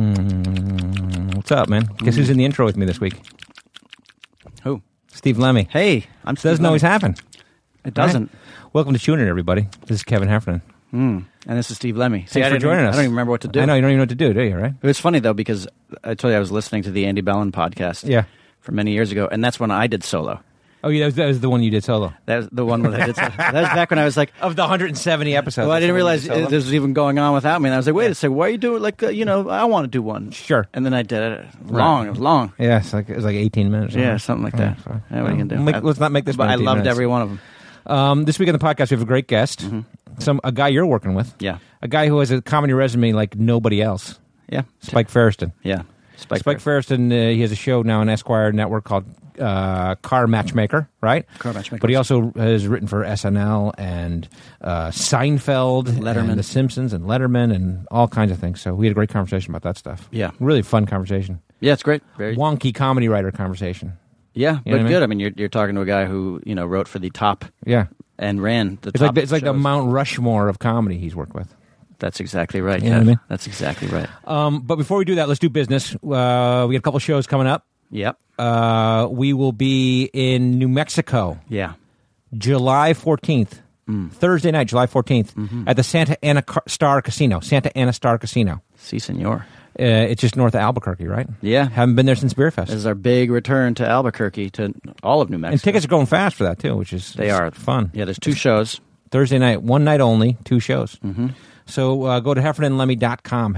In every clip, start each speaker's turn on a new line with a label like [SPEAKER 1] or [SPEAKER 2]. [SPEAKER 1] Mm, what's up, man? Guess who's in the intro with me this week?
[SPEAKER 2] Who?
[SPEAKER 1] Steve Lemmy.
[SPEAKER 2] Hey, I'm
[SPEAKER 1] This doesn't
[SPEAKER 2] Steve
[SPEAKER 1] always
[SPEAKER 2] Lemmy.
[SPEAKER 1] happen.
[SPEAKER 2] It doesn't.
[SPEAKER 1] Welcome to Tune In, everybody. This is Kevin Heffernan.
[SPEAKER 2] Mm. And this is Steve Lemmy. See,
[SPEAKER 1] Thanks
[SPEAKER 2] I
[SPEAKER 1] for
[SPEAKER 2] didn't-
[SPEAKER 1] joining us.
[SPEAKER 2] I don't even remember what to do.
[SPEAKER 1] I know you don't even know what to do, do you? Right?
[SPEAKER 2] It was funny though because I told you I was listening to the Andy Bellin podcast
[SPEAKER 1] Yeah.
[SPEAKER 2] from many years ago, and that's when I did solo.
[SPEAKER 1] Oh, yeah. That was, that was the one you did solo.
[SPEAKER 2] That was the one where I did. solo. that was back when I was like,
[SPEAKER 1] Of the 170 episodes.
[SPEAKER 2] well, I didn't realize uh, this was even going on without me, and I was like, wait a second, why are you doing like uh, you know? I want to do one.
[SPEAKER 1] Sure.
[SPEAKER 2] And then I did it long. It was long.
[SPEAKER 1] Yeah, it's like it was like 18 minutes. or
[SPEAKER 2] Yeah, something like that.
[SPEAKER 1] fine.
[SPEAKER 2] Yeah, what are you gonna do?
[SPEAKER 1] Make-
[SPEAKER 2] I-
[SPEAKER 1] let's not make this.
[SPEAKER 2] But I
[SPEAKER 1] 19
[SPEAKER 2] loved
[SPEAKER 1] minutes.
[SPEAKER 2] every one of them.
[SPEAKER 1] Um, this week on the podcast, we have a great guest, some a guy you're working with.
[SPEAKER 2] Yeah.
[SPEAKER 1] a guy who has a comedy resume like nobody else.
[SPEAKER 2] Yeah,
[SPEAKER 1] Spike Ferriston.
[SPEAKER 2] yeah. Spike.
[SPEAKER 1] Spike Ferriston. Uh, he has a show now on Esquire Network called uh, Car Matchmaker, right?
[SPEAKER 2] Car Matchmaker.
[SPEAKER 1] But he also has written for SNL and uh, Seinfeld,
[SPEAKER 2] Letterman.
[SPEAKER 1] and The Simpsons, and Letterman, and all kinds of things. So we had a great conversation about that stuff.
[SPEAKER 2] Yeah.
[SPEAKER 1] really fun conversation.
[SPEAKER 2] yeah, it's great. Very.
[SPEAKER 1] Wonky comedy writer conversation.
[SPEAKER 2] Yeah,
[SPEAKER 1] You know
[SPEAKER 2] but
[SPEAKER 1] what I
[SPEAKER 2] good.
[SPEAKER 1] mean?
[SPEAKER 2] I mean, you're you're talking to a guy who you know wrote for the top
[SPEAKER 1] Yeah.
[SPEAKER 2] and ran the
[SPEAKER 1] It's
[SPEAKER 2] top.
[SPEAKER 1] like the, it's like the
[SPEAKER 2] shows.
[SPEAKER 1] Mount Rushmore of comedy he's worked with.
[SPEAKER 2] That's exactly right.
[SPEAKER 1] You know what I
[SPEAKER 2] Kev.
[SPEAKER 1] mean?
[SPEAKER 2] That's exactly right.
[SPEAKER 1] Um, but before we do that, let's do business. Uh, we got a couple shows coming up.
[SPEAKER 2] Yep.
[SPEAKER 1] Uh, we will be in New Mexico,
[SPEAKER 2] Yeah.
[SPEAKER 1] July fourteenth, Thursday night, July 14th at the Santa Ana Car- Star Casino, Santa Ana Star Casino.
[SPEAKER 2] Si, senor.
[SPEAKER 1] Uh, it's just north of Albuquerque, right?
[SPEAKER 2] Yeah.
[SPEAKER 1] haven't been there since Beer Fest,
[SPEAKER 2] This is our big return to Albuquerque to all of New Mexico.
[SPEAKER 1] and tickets are going fast for that too, which is
[SPEAKER 2] They
[SPEAKER 1] it's
[SPEAKER 2] are
[SPEAKER 1] fun.
[SPEAKER 2] Yeah, there's two shows.
[SPEAKER 1] Thursday night, one night only, two shows. Mm-hmm. So uh, go to heffernanlemmy.com,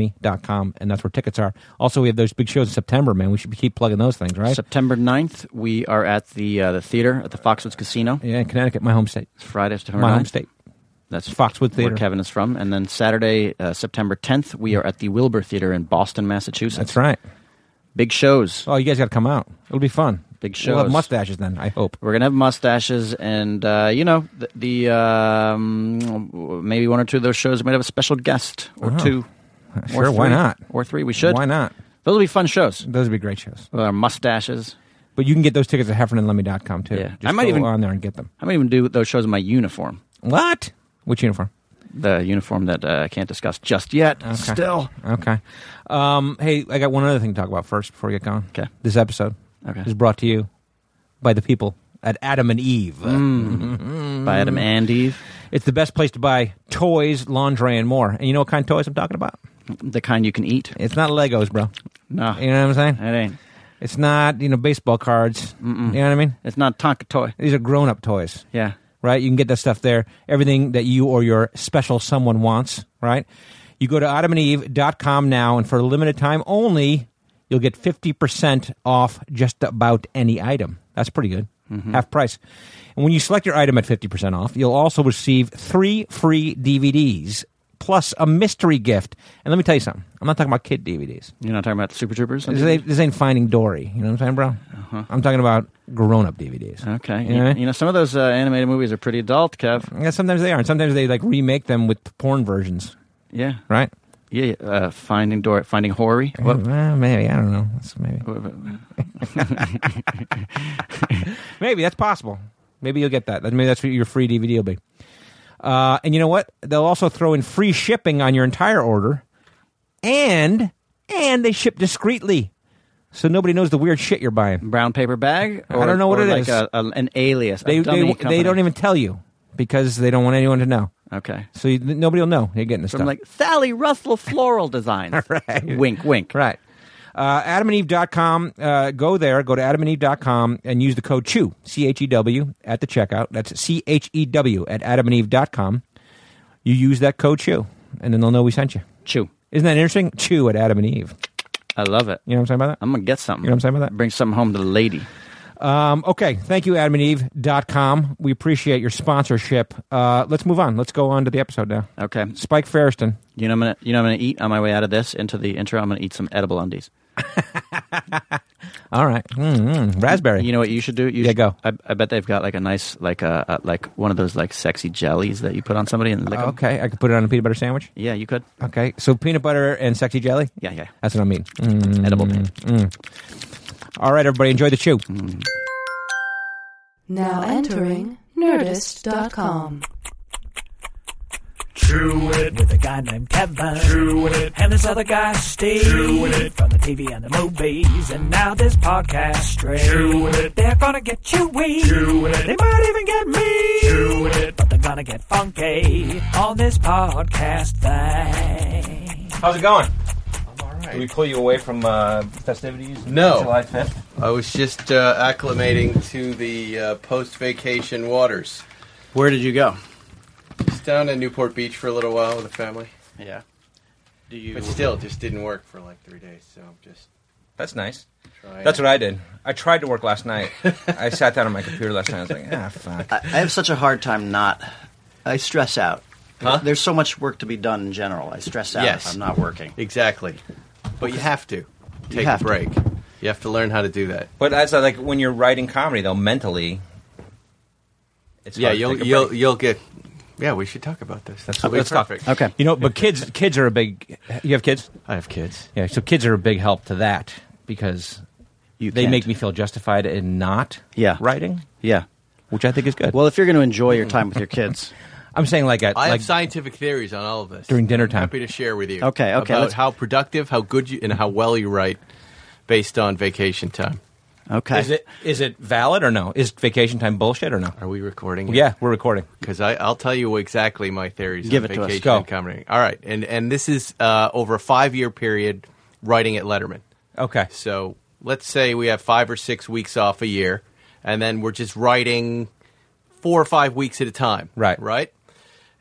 [SPEAKER 1] heffernanlemmy.com, and that's where tickets are. Also, we have those big shows in September, man. We should be- keep plugging those things, right?
[SPEAKER 2] September 9th, we are at the uh, the theater at the Foxwoods Casino.
[SPEAKER 1] yeah, in Connecticut, my home state.
[SPEAKER 2] It's Friday, September
[SPEAKER 1] My
[SPEAKER 2] 9th.
[SPEAKER 1] home state.
[SPEAKER 2] That's
[SPEAKER 1] Foxwood
[SPEAKER 2] where
[SPEAKER 1] Theater.
[SPEAKER 2] Kevin is from. And then Saturday, uh, September 10th, we are at the Wilbur Theater in Boston, Massachusetts.
[SPEAKER 1] That's right.
[SPEAKER 2] Big shows.
[SPEAKER 1] Oh, you guys got to come out. It'll be fun.
[SPEAKER 2] Big
[SPEAKER 1] We'll have
[SPEAKER 2] shows.
[SPEAKER 1] mustaches then, I hope.
[SPEAKER 2] We're gonna have mustaches, and uh, you know the, the um, maybe one or two of those shows might have a special guest or
[SPEAKER 1] Oh.
[SPEAKER 2] two.
[SPEAKER 1] Sure,
[SPEAKER 2] or
[SPEAKER 1] why
[SPEAKER 2] three,
[SPEAKER 1] not?
[SPEAKER 2] Or three, we should.
[SPEAKER 1] Why not?
[SPEAKER 2] Those will be fun shows.
[SPEAKER 1] Those would be great shows.
[SPEAKER 2] With our mustaches.
[SPEAKER 1] But you can get those tickets at heffernanlemmy.com too.
[SPEAKER 2] Yeah.
[SPEAKER 1] Just
[SPEAKER 2] I might
[SPEAKER 1] go
[SPEAKER 2] even-
[SPEAKER 1] on there and get them.
[SPEAKER 2] I'm gonna even do those shows in my uniform.
[SPEAKER 1] What? Which uniform?
[SPEAKER 2] The uniform that uh, I can't discuss just yet. Still.
[SPEAKER 1] Okay. Um, hey, I got one other thing to talk about first before we get going.
[SPEAKER 2] 'Kay.
[SPEAKER 1] This episode
[SPEAKER 2] Okay.
[SPEAKER 1] is brought to you by the people at Adam and Eve.
[SPEAKER 2] By Adam
[SPEAKER 1] Mm.
[SPEAKER 2] and Eve.
[SPEAKER 1] It's the best place to buy toys, laundry, and more. And you know what kind of toys I'm talking about?
[SPEAKER 2] The kind you can eat.
[SPEAKER 1] It's not Legos, bro.
[SPEAKER 2] No.
[SPEAKER 1] You know what I'm
[SPEAKER 2] It
[SPEAKER 1] saying?
[SPEAKER 2] ain't.
[SPEAKER 1] It's not, you know, baseball cards. You know what I mean?
[SPEAKER 2] It's not Tonka toy.
[SPEAKER 1] These are grown up toys.
[SPEAKER 2] Yeah.
[SPEAKER 1] right? You can get that stuff there. Everything that you or your special someone wants, right? You go to adamandeve.com now, and for a limited time only, you'll get 50% off just about any item. That's pretty good. Half price. And when you select your item at 50% off, you'll also receive three free DVDs plus a mystery gift. And let me tell you something I'm not talking about kid DVDs.
[SPEAKER 2] You're not talking about Super Troopers?
[SPEAKER 1] This ain't, this ain't Finding Dory. You know what I'm saying, bro? I'm talking about grown up DVDs.
[SPEAKER 2] Okay.
[SPEAKER 1] You know what I mean?
[SPEAKER 2] You know, some of those uh, animated movies are pretty adult, Kev.
[SPEAKER 1] Yeah, sometimes they are, and sometimes they like remake them with porn versions,
[SPEAKER 2] Yeah.
[SPEAKER 1] right?
[SPEAKER 2] Yeah. yeah. Uh, Finding Dory. Finding Hori. What?
[SPEAKER 1] Well, maybe I don't know. That's maybe maybe that's possible. Maybe you'll get that. That- Maybe that's what your free DVD will be. Uh, and you know what? They'll also throw in free shipping on your entire order, and and they ship discreetly, so nobody knows the weird shit you're buying.
[SPEAKER 2] Brown paper bag?
[SPEAKER 1] I don't know what
[SPEAKER 2] or
[SPEAKER 1] it
[SPEAKER 2] like
[SPEAKER 1] is.
[SPEAKER 2] A, a, an alias. a
[SPEAKER 1] They
[SPEAKER 2] dummy
[SPEAKER 1] they,
[SPEAKER 2] company.
[SPEAKER 1] they don't e-, even tell you because they don't want anyone to know.
[SPEAKER 2] Okay.
[SPEAKER 1] So you, nobody will know you're getting this
[SPEAKER 2] So
[SPEAKER 1] stuff.
[SPEAKER 2] I'm like, Sally Russell Floral Design.
[SPEAKER 1] Right.
[SPEAKER 2] Wink, wink.
[SPEAKER 1] Right. Uh, adamandeve.com. Uh, go there, go to adamandeve.com and use the code CHEW, C H E W, at the checkout. That's C H E W at adamandeve.com. You use that code CHEW, and then they'll know we sent you.
[SPEAKER 2] Chew.
[SPEAKER 1] Isn't that interesting? Chew at Adam and Eve.
[SPEAKER 2] I love it.
[SPEAKER 1] You know what I'm saying about that?
[SPEAKER 2] I'm gonna get something.
[SPEAKER 1] You know what I'm saying about that?
[SPEAKER 2] Bring something home to the lady.
[SPEAKER 1] Um, okay. Thank you, adamandeve.com. We appreciate your sponsorship. Uh, let's move on. Let's go on to the episode now.
[SPEAKER 2] Okay.
[SPEAKER 1] Spike Ferriston.
[SPEAKER 2] You know I'm gonna you know I'm gonna eat on my way out of this into the intro. I'm gonna eat some edible undies.
[SPEAKER 1] All right. Mm, mm. Raspberry.
[SPEAKER 2] You know what you should do? You
[SPEAKER 1] Yeah,
[SPEAKER 2] should,
[SPEAKER 1] go.
[SPEAKER 2] I, I bet they've got like a nice like uh, uh like one of those like sexy jellies that you put on somebody and like
[SPEAKER 1] okay. I could put it on a peanut butter sandwich.
[SPEAKER 2] Yeah, you could.
[SPEAKER 1] Okay. So peanut butter and sexy jelly?
[SPEAKER 2] Yeah, yeah.
[SPEAKER 1] That's what I mean. Mm.
[SPEAKER 2] Edible pig.
[SPEAKER 1] All right, everybody, enjoy the chew.
[SPEAKER 3] Now entering Nerdist.com.
[SPEAKER 4] Chew it.
[SPEAKER 5] with a guy named Kevin.
[SPEAKER 4] Chew it.
[SPEAKER 5] And this other guy, Steve.
[SPEAKER 4] Chew it.
[SPEAKER 5] From the TV and the movies. And now this podcast straight.
[SPEAKER 4] Chew it.
[SPEAKER 5] They're gonna get chewy.
[SPEAKER 4] Chew it.
[SPEAKER 5] They might even get me.
[SPEAKER 4] Chew it.
[SPEAKER 5] But they're gonna get funky on this podcast thing.
[SPEAKER 1] How's it going?
[SPEAKER 6] All
[SPEAKER 1] Did
[SPEAKER 6] right.
[SPEAKER 1] we pull you away from uh, festivities?
[SPEAKER 6] No.
[SPEAKER 1] July 5th?
[SPEAKER 6] I was just uh, acclimating to the uh, post-vacation waters.
[SPEAKER 7] Where did you go?
[SPEAKER 6] Just down in Newport Beach for a little while with the family,
[SPEAKER 7] Yeah. Do you?
[SPEAKER 6] but still, just didn't work for like three days. So I'm just
[SPEAKER 1] That's nice.
[SPEAKER 6] trying.
[SPEAKER 1] That's what I did. I tried to work last night. I sat down on my computer last night. I was like, ah, fuck.
[SPEAKER 7] I, I have such a hard time not. I stress out.
[SPEAKER 6] Huh?
[SPEAKER 7] There's so much work to be done in general. I stress out
[SPEAKER 6] Yes.
[SPEAKER 7] if I'm not working.
[SPEAKER 6] exactly. But you have to take
[SPEAKER 7] have
[SPEAKER 6] a
[SPEAKER 7] to.
[SPEAKER 6] break. You have to learn how to do that.
[SPEAKER 1] But as I like, when you're writing comedy, though, mentally, it's
[SPEAKER 6] yeah,
[SPEAKER 1] hard to
[SPEAKER 6] you'll
[SPEAKER 1] take a
[SPEAKER 6] you'll
[SPEAKER 1] break.
[SPEAKER 6] you'll get. Yeah, we should talk about this. That's,
[SPEAKER 1] let's talk.
[SPEAKER 6] perfect.
[SPEAKER 7] Okay.
[SPEAKER 1] You know, but kids, kids are a big. You have kids?
[SPEAKER 6] I have kids.
[SPEAKER 1] Yeah, so kids are a big help to that because
[SPEAKER 7] You
[SPEAKER 1] they
[SPEAKER 7] can't.
[SPEAKER 1] make me feel justified in not
[SPEAKER 7] Yeah.
[SPEAKER 1] writing,
[SPEAKER 7] Yeah.
[SPEAKER 1] which I think is good.
[SPEAKER 7] Well, if you're going to enjoy your time with your kids,
[SPEAKER 1] I'm saying like at
[SPEAKER 6] I
[SPEAKER 1] like
[SPEAKER 6] have scientific theories on all of this
[SPEAKER 1] During dinner time.
[SPEAKER 6] Happy to share with you.
[SPEAKER 7] Okay, okay,
[SPEAKER 6] About
[SPEAKER 7] let's-
[SPEAKER 6] how productive, how good you, and how well you write based on vacation time.
[SPEAKER 7] okay.
[SPEAKER 1] is it is it valid or no? Is vacation time bullshit or no?
[SPEAKER 6] Are we recording? it?
[SPEAKER 1] Yeah, we're recording.
[SPEAKER 6] because I'll tell you exactly my theories
[SPEAKER 7] Give
[SPEAKER 6] on
[SPEAKER 7] it to us.
[SPEAKER 6] vacation
[SPEAKER 1] Go.
[SPEAKER 6] and comedy. All right, and and this is uh, over a five year period writing at Letterman.
[SPEAKER 1] Okay.
[SPEAKER 6] So let's say we have five or six weeks off a year, and then we're just writing four or five weeks at a time.
[SPEAKER 1] Right.
[SPEAKER 6] Right.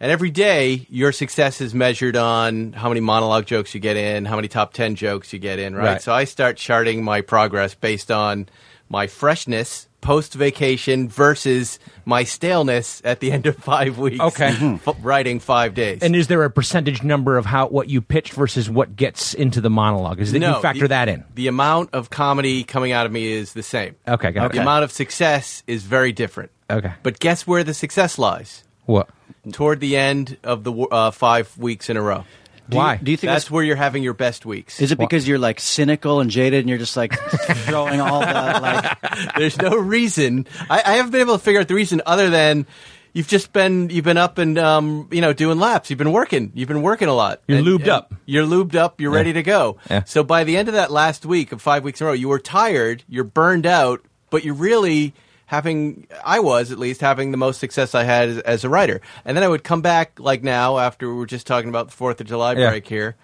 [SPEAKER 6] And every day, your success is measured on how many monologue jokes you get in, how many top 10 jokes you get in, right?
[SPEAKER 1] Right.
[SPEAKER 6] So I start charting my progress based on my freshness post vacation versus my staleness at the end of five weeks.
[SPEAKER 1] Okay.
[SPEAKER 6] f- writing five days.
[SPEAKER 1] And is there a percentage number of how what you pitch versus what gets into the monologue? Is that you factor
[SPEAKER 6] the-
[SPEAKER 1] that in?
[SPEAKER 6] The amount of comedy coming out of me is the same.
[SPEAKER 1] Okay, got it.
[SPEAKER 6] The amount of success is very different.
[SPEAKER 1] Okay.
[SPEAKER 6] But guess where the success lies?
[SPEAKER 1] What?
[SPEAKER 6] Toward the end of the wo- uh, five weeks in a row.
[SPEAKER 7] do you,
[SPEAKER 1] Why?
[SPEAKER 7] do you think
[SPEAKER 6] That's
[SPEAKER 7] that's
[SPEAKER 6] where you're having your best weeks.
[SPEAKER 7] is it because you're like cynical and jaded and you're just like throwing all the like
[SPEAKER 6] There's no reason. I, I haven't been able to figure out the reason other than you've just been you've been up and um, you know doing laps. You've been working. You've been working a lot.
[SPEAKER 1] You're
[SPEAKER 6] And-
[SPEAKER 1] lubed
[SPEAKER 6] and
[SPEAKER 1] up.
[SPEAKER 6] You're lubed up. You're ready to go.
[SPEAKER 1] Yeah.
[SPEAKER 6] So by the end of that last week of five weeks in a row, you were tired. You're burned out, but you're really having. I was at least having the most success I had as, as a writer. And then I would come back like now after we were just talking about the Fourth of July
[SPEAKER 1] Yeah.
[SPEAKER 6] break here.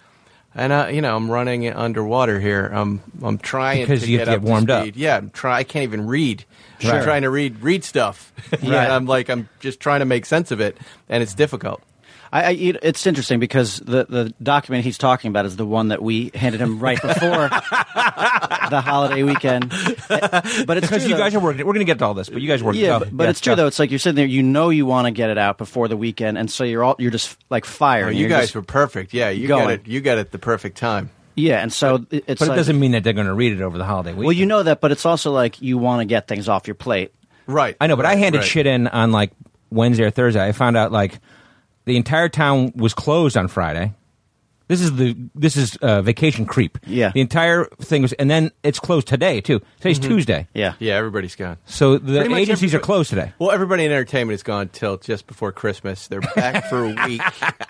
[SPEAKER 6] And uh, you know I'm running underwater here. I'm I'm trying
[SPEAKER 1] Because
[SPEAKER 6] to
[SPEAKER 1] you
[SPEAKER 6] get,
[SPEAKER 1] have to
[SPEAKER 6] up
[SPEAKER 1] get
[SPEAKER 6] to
[SPEAKER 1] warmed up.
[SPEAKER 6] speed. Yeah, I'm try- I can't even read.
[SPEAKER 1] Sure.
[SPEAKER 6] I'm trying to read read stuff. and
[SPEAKER 7] Right.
[SPEAKER 6] I'm like I'm just trying to make sense of it, and it's difficult.
[SPEAKER 7] I, I, it- it's interesting because the, the document he's talking about is the one that we handed him right before the holiday weekend. But it's
[SPEAKER 1] Because
[SPEAKER 7] true,
[SPEAKER 1] you
[SPEAKER 7] though.
[SPEAKER 1] guys are working. We're going to get to all this, but you guys work.
[SPEAKER 7] yeah,
[SPEAKER 1] oh,
[SPEAKER 7] but, but
[SPEAKER 1] yeah,
[SPEAKER 7] it's true
[SPEAKER 1] go.
[SPEAKER 7] though. It's like you're sitting there, you know, you want to get it out before the weekend, and so you're all you're just like
[SPEAKER 6] Oh,
[SPEAKER 7] fired. and
[SPEAKER 6] you
[SPEAKER 7] you're
[SPEAKER 6] guys
[SPEAKER 7] just-
[SPEAKER 6] were perfect. Yeah, you
[SPEAKER 7] going.
[SPEAKER 6] got it. You got it the perfect time.
[SPEAKER 7] yeah, and so it- it's
[SPEAKER 1] But it
[SPEAKER 7] like-
[SPEAKER 1] doesn't mean that they're going to read it over the holiday week.
[SPEAKER 7] Well, you know that, but it's also like you want to get things off your plate.
[SPEAKER 6] Right.
[SPEAKER 1] I know, but I
[SPEAKER 6] right,
[SPEAKER 1] handed
[SPEAKER 6] right.
[SPEAKER 1] shit in on like Wednesday or Thursday. I found out like the entire town was closed on Friday. This is the this is uh, vacation creep.
[SPEAKER 7] Yeah. Mm-hmm.
[SPEAKER 1] the entire thing was, and then it's closed today too. Today's Tuesday,
[SPEAKER 7] Yeah,
[SPEAKER 6] Yeah, everybody's gone.
[SPEAKER 1] so the
[SPEAKER 6] Pretty much
[SPEAKER 1] agencies are
[SPEAKER 6] everybody-
[SPEAKER 1] closed today.
[SPEAKER 6] Well, everybody in entertainment is gone till just before Christmas. They're back for a week,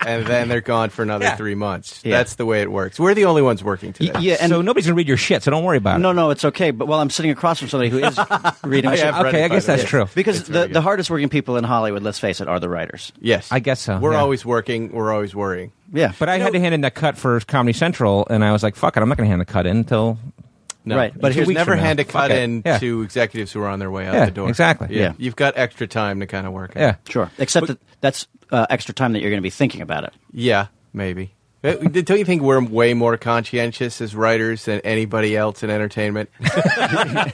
[SPEAKER 6] and then they're gone for another
[SPEAKER 1] Yeah.
[SPEAKER 6] three months.
[SPEAKER 7] Yeah.
[SPEAKER 6] That's the way it works. We're the only ones working
[SPEAKER 7] Y-
[SPEAKER 6] today.
[SPEAKER 7] yeah, and
[SPEAKER 1] so nobody's gonna read your shit, so don't worry about
[SPEAKER 7] no,
[SPEAKER 1] it.
[SPEAKER 7] no, it's okay. But while I'm sitting across from somebody who is reading,
[SPEAKER 6] have
[SPEAKER 7] shit-
[SPEAKER 6] read
[SPEAKER 1] Okay,
[SPEAKER 6] it,
[SPEAKER 1] I
[SPEAKER 6] by
[SPEAKER 1] guess
[SPEAKER 6] the
[SPEAKER 1] that's
[SPEAKER 6] way.
[SPEAKER 1] true.
[SPEAKER 7] because
[SPEAKER 6] It's very
[SPEAKER 7] the, the
[SPEAKER 6] good.
[SPEAKER 7] hardest working people in Hollywood, let's face it, are the writers.
[SPEAKER 6] Yes,
[SPEAKER 1] I guess so,
[SPEAKER 6] We're
[SPEAKER 1] yeah.
[SPEAKER 6] always working. We're always worrying.
[SPEAKER 7] Yeah,
[SPEAKER 1] But I had to hand in that cut for Comedy Central, and I was like, "Fuck it, I'm not gonna hand the cut in until."
[SPEAKER 6] No,
[SPEAKER 7] Right, but
[SPEAKER 6] You
[SPEAKER 7] here's-
[SPEAKER 6] should never
[SPEAKER 1] from now.
[SPEAKER 6] hand a cut
[SPEAKER 1] Fuck it.
[SPEAKER 6] in
[SPEAKER 1] Yeah.
[SPEAKER 6] to executives who are on their way out
[SPEAKER 1] Yeah,
[SPEAKER 6] the door.
[SPEAKER 1] exactly.
[SPEAKER 6] Yeah.
[SPEAKER 7] Yeah.
[SPEAKER 6] you've got extra time to kind of work. it.
[SPEAKER 1] Yeah,
[SPEAKER 7] Sure. Except that that's uh, extra time that you're going to be thinking about it.
[SPEAKER 6] yeah, maybe. Uh, Don't you think we're way more conscientious as writers than anybody else in entertainment?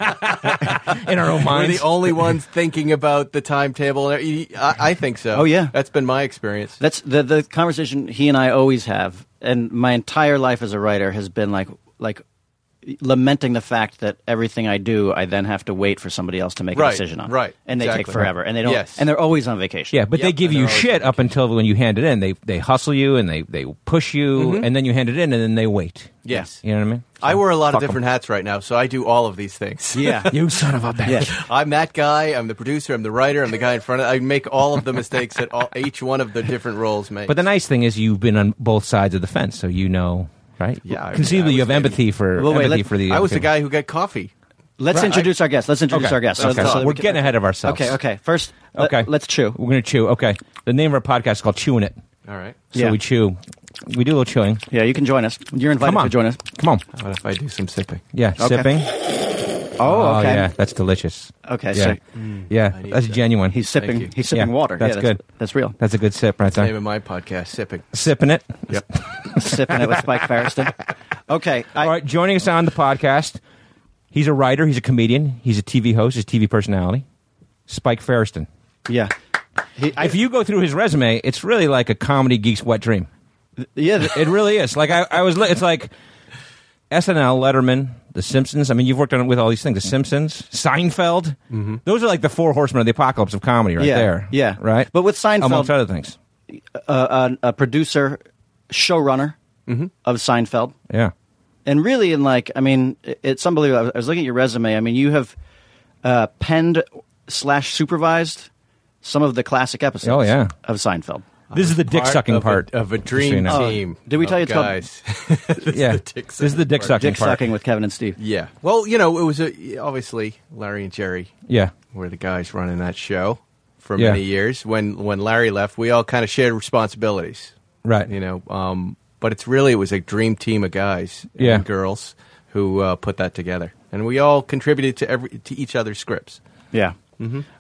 [SPEAKER 1] in our own
[SPEAKER 6] We're
[SPEAKER 1] minds.
[SPEAKER 6] the only ones thinking about the timetable. I, I think so.
[SPEAKER 7] Oh, yeah.
[SPEAKER 6] that's been my experience.
[SPEAKER 7] That's the the conversation he and I always have, and my entire life as a writer has been like like lamenting the fact that everything I do, I then have to wait for somebody else to make
[SPEAKER 6] Right,
[SPEAKER 7] a decision on.
[SPEAKER 6] right,
[SPEAKER 7] and they
[SPEAKER 6] exactly.
[SPEAKER 7] take forever, and they don't,
[SPEAKER 6] Yes.
[SPEAKER 7] and they're always on vacation.
[SPEAKER 1] Yeah, but they give
[SPEAKER 6] and
[SPEAKER 1] you
[SPEAKER 6] they're always
[SPEAKER 1] shit up until when you hand it in. They they hustle you and they they push you, and then you hand it in, and then they wait.
[SPEAKER 6] Yes.
[SPEAKER 1] you know what I mean.
[SPEAKER 6] I wear a lot of
[SPEAKER 1] Fuck 'em.
[SPEAKER 6] different hats right now, so I do all of these things.
[SPEAKER 7] yeah,
[SPEAKER 1] You son of a bitch.
[SPEAKER 6] I'm that guy. I'm the producer. I'm the writer. I'm the guy in front of. I make all of the mistakes that all, each one of the different roles makes.
[SPEAKER 1] But the nice thing is you've been on both sides of the fence, so you know, right?
[SPEAKER 6] Yeah, I-
[SPEAKER 1] Conceivably,
[SPEAKER 6] I
[SPEAKER 1] you have
[SPEAKER 6] was-
[SPEAKER 1] empathy for
[SPEAKER 7] Well, wait,
[SPEAKER 1] empathy
[SPEAKER 7] let-
[SPEAKER 1] for the.
[SPEAKER 6] I
[SPEAKER 1] other
[SPEAKER 6] was the
[SPEAKER 1] people.
[SPEAKER 6] guy who got coffee.
[SPEAKER 7] Let's introduce our guest. Let's introduce
[SPEAKER 1] Okay.
[SPEAKER 7] our guest.
[SPEAKER 1] Okay.
[SPEAKER 6] so
[SPEAKER 1] we're
[SPEAKER 6] we can-
[SPEAKER 1] getting ahead of ourselves.
[SPEAKER 7] Okay, okay. First, let,
[SPEAKER 1] Okay.
[SPEAKER 7] let's chew.
[SPEAKER 1] We're gonna chew. Okay. The name of our podcast is called Chewing It.
[SPEAKER 6] All right.
[SPEAKER 1] So
[SPEAKER 7] Yeah.
[SPEAKER 1] we chew. We do a little chewing.
[SPEAKER 7] Yeah, you can join us. You're invited
[SPEAKER 1] Come on,
[SPEAKER 7] to join us.
[SPEAKER 1] Come on.
[SPEAKER 6] What if I do some sipping?
[SPEAKER 1] Yeah, sipping.
[SPEAKER 7] Oh,
[SPEAKER 1] Oh
[SPEAKER 7] okay.
[SPEAKER 1] yeah, that's delicious.
[SPEAKER 7] Okay,
[SPEAKER 1] Yeah,
[SPEAKER 7] so
[SPEAKER 1] yeah,
[SPEAKER 6] need
[SPEAKER 1] that's
[SPEAKER 6] that.
[SPEAKER 1] genuine.
[SPEAKER 7] he's
[SPEAKER 6] you.
[SPEAKER 7] sipping. He's sipping
[SPEAKER 1] Yeah,
[SPEAKER 7] water.
[SPEAKER 1] that's
[SPEAKER 7] yeah,
[SPEAKER 1] good.
[SPEAKER 7] That's real.
[SPEAKER 1] That's a good sip right
[SPEAKER 6] Name
[SPEAKER 1] there.
[SPEAKER 6] of my podcast, sipping.
[SPEAKER 1] Sipping it.
[SPEAKER 6] Yep.
[SPEAKER 7] sipping it with Spike Farriston. Okay. I,
[SPEAKER 1] All right, joining us on the podcast, he's a writer, he's a comedian, he's a TV host, he's a TV personality, Spike Ferriston.
[SPEAKER 7] Yeah. He, I,
[SPEAKER 1] If you go through his resume, it's really like a comedy geek's wet dream.
[SPEAKER 7] yeah, th-
[SPEAKER 1] It really is. Like I, I was. li- It's like SNL, Letterman, The Simpsons. I mean, you've worked on with all these things. The Simpsons, Seinfeld.
[SPEAKER 6] Mm-hmm.
[SPEAKER 1] Those are like the four horsemen of the apocalypse of comedy, right
[SPEAKER 7] Yeah,
[SPEAKER 1] there.
[SPEAKER 7] yeah.
[SPEAKER 1] Right.
[SPEAKER 7] But with Seinfeld-
[SPEAKER 1] amongst other things.
[SPEAKER 7] a, a producer, showrunner
[SPEAKER 1] Mm-hmm.
[SPEAKER 7] of Seinfeld,
[SPEAKER 1] Yeah.
[SPEAKER 7] and really, in like, I mean, it- it's unbelievable. I was- I was looking at your resume. I mean, you have uh, penned slash supervised some of the classic episodes.
[SPEAKER 1] Oh, yeah.
[SPEAKER 7] of Seinfeld.
[SPEAKER 1] This is the dick sucking
[SPEAKER 6] Uh, of a-
[SPEAKER 1] part
[SPEAKER 6] of a
[SPEAKER 1] just so you
[SPEAKER 6] dream
[SPEAKER 1] know.
[SPEAKER 6] team.
[SPEAKER 7] Oh, did we tell
[SPEAKER 6] of
[SPEAKER 7] you it's called-
[SPEAKER 6] guys?
[SPEAKER 1] yeah.
[SPEAKER 6] dick
[SPEAKER 1] this is the
[SPEAKER 6] sucking
[SPEAKER 1] dick
[SPEAKER 6] part.
[SPEAKER 1] sucking
[SPEAKER 7] Dick
[SPEAKER 1] part.
[SPEAKER 7] sucking with Kevin and Steve.
[SPEAKER 6] yeah. Well, you know, it was a, obviously Larry and Jerry
[SPEAKER 1] Yeah.
[SPEAKER 6] were the guys running that show for
[SPEAKER 1] Yeah.
[SPEAKER 6] many years. When when Larry left, we all kind of shared responsibilities.
[SPEAKER 1] Right.
[SPEAKER 6] You know, um, but it's really it was a dream team of guys and
[SPEAKER 1] Yeah.
[SPEAKER 6] girls who uh, put that together, and we all contributed to every to each other's scripts.
[SPEAKER 7] Yeah.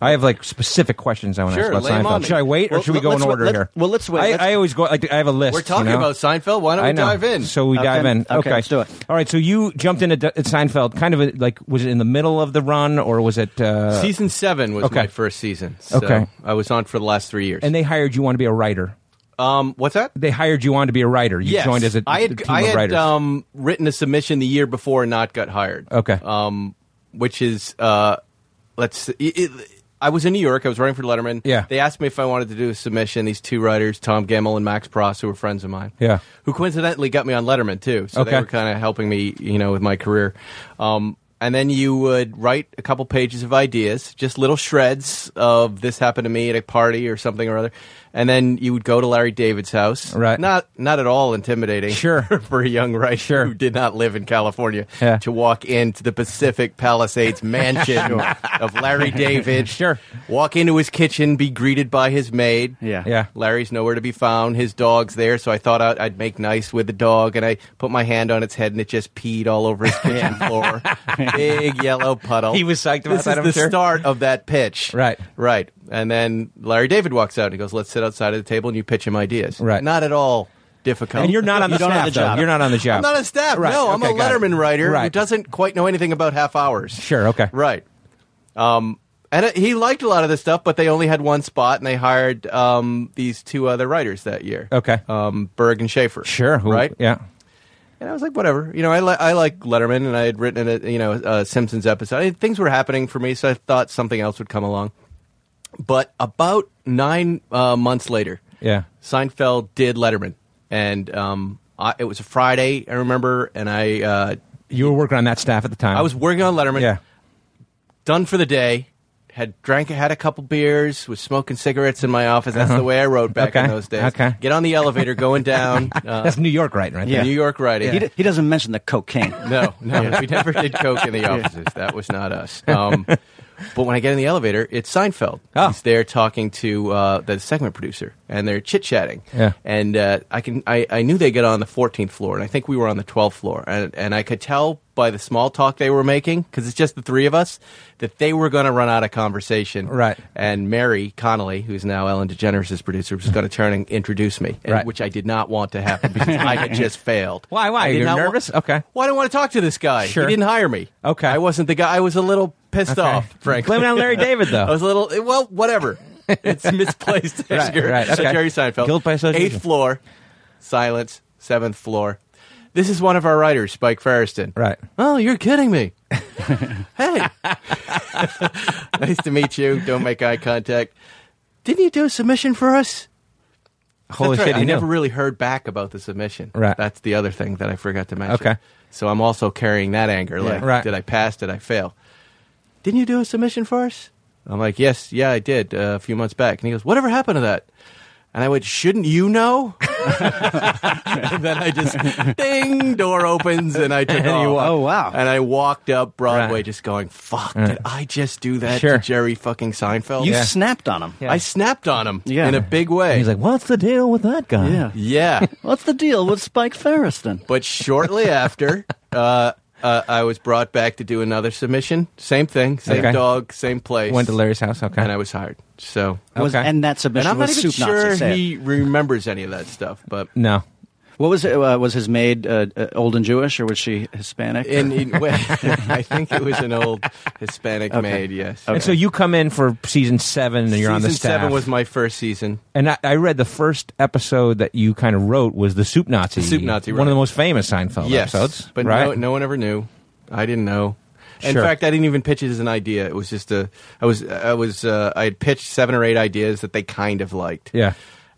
[SPEAKER 1] I have like specific questions I want to
[SPEAKER 6] Sure,
[SPEAKER 1] ask
[SPEAKER 6] lay 'em
[SPEAKER 1] about Seinfeld.
[SPEAKER 6] on me.
[SPEAKER 1] Should I wait or
[SPEAKER 7] Well,
[SPEAKER 1] should we go
[SPEAKER 7] let's
[SPEAKER 1] in
[SPEAKER 7] wa-
[SPEAKER 1] order
[SPEAKER 7] let's-
[SPEAKER 1] here?
[SPEAKER 7] well, let's wait.
[SPEAKER 1] I,
[SPEAKER 7] Let's-
[SPEAKER 1] I always go. Like, I have a list.
[SPEAKER 6] We're talking
[SPEAKER 1] you know?
[SPEAKER 6] about Seinfeld. Why don't we
[SPEAKER 1] I know.
[SPEAKER 6] dive in? Uh,
[SPEAKER 1] So we
[SPEAKER 7] Okay.
[SPEAKER 1] dive in. Okay.
[SPEAKER 7] Okay, let's do it.
[SPEAKER 1] All right. So you jumped in at, D- at Seinfeld. Kind of a, like was it in the middle of the run or was it? Uh,
[SPEAKER 6] season seven was
[SPEAKER 1] okay.
[SPEAKER 6] my first season. So
[SPEAKER 1] Okay.
[SPEAKER 6] I was on for the last three years.
[SPEAKER 1] and they hired you on to be a writer.
[SPEAKER 6] um, what's that?
[SPEAKER 1] They hired you on to be a writer. You
[SPEAKER 6] Yes.
[SPEAKER 1] joined as a,
[SPEAKER 6] I had,
[SPEAKER 1] a team
[SPEAKER 6] I
[SPEAKER 1] of
[SPEAKER 6] had,
[SPEAKER 1] writers.
[SPEAKER 6] um, written a submission the year before and not got hired.
[SPEAKER 1] Okay.
[SPEAKER 6] Um, which is uh, let's. see, It, it, I was in New York. I was writing for Letterman.
[SPEAKER 1] Yeah.
[SPEAKER 6] They asked me if I wanted to do a submission. These two writers, Tom Gemmell and Max Pross, who were friends of mine.
[SPEAKER 1] Yeah.
[SPEAKER 6] Who coincidentally got me on Letterman too. So
[SPEAKER 1] Okay.
[SPEAKER 6] they were kind of helping me, you know, with my career. Um, and then you would write a couple pages of ideas, just little shreds of this happened to me at a party or something or other. And then you would go to Larry David's house.
[SPEAKER 1] Right.
[SPEAKER 6] Not not at all intimidating.
[SPEAKER 1] Sure.
[SPEAKER 6] for a young writer
[SPEAKER 1] Sure.
[SPEAKER 6] who did not live in California
[SPEAKER 1] Yeah.
[SPEAKER 6] to walk into the Pacific Palisades mansion of Larry David.
[SPEAKER 1] Sure.
[SPEAKER 6] Walk into his kitchen, be greeted by his maid.
[SPEAKER 7] Yeah.
[SPEAKER 1] Yeah.
[SPEAKER 6] Larry's nowhere to be found. His dog's there, so I thought I'd, I'd make nice with the dog, and I put my hand on its head, and it just peed all over his kitchen floor. Big yellow puddle.
[SPEAKER 1] He was psyched about
[SPEAKER 6] this
[SPEAKER 1] that,
[SPEAKER 6] is
[SPEAKER 1] I'm
[SPEAKER 6] the
[SPEAKER 1] sure.
[SPEAKER 6] start of that pitch.
[SPEAKER 1] Right.
[SPEAKER 6] Right. And then Larry David walks out and he goes, "Let's sit outside of the table and you pitch him ideas."
[SPEAKER 1] Right.
[SPEAKER 6] Not at all difficult.
[SPEAKER 1] and you're not on the
[SPEAKER 7] You don't
[SPEAKER 1] staff.
[SPEAKER 7] have the job.
[SPEAKER 1] Though. You're not on the job.
[SPEAKER 6] I'm not a staff.
[SPEAKER 1] Right.
[SPEAKER 6] No, I'm
[SPEAKER 1] Okay,
[SPEAKER 6] a
[SPEAKER 1] got it.
[SPEAKER 6] Letterman writer who
[SPEAKER 1] Right.
[SPEAKER 6] doesn't quite know anything about half hours.
[SPEAKER 1] Sure, okay.
[SPEAKER 6] Right. Um, and it, he liked a lot of this stuff, but they only had one spot, and they hired um, these two other writers that year.
[SPEAKER 1] Okay.
[SPEAKER 6] Um, Berg and Schaefer.
[SPEAKER 1] Sure. Who,
[SPEAKER 6] right.
[SPEAKER 1] Yeah.
[SPEAKER 6] And I was like, whatever. You know, I, li- I like Letterman, and I had written a you know a Simpsons episode. I, things were happening for me, so I thought something else would come along. But about nine uh, months later,
[SPEAKER 1] Yeah.
[SPEAKER 6] Seinfeld did Letterman, and um, I, it was a Friday, I remember, and I uh,
[SPEAKER 1] You were working on that staff at the time.
[SPEAKER 6] I was working on Letterman.
[SPEAKER 1] Yeah.
[SPEAKER 6] Done for the day. Had drank, had a couple beers, was smoking cigarettes in my office. That's the way I wrote back
[SPEAKER 1] Uh-huh.
[SPEAKER 6] in
[SPEAKER 1] Okay.
[SPEAKER 6] those days.
[SPEAKER 1] Okay.
[SPEAKER 6] Get on the elevator, going down. Uh,
[SPEAKER 1] That's New York, right? Right.
[SPEAKER 7] Yeah.
[SPEAKER 6] New York writing.
[SPEAKER 7] He, d- he doesn't mention the cocaine.
[SPEAKER 6] No, no, we never did coke in the offices. That was not us. Um, but when I get in the elevator, it's Seinfeld.
[SPEAKER 1] Oh.
[SPEAKER 6] He's there talking to uh, the segment producer, and they're chit chatting.
[SPEAKER 1] Yeah.
[SPEAKER 6] And uh, I can, I, I knew they get on the 14th floor, and I think we were on the 12th floor, and and I could tell by the small talk they were making because it's just the three of us that they were going to run out of conversation.
[SPEAKER 1] Right.
[SPEAKER 6] And Mary Connolly, who's now Ellen DeGeneres' producer, was going to turn and introduce me, and-
[SPEAKER 1] Right.
[SPEAKER 6] which I did not want to happen because I had just failed.
[SPEAKER 1] Why, why?
[SPEAKER 6] I did
[SPEAKER 1] You're
[SPEAKER 6] not wa-
[SPEAKER 1] nervous? Okay.
[SPEAKER 6] Well, I don't want to talk to this guy.
[SPEAKER 1] Sure.
[SPEAKER 6] He didn't hire me.
[SPEAKER 1] Okay.
[SPEAKER 6] I wasn't the guy. I was a little pissed
[SPEAKER 1] Okay.
[SPEAKER 6] off, frankly.
[SPEAKER 1] Blame it on Larry David, though.
[SPEAKER 6] Oh, I was a little, eh, well, whatever. It's misplaced
[SPEAKER 1] Right,
[SPEAKER 6] anger.
[SPEAKER 1] right,
[SPEAKER 6] So
[SPEAKER 1] okay.
[SPEAKER 6] Jerry Seinfeld.
[SPEAKER 1] Guilt by association.
[SPEAKER 6] Eighth floor, silence. Seventh floor. This is one of our writers, Spike Ferriston.
[SPEAKER 1] Right.
[SPEAKER 6] Oh, you're kidding me. hey. nice to meet you. Don't make eye contact. Didn't you do a submission for us?
[SPEAKER 1] Holy
[SPEAKER 6] That's
[SPEAKER 1] shit!
[SPEAKER 6] right. I
[SPEAKER 1] you knew.
[SPEAKER 6] never really heard back about the submission.
[SPEAKER 1] Right.
[SPEAKER 6] That's the other thing that I forgot to mention.
[SPEAKER 1] Okay.
[SPEAKER 6] So I'm also carrying that anger. Like,
[SPEAKER 1] Right.
[SPEAKER 6] did I pass? Did I fail? Didn't you do a submission for us? I'm like, yes, yeah, I did uh, a few months back. And he goes, whatever happened to that? And I went, shouldn't you know? and then I just, ding, door opens, and I took
[SPEAKER 1] And you
[SPEAKER 6] off.
[SPEAKER 1] walk.
[SPEAKER 7] Oh, wow.
[SPEAKER 6] And I walked up Broadway,
[SPEAKER 1] Right.
[SPEAKER 6] just going, fuck, did I just do that
[SPEAKER 1] Sure.
[SPEAKER 6] to Jerry fucking Seinfeld?
[SPEAKER 7] You
[SPEAKER 1] Yeah.
[SPEAKER 7] snapped on him.
[SPEAKER 1] Yeah.
[SPEAKER 6] I snapped on him
[SPEAKER 7] Yeah.
[SPEAKER 6] in a big way.
[SPEAKER 1] He's like, "What's the deal with that guy?"
[SPEAKER 7] Yeah.
[SPEAKER 6] yeah.
[SPEAKER 7] What's the deal with Spike Ferriston?
[SPEAKER 6] But shortly after, uh, uh, I was brought back to do another submission. Same thing, same
[SPEAKER 1] Okay.
[SPEAKER 6] dog, same place.
[SPEAKER 1] Went to Larry's house. Okay.
[SPEAKER 6] and I was hired. So,
[SPEAKER 7] Was,
[SPEAKER 1] Okay.
[SPEAKER 7] And that
[SPEAKER 6] and
[SPEAKER 7] submission
[SPEAKER 6] I'm not
[SPEAKER 7] was
[SPEAKER 6] even
[SPEAKER 7] soup Nazi.
[SPEAKER 6] sure
[SPEAKER 7] say it.
[SPEAKER 6] he remembers any of that stuff. But
[SPEAKER 1] no.
[SPEAKER 7] What was it, uh, was his maid uh, uh, old and Jewish or was she Hispanic?
[SPEAKER 6] in, in well, I think it was an old Hispanic maid. Yes.
[SPEAKER 1] And so you come in for season seven, and you're on the
[SPEAKER 6] Season
[SPEAKER 1] staff.
[SPEAKER 6] seven was my first season.
[SPEAKER 1] and I, I read the first episode that you kind of wrote was the Soup Nazi.
[SPEAKER 6] The Soup Nazi,
[SPEAKER 1] One of the
[SPEAKER 6] right.
[SPEAKER 1] most famous Seinfeld
[SPEAKER 6] yes,
[SPEAKER 1] episodes.
[SPEAKER 6] but
[SPEAKER 1] right?
[SPEAKER 6] no, no one ever knew. I didn't know. In
[SPEAKER 1] Sure.
[SPEAKER 6] fact, I didn't even pitch it as an idea. It was just a. I was. I was. Uh, I had pitched seven or eight ideas that they kind of liked.
[SPEAKER 1] Yeah.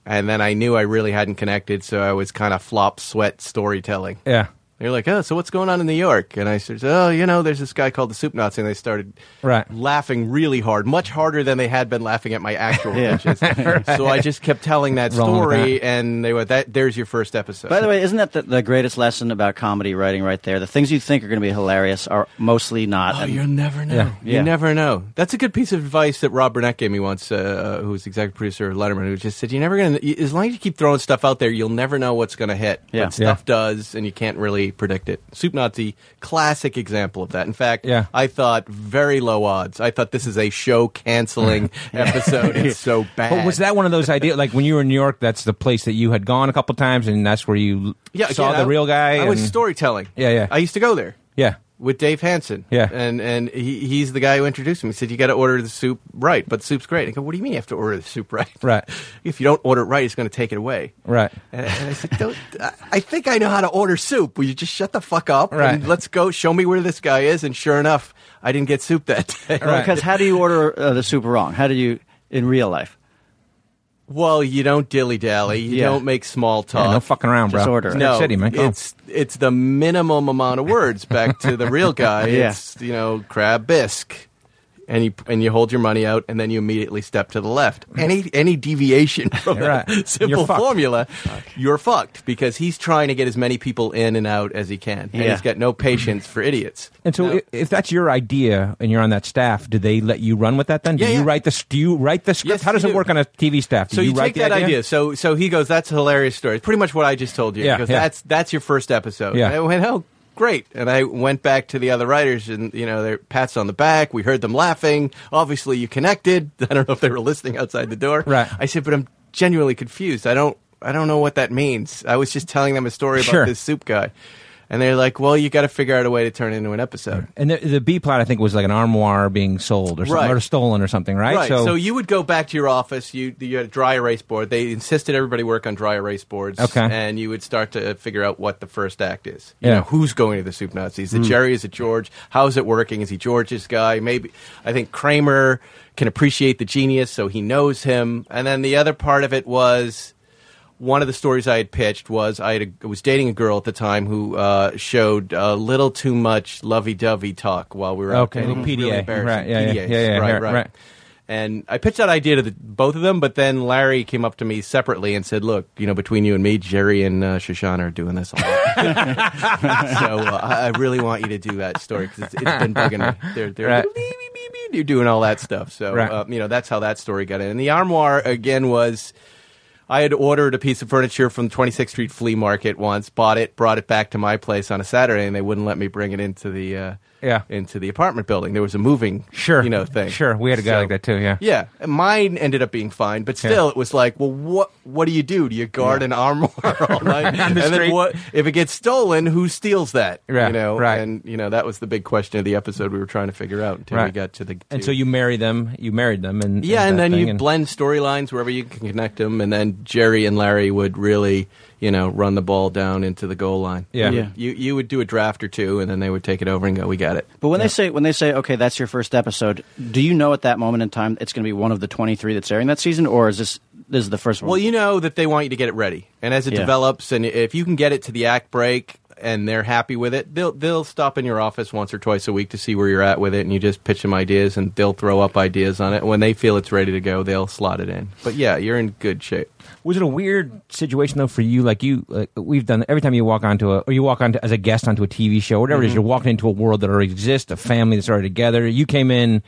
[SPEAKER 6] And then I knew I really hadn't connected, so I was kind of flop sweat storytelling.
[SPEAKER 1] Yeah.
[SPEAKER 6] They're like, oh, so what's going on in New York? And I said, oh, you know, there's this guy called the Soup Nazi, and they started
[SPEAKER 1] Right.
[SPEAKER 6] laughing really hard, much harder than they had been laughing at my actual
[SPEAKER 7] Yeah.
[SPEAKER 6] pitches. So I just kept telling that
[SPEAKER 1] Rolling with
[SPEAKER 6] story,
[SPEAKER 1] that.
[SPEAKER 6] and they went, that there's your first episode.
[SPEAKER 7] By the way, isn't that the, the greatest lesson about comedy writing right there? The things you think are going to be hilarious are mostly not.
[SPEAKER 6] Oh,
[SPEAKER 7] and-
[SPEAKER 6] you'll never know.
[SPEAKER 1] Yeah.
[SPEAKER 6] You
[SPEAKER 7] Yeah.
[SPEAKER 6] never know. That's a good piece of advice that Rob Burnett gave me once, uh, who was executive producer of Letterman, who just said, "You're never gonna. As long as you keep throwing stuff out there, you'll never know what's gonna hit.
[SPEAKER 7] Yeah.
[SPEAKER 6] But stuff does, and you can't really predict it." Soup Nazi, classic example of that. In fact,
[SPEAKER 1] Yeah.
[SPEAKER 6] I thought very low odds. I thought this is a show canceling episode. It's so bad.
[SPEAKER 1] But was that one of those ideas? Like when you were in New York, that's the place that you had gone a couple times, and that's where you
[SPEAKER 6] Yeah,
[SPEAKER 1] saw
[SPEAKER 6] again,
[SPEAKER 1] the
[SPEAKER 6] I-
[SPEAKER 1] real guy.
[SPEAKER 6] I was
[SPEAKER 1] and-
[SPEAKER 6] storytelling.
[SPEAKER 1] Yeah, yeah.
[SPEAKER 6] I used to go there.
[SPEAKER 1] Yeah.
[SPEAKER 6] with Dave Hansen.
[SPEAKER 1] Yeah.
[SPEAKER 6] And and he, he's the guy who introduced me. He said, You gotta order the soup right, but the soup's great. I go, What do you mean you have to order the soup right?
[SPEAKER 1] Right.
[SPEAKER 6] If you don't order it right, it's gonna take it away.
[SPEAKER 1] Right.
[SPEAKER 6] And, and I said, Don't I, I think I know how to order soup. Will you just shut the fuck up
[SPEAKER 1] Right.
[SPEAKER 6] and let's go show me where this guy is? And sure enough, I didn't get soup that day.
[SPEAKER 1] Right.
[SPEAKER 7] Because how do you order uh, the soup wrong? How do you in real life?
[SPEAKER 6] Well, you don't dilly dally. You
[SPEAKER 7] Yeah.
[SPEAKER 6] don't make small talk.
[SPEAKER 1] Yeah, no fucking around, bro.
[SPEAKER 7] Just order.
[SPEAKER 1] It's New York
[SPEAKER 6] No,
[SPEAKER 1] City, man. Go.
[SPEAKER 6] it's it's the minimum amount of words. Back to the real guy.
[SPEAKER 7] Yeah.
[SPEAKER 6] It's you know crab bisque, and you and you hold your money out, and then you immediately step to the left. Any any deviation from
[SPEAKER 1] You're
[SPEAKER 6] that
[SPEAKER 1] right.
[SPEAKER 6] simple
[SPEAKER 1] You're fucked.
[SPEAKER 6] formula, you're fucked because he's trying to get as many people in and out as he can, and
[SPEAKER 7] Yeah.
[SPEAKER 6] he's got no patience for idiots.
[SPEAKER 1] and so,
[SPEAKER 6] No.
[SPEAKER 1] i if that's your idea, and you're on that staff, do they let you run with that? Then do
[SPEAKER 6] Yeah,
[SPEAKER 1] you
[SPEAKER 6] yeah.
[SPEAKER 1] write the do you write the script?
[SPEAKER 6] Yes,
[SPEAKER 1] How does
[SPEAKER 6] you
[SPEAKER 1] it
[SPEAKER 6] do.
[SPEAKER 1] work on a TV staff? Do
[SPEAKER 6] so you,
[SPEAKER 1] write
[SPEAKER 6] take that
[SPEAKER 1] the
[SPEAKER 6] idea? So so he goes, "That's a hilarious story." It's pretty much what I just told you.
[SPEAKER 1] Yeah,
[SPEAKER 6] he goes,
[SPEAKER 1] yeah.
[SPEAKER 6] "That's that's your first episode."
[SPEAKER 1] Yeah.
[SPEAKER 6] And I went, "Oh, great!" And I went back to the other writers, and you know, their pats on the back. We heard them laughing. Obviously, you connected. I don't know if they were listening outside the door.
[SPEAKER 1] Right.
[SPEAKER 6] I said, "But I'm genuinely confused. I don't I don't know what that means." I was just telling them a story about
[SPEAKER 1] Sure.
[SPEAKER 6] this soup guy, and they're like, "Well, you got to figure out a way to turn it into an episode."
[SPEAKER 1] And the, the B plot, I think, was like an armoire being sold or something,
[SPEAKER 6] Right.
[SPEAKER 1] or stolen or something, right?
[SPEAKER 6] Right. So, you would go back to your office. You you had a dry erase board. They insisted everybody work on dry erase boards.
[SPEAKER 1] Okay.
[SPEAKER 6] And you would start to figure out what the first act is. You
[SPEAKER 1] Yeah. Hmm.
[SPEAKER 6] know, who's going to the soup Nazi? Is it Jerry? Is it George? How is it working? Is he George's guy? Maybe I think Kramer can appreciate the genius, so he knows him. And then the other part of it was one of the stories I had pitched was I had a, was dating a girl at the time who uh, showed a little too much lovey-dovey talk while we were out
[SPEAKER 1] Okay,
[SPEAKER 6] dating. It was
[SPEAKER 1] PDA.
[SPEAKER 6] really embarrassing.
[SPEAKER 1] Right, yeah, yeah,
[SPEAKER 6] PDAs,
[SPEAKER 1] yeah, yeah,
[SPEAKER 6] right,
[SPEAKER 1] yeah,
[SPEAKER 6] right.
[SPEAKER 1] right.
[SPEAKER 6] And I pitched that idea to the, both of them, but then Larry came up to me separately and said, "Look, you know, between you and me, Jerry and uh, Shoshana are doing this a lot, so uh, I I really want you to do that story because it's, it's been bugging me. They're, they're
[SPEAKER 1] Right.
[SPEAKER 6] you're doing all that stuff. So
[SPEAKER 1] Right.
[SPEAKER 6] uh, you know that's how that story got in. And the armoire again was I had ordered a piece of furniture from 26th Street Flea Market once, bought it, brought it back to my place on a Saturday, and they wouldn't let me bring it into the uh,
[SPEAKER 1] Yeah.
[SPEAKER 6] into the apartment building. There was a moving
[SPEAKER 1] Sure.
[SPEAKER 6] you know thing.
[SPEAKER 1] Sure. We had a guy
[SPEAKER 6] So-
[SPEAKER 1] like that too, yeah.
[SPEAKER 6] Yeah, and mine ended up being fine, but still, it was like, well, what what do you do? Do you guard an armoire all night? and
[SPEAKER 1] street.
[SPEAKER 6] then what if it gets stolen? Who steals that?
[SPEAKER 1] Yeah,
[SPEAKER 6] you know,
[SPEAKER 1] right.
[SPEAKER 6] and you know that was the big question of the episode we were trying to figure out until we
[SPEAKER 1] Right.
[SPEAKER 6] got to the.
[SPEAKER 1] And
[SPEAKER 6] to-
[SPEAKER 1] so you marry them, you married them, and
[SPEAKER 6] yeah, and
[SPEAKER 1] that
[SPEAKER 6] then
[SPEAKER 1] thing,
[SPEAKER 6] you blend storylines wherever you can connect them, and then when Jerry and Larry would really, you know, run the ball down into the goal line.
[SPEAKER 1] Yeah.
[SPEAKER 7] Yeah.
[SPEAKER 6] You you would do a draft or two, and then they would take it over and go, "We got it."
[SPEAKER 7] But when they say when they say okay, that's your first episode, do you know at that moment in time it's going to be one of the 23 that's airing that season or is this this is the first one?
[SPEAKER 6] Well, you know that they want you to get it ready, and as it
[SPEAKER 7] Yeah.
[SPEAKER 6] develops, and if you can get it to the act break, and they're happy with it, they'll they'll stop in your office once or twice a week to see where you're at with it, and you just pitch them ideas, and they'll throw up ideas on it. When they feel it's ready to go, they'll slot it in. But yeah, you're in good shape.
[SPEAKER 1] Was it a weird situation though for you? Like you, like we've done every time you walk onto a or you walk onto as a guest onto a TV show, whatever
[SPEAKER 6] Mm-hmm.
[SPEAKER 1] it is, you're walking into a world that already exists, a family that's already together. You came in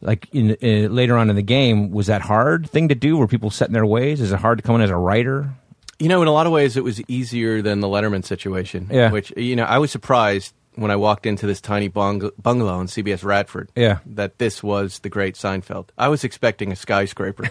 [SPEAKER 1] like in, uh, later on in the game. Was that hard thing to do? Were people set in their ways? Is it hard to come in as a writer?
[SPEAKER 6] You know, in a lot of ways, it was easier than the Letterman situation.
[SPEAKER 1] Yeah.
[SPEAKER 6] Which you know, I was surprised when I walked into this tiny bung- bungalow in CBS Radford.
[SPEAKER 1] Yeah.
[SPEAKER 6] That this was the great Seinfeld. I was expecting a skyscraper.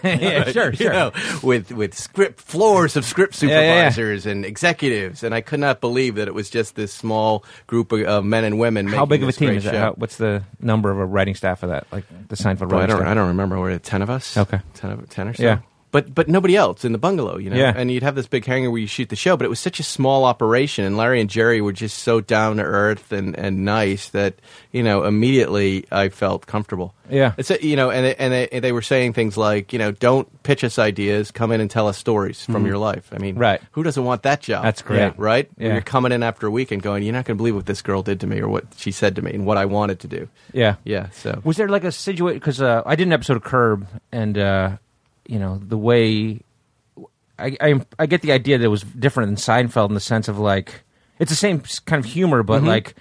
[SPEAKER 1] Yeah, sure,
[SPEAKER 6] You
[SPEAKER 1] sure.
[SPEAKER 6] know, with with script floors of script
[SPEAKER 1] yeah, yeah.
[SPEAKER 6] supervisors and executives, and I could not believe that it was just this small group of, of men and women.
[SPEAKER 1] How
[SPEAKER 6] making
[SPEAKER 1] big of a
[SPEAKER 6] this
[SPEAKER 1] team
[SPEAKER 6] great
[SPEAKER 1] is that?
[SPEAKER 6] show.
[SPEAKER 1] How, what's the number of a writing staff of that? Like the Seinfeld
[SPEAKER 6] Well, I
[SPEAKER 1] writing
[SPEAKER 6] don't.
[SPEAKER 1] staff?
[SPEAKER 6] I don't remember. Were it ten of us?
[SPEAKER 1] Okay.
[SPEAKER 6] ten, of, ten or so.
[SPEAKER 1] Yeah.
[SPEAKER 6] But but nobody else in the bungalow, you know.
[SPEAKER 1] Yeah.
[SPEAKER 6] And you'd have this big hangar where you shoot the show, but it was such a small operation, and Larry and Jerry were just so down to earth and, and nice that you know immediately I felt comfortable.
[SPEAKER 1] Yeah.
[SPEAKER 6] It's a, you know, and they- and they, and they were saying things like you know don't pitch us ideas, come in and tell us stories from your life. I mean,
[SPEAKER 1] Mm-hmm. Right.
[SPEAKER 6] Who doesn't want that job?
[SPEAKER 1] That's great. Yeah.
[SPEAKER 6] right? When
[SPEAKER 1] Yeah.
[SPEAKER 6] You're coming in after a week and going, you're not going to believe what this girl did to me or what she said to me and what I wanted to do.
[SPEAKER 1] Yeah.
[SPEAKER 6] Yeah. So
[SPEAKER 1] Was there like a situation? Because uh, I did an episode of Curb, and uh, you know the way I, I I get the idea that it was different than Seinfeld in the sense of like it's the same s- kind of humor, but like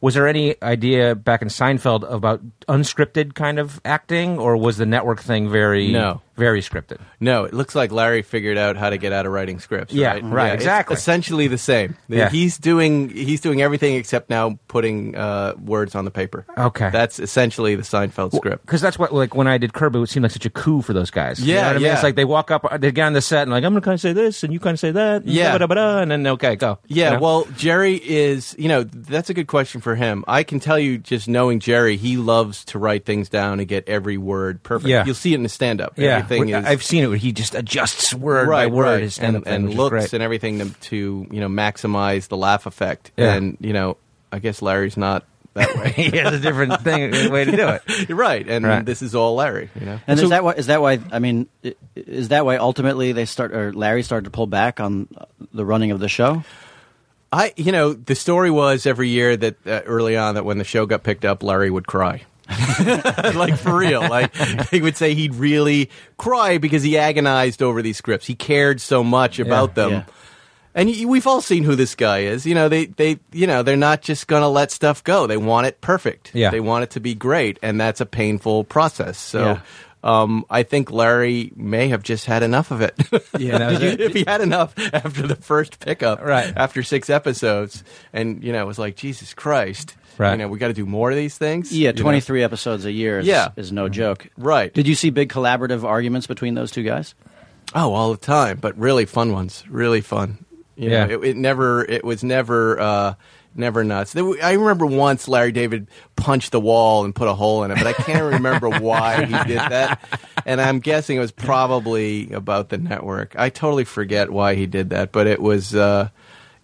[SPEAKER 1] was there any idea back in Seinfeld about unscripted kind of acting, or was the network thing very
[SPEAKER 6] No.
[SPEAKER 1] very scripted?
[SPEAKER 6] No, it looks like Larry figured out how to get out of writing scripts.
[SPEAKER 1] Yeah,
[SPEAKER 6] right,
[SPEAKER 1] right,
[SPEAKER 6] it's
[SPEAKER 1] exactly.
[SPEAKER 6] essentially the same.
[SPEAKER 1] Yeah.
[SPEAKER 6] He's doing he's doing everything except now putting uh, words on the paper.
[SPEAKER 1] Okay.
[SPEAKER 6] that's essentially the Seinfeld script.
[SPEAKER 1] Because that's what like when I did Curb, it would seem like such a coup for those guys. You know
[SPEAKER 6] Yeah,
[SPEAKER 1] what I mean?
[SPEAKER 6] yeah.
[SPEAKER 1] It's like they walk up, they get on the set, and like I'm gonna kind of say this, and you kind of say that, and
[SPEAKER 6] Yeah.
[SPEAKER 1] da-ba-da-ba-da, and then okay, go.
[SPEAKER 6] Yeah,
[SPEAKER 1] You know?
[SPEAKER 6] well, Jerry is, you know, that's a good question for him. I can tell you just knowing Jerry, he loves to write things down and get every word perfect.
[SPEAKER 1] Yeah.
[SPEAKER 6] You'll see it in the stand up. Everything
[SPEAKER 1] Where-
[SPEAKER 6] is
[SPEAKER 1] I've seen it where he just adjusts word
[SPEAKER 6] right,
[SPEAKER 1] by word
[SPEAKER 6] right.
[SPEAKER 1] his
[SPEAKER 6] and,
[SPEAKER 1] stand-up thing,
[SPEAKER 6] and
[SPEAKER 1] which is
[SPEAKER 6] looks
[SPEAKER 1] great.
[SPEAKER 6] and everything to, to, you know, maximize the laugh effect.
[SPEAKER 1] Yeah.
[SPEAKER 6] And, you know, I guess Larry's not that way.
[SPEAKER 1] he has a different thing way to do it.
[SPEAKER 6] You're right, and
[SPEAKER 1] Right.
[SPEAKER 6] this is all Larry. You know,
[SPEAKER 7] and
[SPEAKER 1] so-
[SPEAKER 7] is that why is that why I mean i- is that why ultimately they start or Larry started to pull back on uh, the running of the show?
[SPEAKER 6] I, you know, the story was every year that uh, early on that when the show got picked up, Larry would cry. like for real, like he would say he'd really cry because he agonized over these scripts. He cared so much about them.
[SPEAKER 7] yeah.
[SPEAKER 6] And y- we've all seen who this guy is. You know, they, they you know, they're not just going to let stuff go. They want it perfect.
[SPEAKER 1] Yeah.
[SPEAKER 6] They want it to be great, and that's a painful process. So
[SPEAKER 7] Yeah.
[SPEAKER 6] um, I think Larry may have just had enough of it.
[SPEAKER 1] Yeah, that was it.
[SPEAKER 6] if he had enough after the first pickup,
[SPEAKER 1] Right.
[SPEAKER 6] after six episodes, and you know, it was like Jesus Christ,
[SPEAKER 1] Right.
[SPEAKER 6] You know, we got to do more of these things.
[SPEAKER 7] Yeah,
[SPEAKER 6] you know?
[SPEAKER 7] 23 episodes a year is,
[SPEAKER 6] Yeah.
[SPEAKER 7] is no joke.
[SPEAKER 6] Right.
[SPEAKER 7] Did you see big collaborative arguments between those two guys?
[SPEAKER 6] Oh, all the time, but really fun ones. Really fun. You know,
[SPEAKER 1] Yeah.
[SPEAKER 6] it, it never. It was never. Uh, Never nuts. There, w- I remember once Larry David punched the wall and put a hole in it, but I can't remember why he did that. And I'm guessing it was probably about the network. I totally forget why he did that, but it was, uh,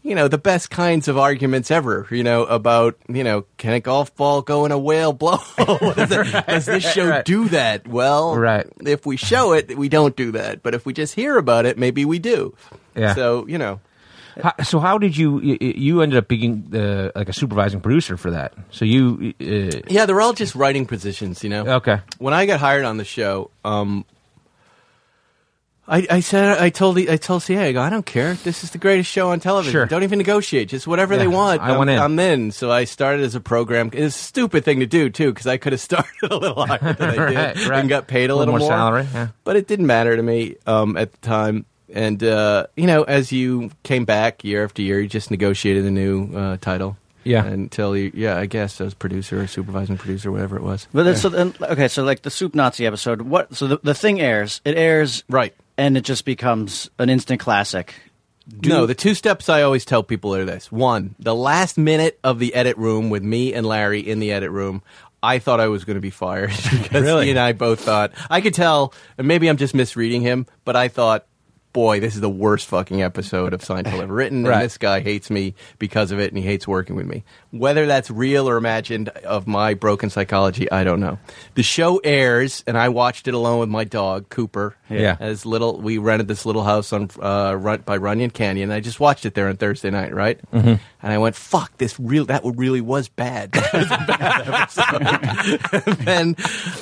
[SPEAKER 6] you know, the best kinds of arguments ever. You know about you know can a golf ball go in a whale blowhole? Does, it- does this show
[SPEAKER 1] right.
[SPEAKER 6] do that? Well,
[SPEAKER 1] Right.
[SPEAKER 6] if we show it, we don't do that. But if we just hear about it, maybe we do.
[SPEAKER 1] Yeah.
[SPEAKER 6] So you know,
[SPEAKER 1] How, so how did you? You, you ended up being uh, like a supervising producer for that. So you, uh,
[SPEAKER 6] yeah, they're all just writing positions. You know.
[SPEAKER 1] okay,
[SPEAKER 6] When I got hired on the show, um, I, I said I told the, I told CA I go I don't care. This is the greatest show on television.
[SPEAKER 1] Sure.
[SPEAKER 6] Don't even negotiate. Just whatever
[SPEAKER 1] Yeah,
[SPEAKER 6] they want.
[SPEAKER 1] I want
[SPEAKER 6] I'm,
[SPEAKER 1] in.
[SPEAKER 6] I'm in. So I started as a program. It's a stupid thing to do too because I could have started a little higher than I did
[SPEAKER 1] Right, right.
[SPEAKER 6] and got paid a
[SPEAKER 1] Little
[SPEAKER 6] little,
[SPEAKER 1] more salary, yeah.
[SPEAKER 6] but it didn't matter to me um, at the time. And uh, you know, as you came back year after year, you just negotiated a new uh, title.
[SPEAKER 1] Yeah.
[SPEAKER 6] Until you, yeah, I guess as producer or supervising producer, whatever it was.
[SPEAKER 7] But then, so then, okay, so like the soup Nazi episode, what? So the, the thing airs, it airs,
[SPEAKER 6] Right.
[SPEAKER 7] and it just becomes an instant classic.
[SPEAKER 6] no, the two steps I always tell people are this: one, the last minute of the edit room with me and Larry in the edit room. I thought I was going to be fired because
[SPEAKER 1] Really?
[SPEAKER 6] he and I both thought I could tell, and maybe I'm just misreading him, but I thought boy, this is the worst fucking episode of Seinfeld ever written,
[SPEAKER 1] Right.
[SPEAKER 6] and this guy hates me because of it, and he hates working with me. Whether that's real or imagined of my broken psychology, I don't know. The show airs, and I watched it alone with my dog Cooper.
[SPEAKER 1] Yeah.
[SPEAKER 6] as little, we rented this little house on uh, run, by Runyon Canyon. And I just watched it there on Thursday night, right? Mm-hmm. And I went, "Fuck, this real that really was bad." That was a bad episode. then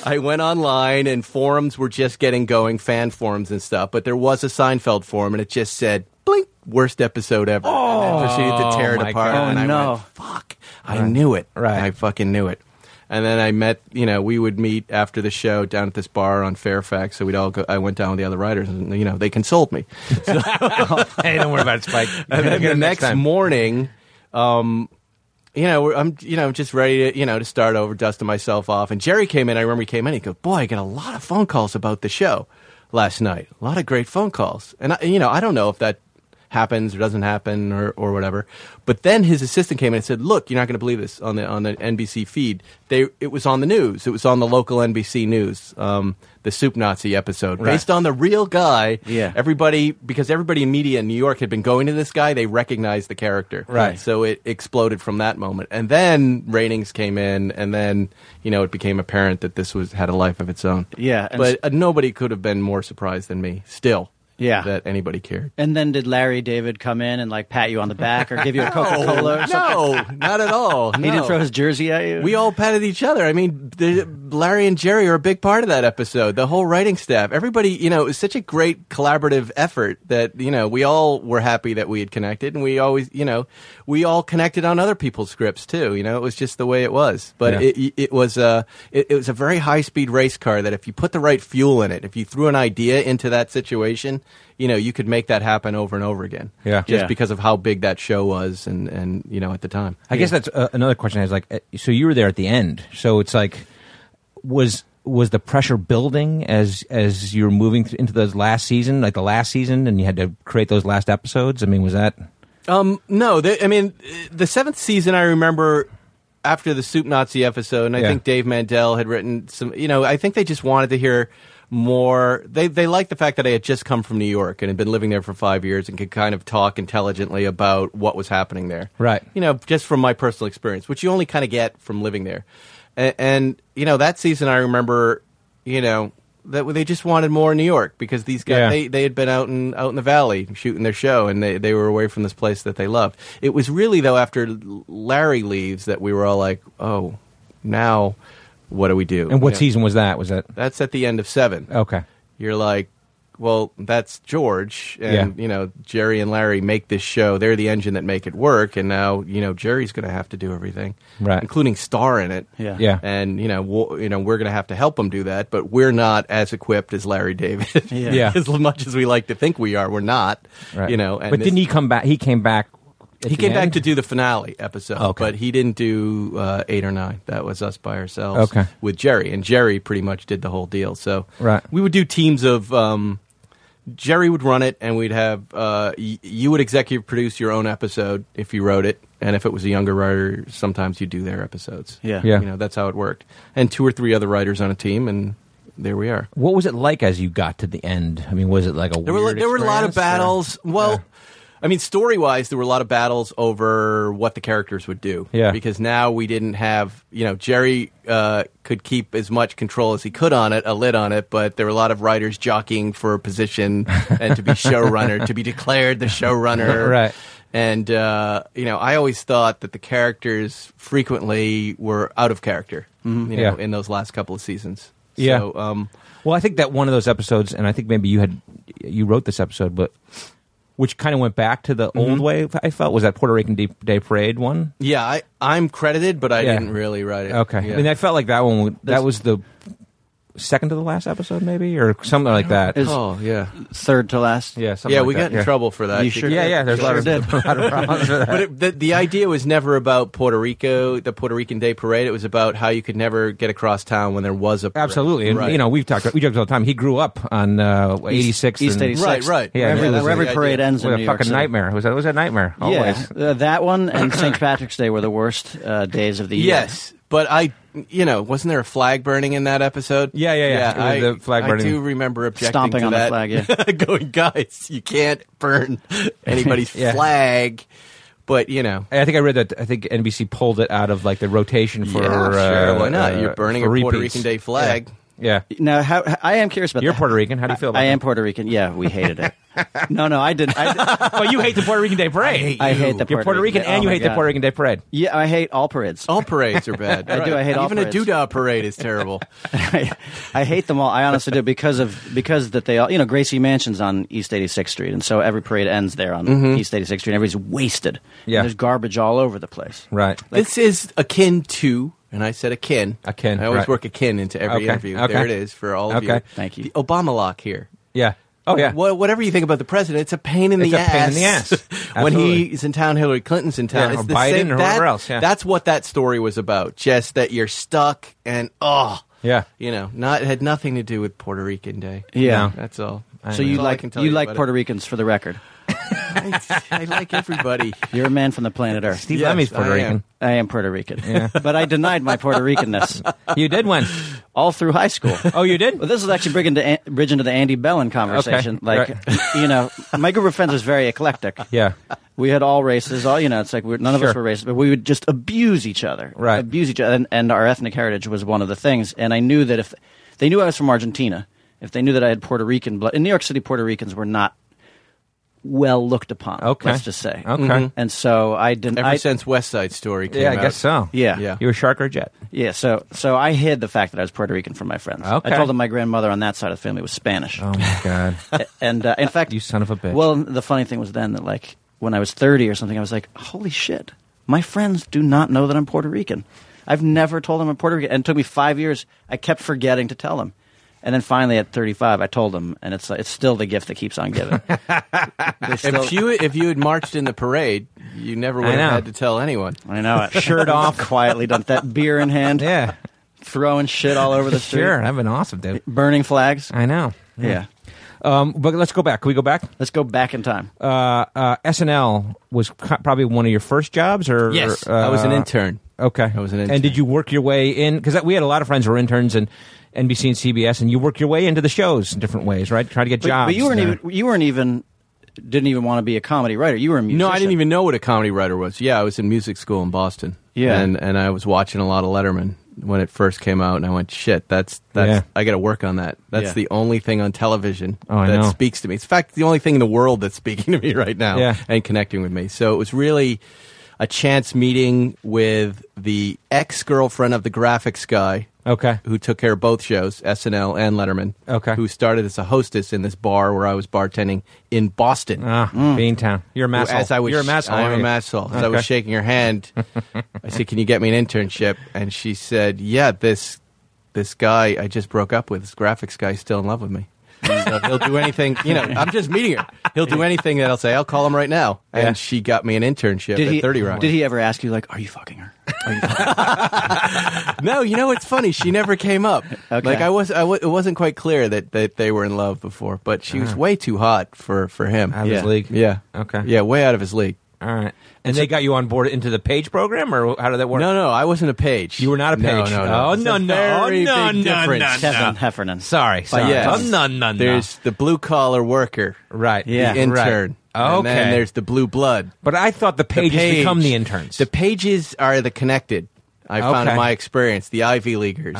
[SPEAKER 6] I went online and forums were just getting going, fan forums and stuff. But there was a Seinfeld forum, and it just said "blink, worst episode ever." and I proceeded to tear it
[SPEAKER 1] my
[SPEAKER 6] apart,
[SPEAKER 1] God.
[SPEAKER 6] and
[SPEAKER 7] Oh,
[SPEAKER 6] I
[SPEAKER 7] no.
[SPEAKER 6] went, "Fuck, I knew it.
[SPEAKER 1] Right.
[SPEAKER 6] I fucking knew it." And then I met, you know, we would meet after the show down at this bar on Fairfax. So we'd all go. I went down with the other writers, and you know, they consoled me.
[SPEAKER 1] hey, don't worry about it, Spike.
[SPEAKER 6] And then the next
[SPEAKER 1] time.
[SPEAKER 6] morning, um, you know, we're- I'm you know just ready to you know to start over, dusting myself off. And Jerry came in. I remember he came in. He goes, "Boy, I get a lot of phone calls about the show last night. A lot of great phone calls." And I, you know, I don't know if that happens or doesn't happen or, or whatever. But then his assistant came in and said, "Look, you're not going to believe this on the on the NBC feed. They it was on the news. It was on the local NBC news. Um, the soup Nazi episode based on the real guy.
[SPEAKER 7] Yeah.
[SPEAKER 6] everybody because everybody in media in New York had been going to this guy. They recognized the character.
[SPEAKER 1] Right.
[SPEAKER 6] So it exploded from that moment, and then ratings came in, and then you know it became apparent that this was had a life of its own.
[SPEAKER 7] Yeah, and-
[SPEAKER 6] but uh, nobody could have been more surprised than me. Still,
[SPEAKER 7] Yeah.
[SPEAKER 6] that anybody cared.
[SPEAKER 7] And then did Larry David come in and like pat you on the back or give you a Coca Cola? or something?
[SPEAKER 6] No, not at all.
[SPEAKER 7] He didn't
[SPEAKER 6] No.
[SPEAKER 7] throw his jersey at you.
[SPEAKER 6] We all patted each other. I mean, the, Larry and Jerry are a big part of that episode. The whole writing staff, everybody, you know, it was such a great collaborative effort that you know we all were happy that we had connected, and we always, you know, we all connected on other people's scripts too. You know, it was just the way it was. But
[SPEAKER 1] Yeah.
[SPEAKER 6] it, it was a it, it was a very high speed race car that if you put the right fuel in it, if you threw an idea into that situation, you know, you could make that happen over and over again.
[SPEAKER 1] Yeah.
[SPEAKER 6] just
[SPEAKER 7] Yeah.
[SPEAKER 6] because of how big that show was, and and you know, at the time.
[SPEAKER 1] I guess that's uh, another question. I was like, uh, so you were there at the end, so it's like, was was the pressure building as as you're moving th- into those last season, like the last season, and you had to create those last episodes? I mean, was that
[SPEAKER 6] Um, no, they, I mean the seventh season. I remember after the Soup Nazi episode, and I
[SPEAKER 1] Yeah.
[SPEAKER 6] think Dave Mandel had written some. You know, I think they just wanted to hear more. They they liked the fact that I had just come from New York and had been living there for five years and could kind of talk intelligently about what was happening there.
[SPEAKER 1] Right.
[SPEAKER 6] You know, just from my personal experience, which you only kind of get from living there. And, and you know, that season I remember. You know. That they just wanted more New York because these guys
[SPEAKER 1] Yeah.
[SPEAKER 6] they, they had been out in out in the valley shooting their show, and they, they were away from this place that they loved. It was really though after Larry leaves that we were all like, oh, now what do we do?
[SPEAKER 1] and what
[SPEAKER 6] You know,
[SPEAKER 1] season was that? Was that
[SPEAKER 6] That's at the end of seven.
[SPEAKER 1] okay?
[SPEAKER 6] You're like, well, that's George, and
[SPEAKER 1] Yeah.
[SPEAKER 6] you know Jerry and Larry make this show. They're the engine that make it work, and now you know Jerry's going to have to do everything,
[SPEAKER 1] Right.
[SPEAKER 6] Including star in it,
[SPEAKER 7] Yeah.
[SPEAKER 1] Yeah.
[SPEAKER 6] And you know, we'll, you know, we're going to have to help him do that, but we're not as equipped as Larry David.
[SPEAKER 7] Yeah.
[SPEAKER 1] Yeah.
[SPEAKER 6] as much as we like to think we are, we're not.
[SPEAKER 1] Right.
[SPEAKER 6] You know, and
[SPEAKER 1] but
[SPEAKER 6] this-
[SPEAKER 1] didn't he come back? He came back. at
[SPEAKER 6] he
[SPEAKER 1] the
[SPEAKER 6] came back
[SPEAKER 1] end?
[SPEAKER 6] to do the finale episode,
[SPEAKER 1] Okay.
[SPEAKER 6] but he didn't do uh, eight or nine. That was us by ourselves
[SPEAKER 1] Okay.
[SPEAKER 6] with Jerry, and Jerry pretty much did the whole deal. So
[SPEAKER 1] Right.
[SPEAKER 6] we would do teams of. Um, Jerry would run it, and we'd have uh, y- you would executive produce your own episode if you wrote it, and if it was a younger writer, sometimes you do their episodes.
[SPEAKER 7] Yeah.
[SPEAKER 1] Yeah.
[SPEAKER 6] you know that's how it worked. And two or three other writers on a team, and there we are.
[SPEAKER 1] What was it like as you got to the end? I mean, was it like a
[SPEAKER 6] There were
[SPEAKER 1] weird
[SPEAKER 6] there were a lot of
[SPEAKER 1] experience, or-
[SPEAKER 6] battles. Well, I mean, story wise, there were a lot of battles over what the characters would do.
[SPEAKER 1] Yeah.
[SPEAKER 6] because now we didn't have you know Jerry uh, could keep as much control as he could on it, a lid on it, but there were a lot of writers jockeying for a position and to be showrunner, to be declared the showrunner,
[SPEAKER 1] Right.
[SPEAKER 6] And uh, you know, I always thought that the characters frequently were out of character. You know,
[SPEAKER 1] Mm-hmm. Yeah.
[SPEAKER 6] in those last couple of seasons.
[SPEAKER 1] Yeah.
[SPEAKER 6] So, um,
[SPEAKER 1] Well, I think that one of those episodes, and I think maybe you had you wrote this episode, but which kind of went back to the old way. I felt was that Puerto Rican Day, Day Parade one.
[SPEAKER 6] Yeah, I, I'm credited, but I
[SPEAKER 1] Yeah.
[SPEAKER 6] didn't really write it.
[SPEAKER 1] Okay,
[SPEAKER 6] Yeah.
[SPEAKER 1] I mean, I felt like that one. would- That
[SPEAKER 7] That's-
[SPEAKER 1] was the second to the last episode, maybe, or something like that.
[SPEAKER 7] Is-
[SPEAKER 6] oh yeah,
[SPEAKER 7] Third to last.
[SPEAKER 1] yeah, something
[SPEAKER 6] yeah.
[SPEAKER 1] like
[SPEAKER 6] We
[SPEAKER 1] that.
[SPEAKER 6] got in
[SPEAKER 1] yeah.
[SPEAKER 6] trouble for that.
[SPEAKER 7] You sure
[SPEAKER 1] Yeah, yeah. There's a lot
[SPEAKER 7] Sure
[SPEAKER 1] of,
[SPEAKER 7] did.
[SPEAKER 1] a lot of problems for that.
[SPEAKER 6] but it, the, the idea was never about Puerto Rico, the Puerto Rican Day Parade. It was about how you could never get across town when there was a parade.
[SPEAKER 1] Absolutely, and
[SPEAKER 6] Right.
[SPEAKER 1] you know we've talked we joked all the time. He grew up on uh, eighty six.
[SPEAKER 7] East
[SPEAKER 1] eighty
[SPEAKER 7] eighty
[SPEAKER 1] six.
[SPEAKER 6] Right,
[SPEAKER 7] six.
[SPEAKER 6] right.
[SPEAKER 1] Yeah,
[SPEAKER 7] Wherever,
[SPEAKER 1] that was
[SPEAKER 7] wherever
[SPEAKER 6] the idea.
[SPEAKER 7] parade ends in
[SPEAKER 1] What
[SPEAKER 7] New
[SPEAKER 1] a
[SPEAKER 7] York
[SPEAKER 1] fucking
[SPEAKER 7] City.
[SPEAKER 1] nightmare! Was that was a nightmare? Always.
[SPEAKER 7] Yeah, uh, that one and St. Patrick's Day were the worst uh, days of the year.
[SPEAKER 6] Yes, But I, you know, wasn't there a flag burning in that episode?
[SPEAKER 1] Yeah, yeah, yeah. It was
[SPEAKER 6] I,
[SPEAKER 1] the flag
[SPEAKER 6] I
[SPEAKER 1] burning.
[SPEAKER 6] do remember objecting
[SPEAKER 7] Stomping
[SPEAKER 6] to
[SPEAKER 7] on the
[SPEAKER 6] that.
[SPEAKER 7] flag,
[SPEAKER 6] yeah. Going, guys, you can't burn anybody's
[SPEAKER 1] Yeah.
[SPEAKER 6] flag. But you know,
[SPEAKER 1] I think I read that. I think NBC pulled it out of like the rotation for.
[SPEAKER 6] yeah, sure,
[SPEAKER 1] uh,
[SPEAKER 6] why not?
[SPEAKER 1] uh,
[SPEAKER 6] You're burning a
[SPEAKER 1] for
[SPEAKER 6] Puerto
[SPEAKER 1] repeats.
[SPEAKER 6] Rican Day flag.
[SPEAKER 1] Yeah.
[SPEAKER 7] Now, how, I am curious about
[SPEAKER 1] You're
[SPEAKER 7] that.
[SPEAKER 1] Puerto Rican. How do you feel about
[SPEAKER 7] I am
[SPEAKER 1] that?
[SPEAKER 7] Puerto Rican. Yeah, we hated it. no, no, I didn't. I, didn't-
[SPEAKER 1] But you hate the Puerto Rican Day Parade. I hate,
[SPEAKER 7] I hate the
[SPEAKER 1] You're Puerto Rican
[SPEAKER 7] Day.
[SPEAKER 1] and
[SPEAKER 7] Oh
[SPEAKER 1] you
[SPEAKER 7] my
[SPEAKER 1] hate the
[SPEAKER 7] God.
[SPEAKER 1] Puerto Rican Day Parade.
[SPEAKER 7] Yeah, I hate all parades.
[SPEAKER 6] All parades are bad.
[SPEAKER 7] I do, I hate all
[SPEAKER 6] Even
[SPEAKER 7] parades.
[SPEAKER 6] a doodah parade is terrible.
[SPEAKER 7] I, I hate them all. I honestly do because of because that they all you know Gracie Mansion's on East 86th Street, and so every parade ends there on
[SPEAKER 6] Mm-hmm.
[SPEAKER 7] East 86th Street. and Everybody's wasted. And
[SPEAKER 1] Yeah.
[SPEAKER 7] there's garbage all over the place.
[SPEAKER 1] Right.
[SPEAKER 6] this is akin to, and I said akin.
[SPEAKER 1] Akin,
[SPEAKER 6] I always
[SPEAKER 1] right.
[SPEAKER 6] work akin into every
[SPEAKER 1] Okay,
[SPEAKER 6] interview.
[SPEAKER 1] okay.
[SPEAKER 6] There it is for all of
[SPEAKER 1] Okay.
[SPEAKER 6] you.
[SPEAKER 7] Thank you.
[SPEAKER 6] The Obama lock here.
[SPEAKER 1] Yeah. Oh, yeah.
[SPEAKER 6] Wha- whatever you think about the president, it's a pain in
[SPEAKER 1] It's
[SPEAKER 6] the
[SPEAKER 1] a
[SPEAKER 6] ass.
[SPEAKER 1] pain in the ass.
[SPEAKER 6] when
[SPEAKER 1] Absolutely.
[SPEAKER 6] he's in town, Hillary Clinton's in town.
[SPEAKER 1] Yeah,
[SPEAKER 6] it's
[SPEAKER 1] or
[SPEAKER 6] the
[SPEAKER 1] Biden
[SPEAKER 6] same,
[SPEAKER 1] or
[SPEAKER 6] that,
[SPEAKER 1] whoever else, yeah.
[SPEAKER 6] That's what that story was about. Just that you're stuck and oh,
[SPEAKER 1] Yeah.
[SPEAKER 6] you know, not it had nothing to do with Puerto Rican Day.
[SPEAKER 7] Yeah.
[SPEAKER 6] that's all.
[SPEAKER 7] So you
[SPEAKER 6] That's all I
[SPEAKER 7] like
[SPEAKER 6] can
[SPEAKER 7] you,
[SPEAKER 6] tell you
[SPEAKER 7] like
[SPEAKER 6] about
[SPEAKER 7] Puerto Ricans for the record.
[SPEAKER 6] it. I, I like everybody.
[SPEAKER 7] You're a man from the planet Earth.
[SPEAKER 1] Steve
[SPEAKER 6] Yes,
[SPEAKER 1] Lemmy's Puerto
[SPEAKER 6] I am.
[SPEAKER 1] Rican.
[SPEAKER 7] I am Puerto Rican, but I denied my Puerto Ricanness
[SPEAKER 1] You did win.
[SPEAKER 7] all through high school.
[SPEAKER 1] Oh, you did?
[SPEAKER 7] Well, this is actually bridge into, An- bridge into the Andy Bellin conversation.
[SPEAKER 1] Okay,
[SPEAKER 7] Like,
[SPEAKER 1] right.
[SPEAKER 7] you know, my group of friends was very eclectic.
[SPEAKER 1] Yeah.
[SPEAKER 7] We had all races, all you know. It's like we none of us
[SPEAKER 1] Sure.
[SPEAKER 7] were racist, but we would just abuse each other,
[SPEAKER 1] Right.
[SPEAKER 7] Abuse each other, and, and our ethnic heritage was one of the things. And I knew that if they knew I was from Argentina, if they knew that I had Puerto Rican blood, in New York City, Puerto Ricans were not well looked upon.
[SPEAKER 1] Okay.
[SPEAKER 7] let's just say. Mm-hmm.
[SPEAKER 1] Okay.
[SPEAKER 7] And so I didn't.
[SPEAKER 6] Ever
[SPEAKER 7] I,
[SPEAKER 6] since West Side Story came
[SPEAKER 1] Yeah, I
[SPEAKER 6] out.
[SPEAKER 1] guess so.
[SPEAKER 7] Yeah.
[SPEAKER 6] Yeah.
[SPEAKER 1] You were Shark or Jet?
[SPEAKER 7] yeah. So so I hid the fact that I was Puerto Rican from my friends.
[SPEAKER 1] Okay.
[SPEAKER 7] I told them my grandmother on that side of the family was Spanish.
[SPEAKER 1] Oh, my God.
[SPEAKER 7] and uh, in fact,
[SPEAKER 1] You son of a bitch.
[SPEAKER 7] Well, the funny thing was then that like when I was thirty or something, I was like, holy shit, my friends do not know that I'm Puerto Rican. I've never told them I'm Puerto Rican, and it took me five years. I kept forgetting to tell them, and then finally at thirty five, I told them, and it's like, it's still the gift that keeps on giving. They still-
[SPEAKER 6] If you if you had marched in the parade, you never would
[SPEAKER 1] I
[SPEAKER 6] have
[SPEAKER 1] know.
[SPEAKER 6] had to tell anyone.
[SPEAKER 7] I know it.
[SPEAKER 1] Shirt off.
[SPEAKER 7] quietly dumped that beer in hand,
[SPEAKER 1] yeah.
[SPEAKER 7] throwing shit all over the street,
[SPEAKER 1] Sure. I've been awesome, dude.
[SPEAKER 7] burning flags.
[SPEAKER 1] I know.
[SPEAKER 7] Yeah,
[SPEAKER 1] Um, but let's go back. Can we go back?
[SPEAKER 7] let's go back in time.
[SPEAKER 1] Uh, uh, SNL was co- probably one of your first jobs, or or, uh,
[SPEAKER 6] I was an intern.
[SPEAKER 1] Okay,
[SPEAKER 6] I was an
[SPEAKER 1] And
[SPEAKER 6] intern.
[SPEAKER 1] did you work your way in? Because we had a lot of friends who were interns and NBC and CBS, and you work your way into the shows in different ways, right? Try to get
[SPEAKER 7] But,
[SPEAKER 1] jobs.
[SPEAKER 7] but you weren't
[SPEAKER 1] there.
[SPEAKER 7] even you weren't even didn't even want to be a comedy writer. You were a musician.
[SPEAKER 6] No, I didn't even know what a comedy writer was. Yeah, I was in music school in Boston.
[SPEAKER 7] Yeah.
[SPEAKER 6] and and I was watching a lot of Letterman when it first came out, and I went, "Shit, that's that's
[SPEAKER 1] Yeah.
[SPEAKER 6] I got to work on that. That's
[SPEAKER 7] Yeah.
[SPEAKER 6] the only thing on television
[SPEAKER 1] Oh, I
[SPEAKER 6] that
[SPEAKER 1] know.
[SPEAKER 6] speaks to me. It's in fact the only thing in the world that's speaking to me right now
[SPEAKER 1] Yeah.
[SPEAKER 6] and connecting with me. So it was really a chance meeting with the ex girlfriend of the graphics guy
[SPEAKER 1] Okay.
[SPEAKER 6] who took care of both shows, SNL and Letterman.
[SPEAKER 1] Okay.
[SPEAKER 6] Who started as a hostess in this bar where I was bartending in Boston.
[SPEAKER 1] Ah, Beantown. You're a mass.
[SPEAKER 6] Mm. As I was,
[SPEAKER 1] You're a mass.
[SPEAKER 6] I'm a masshole. As I was shaking her hand, I said, "Can you get me an internship?" And she said, "Yeah, this this guy I just broke up with, this graphics guy, is still in love with me. So he'll do anything. You know, I'm just meeting her. He'll do anything that I'll say. I'll call him right now." And
[SPEAKER 1] Yeah.
[SPEAKER 6] she got me an internship at Thirty Rock.
[SPEAKER 7] Did he ever ask you like, "Are you fucking her?" Are you fucking her?
[SPEAKER 6] No, you know it's funny. She never came up.
[SPEAKER 7] Okay.
[SPEAKER 6] Like I was, I w- it wasn't quite clear that, that they were in love before. But she was way too hot for for him.
[SPEAKER 1] Uh-huh. Out of his
[SPEAKER 7] Yeah.
[SPEAKER 1] league.
[SPEAKER 6] Yeah.
[SPEAKER 1] Okay.
[SPEAKER 6] Yeah, way out of his league.
[SPEAKER 1] All right. And, they got you on board into the page program, or how did that work?
[SPEAKER 6] No, no, I wasn't a page.
[SPEAKER 1] You were not a
[SPEAKER 6] No,
[SPEAKER 1] page.
[SPEAKER 6] no, no.
[SPEAKER 1] Oh,
[SPEAKER 6] It's
[SPEAKER 1] no,
[SPEAKER 6] a
[SPEAKER 1] no,
[SPEAKER 6] very
[SPEAKER 1] no,
[SPEAKER 6] big
[SPEAKER 1] no,
[SPEAKER 6] difference.
[SPEAKER 1] no, no.
[SPEAKER 7] Kevin Heffernan.
[SPEAKER 1] Sorry.
[SPEAKER 7] By
[SPEAKER 1] Sorry.
[SPEAKER 6] yes.
[SPEAKER 1] Oh, no, no, no.
[SPEAKER 6] There's the blue collar worker,
[SPEAKER 1] Right.
[SPEAKER 7] Yeah.
[SPEAKER 6] the intern,
[SPEAKER 1] Right.
[SPEAKER 6] and then
[SPEAKER 1] Okay.
[SPEAKER 6] there's the blue blood.
[SPEAKER 1] But I thought the pages
[SPEAKER 6] page-
[SPEAKER 1] become the interns.
[SPEAKER 6] The pages are the connected. I found in
[SPEAKER 1] Okay. Ah,
[SPEAKER 6] my experience the Ivy Leaguers,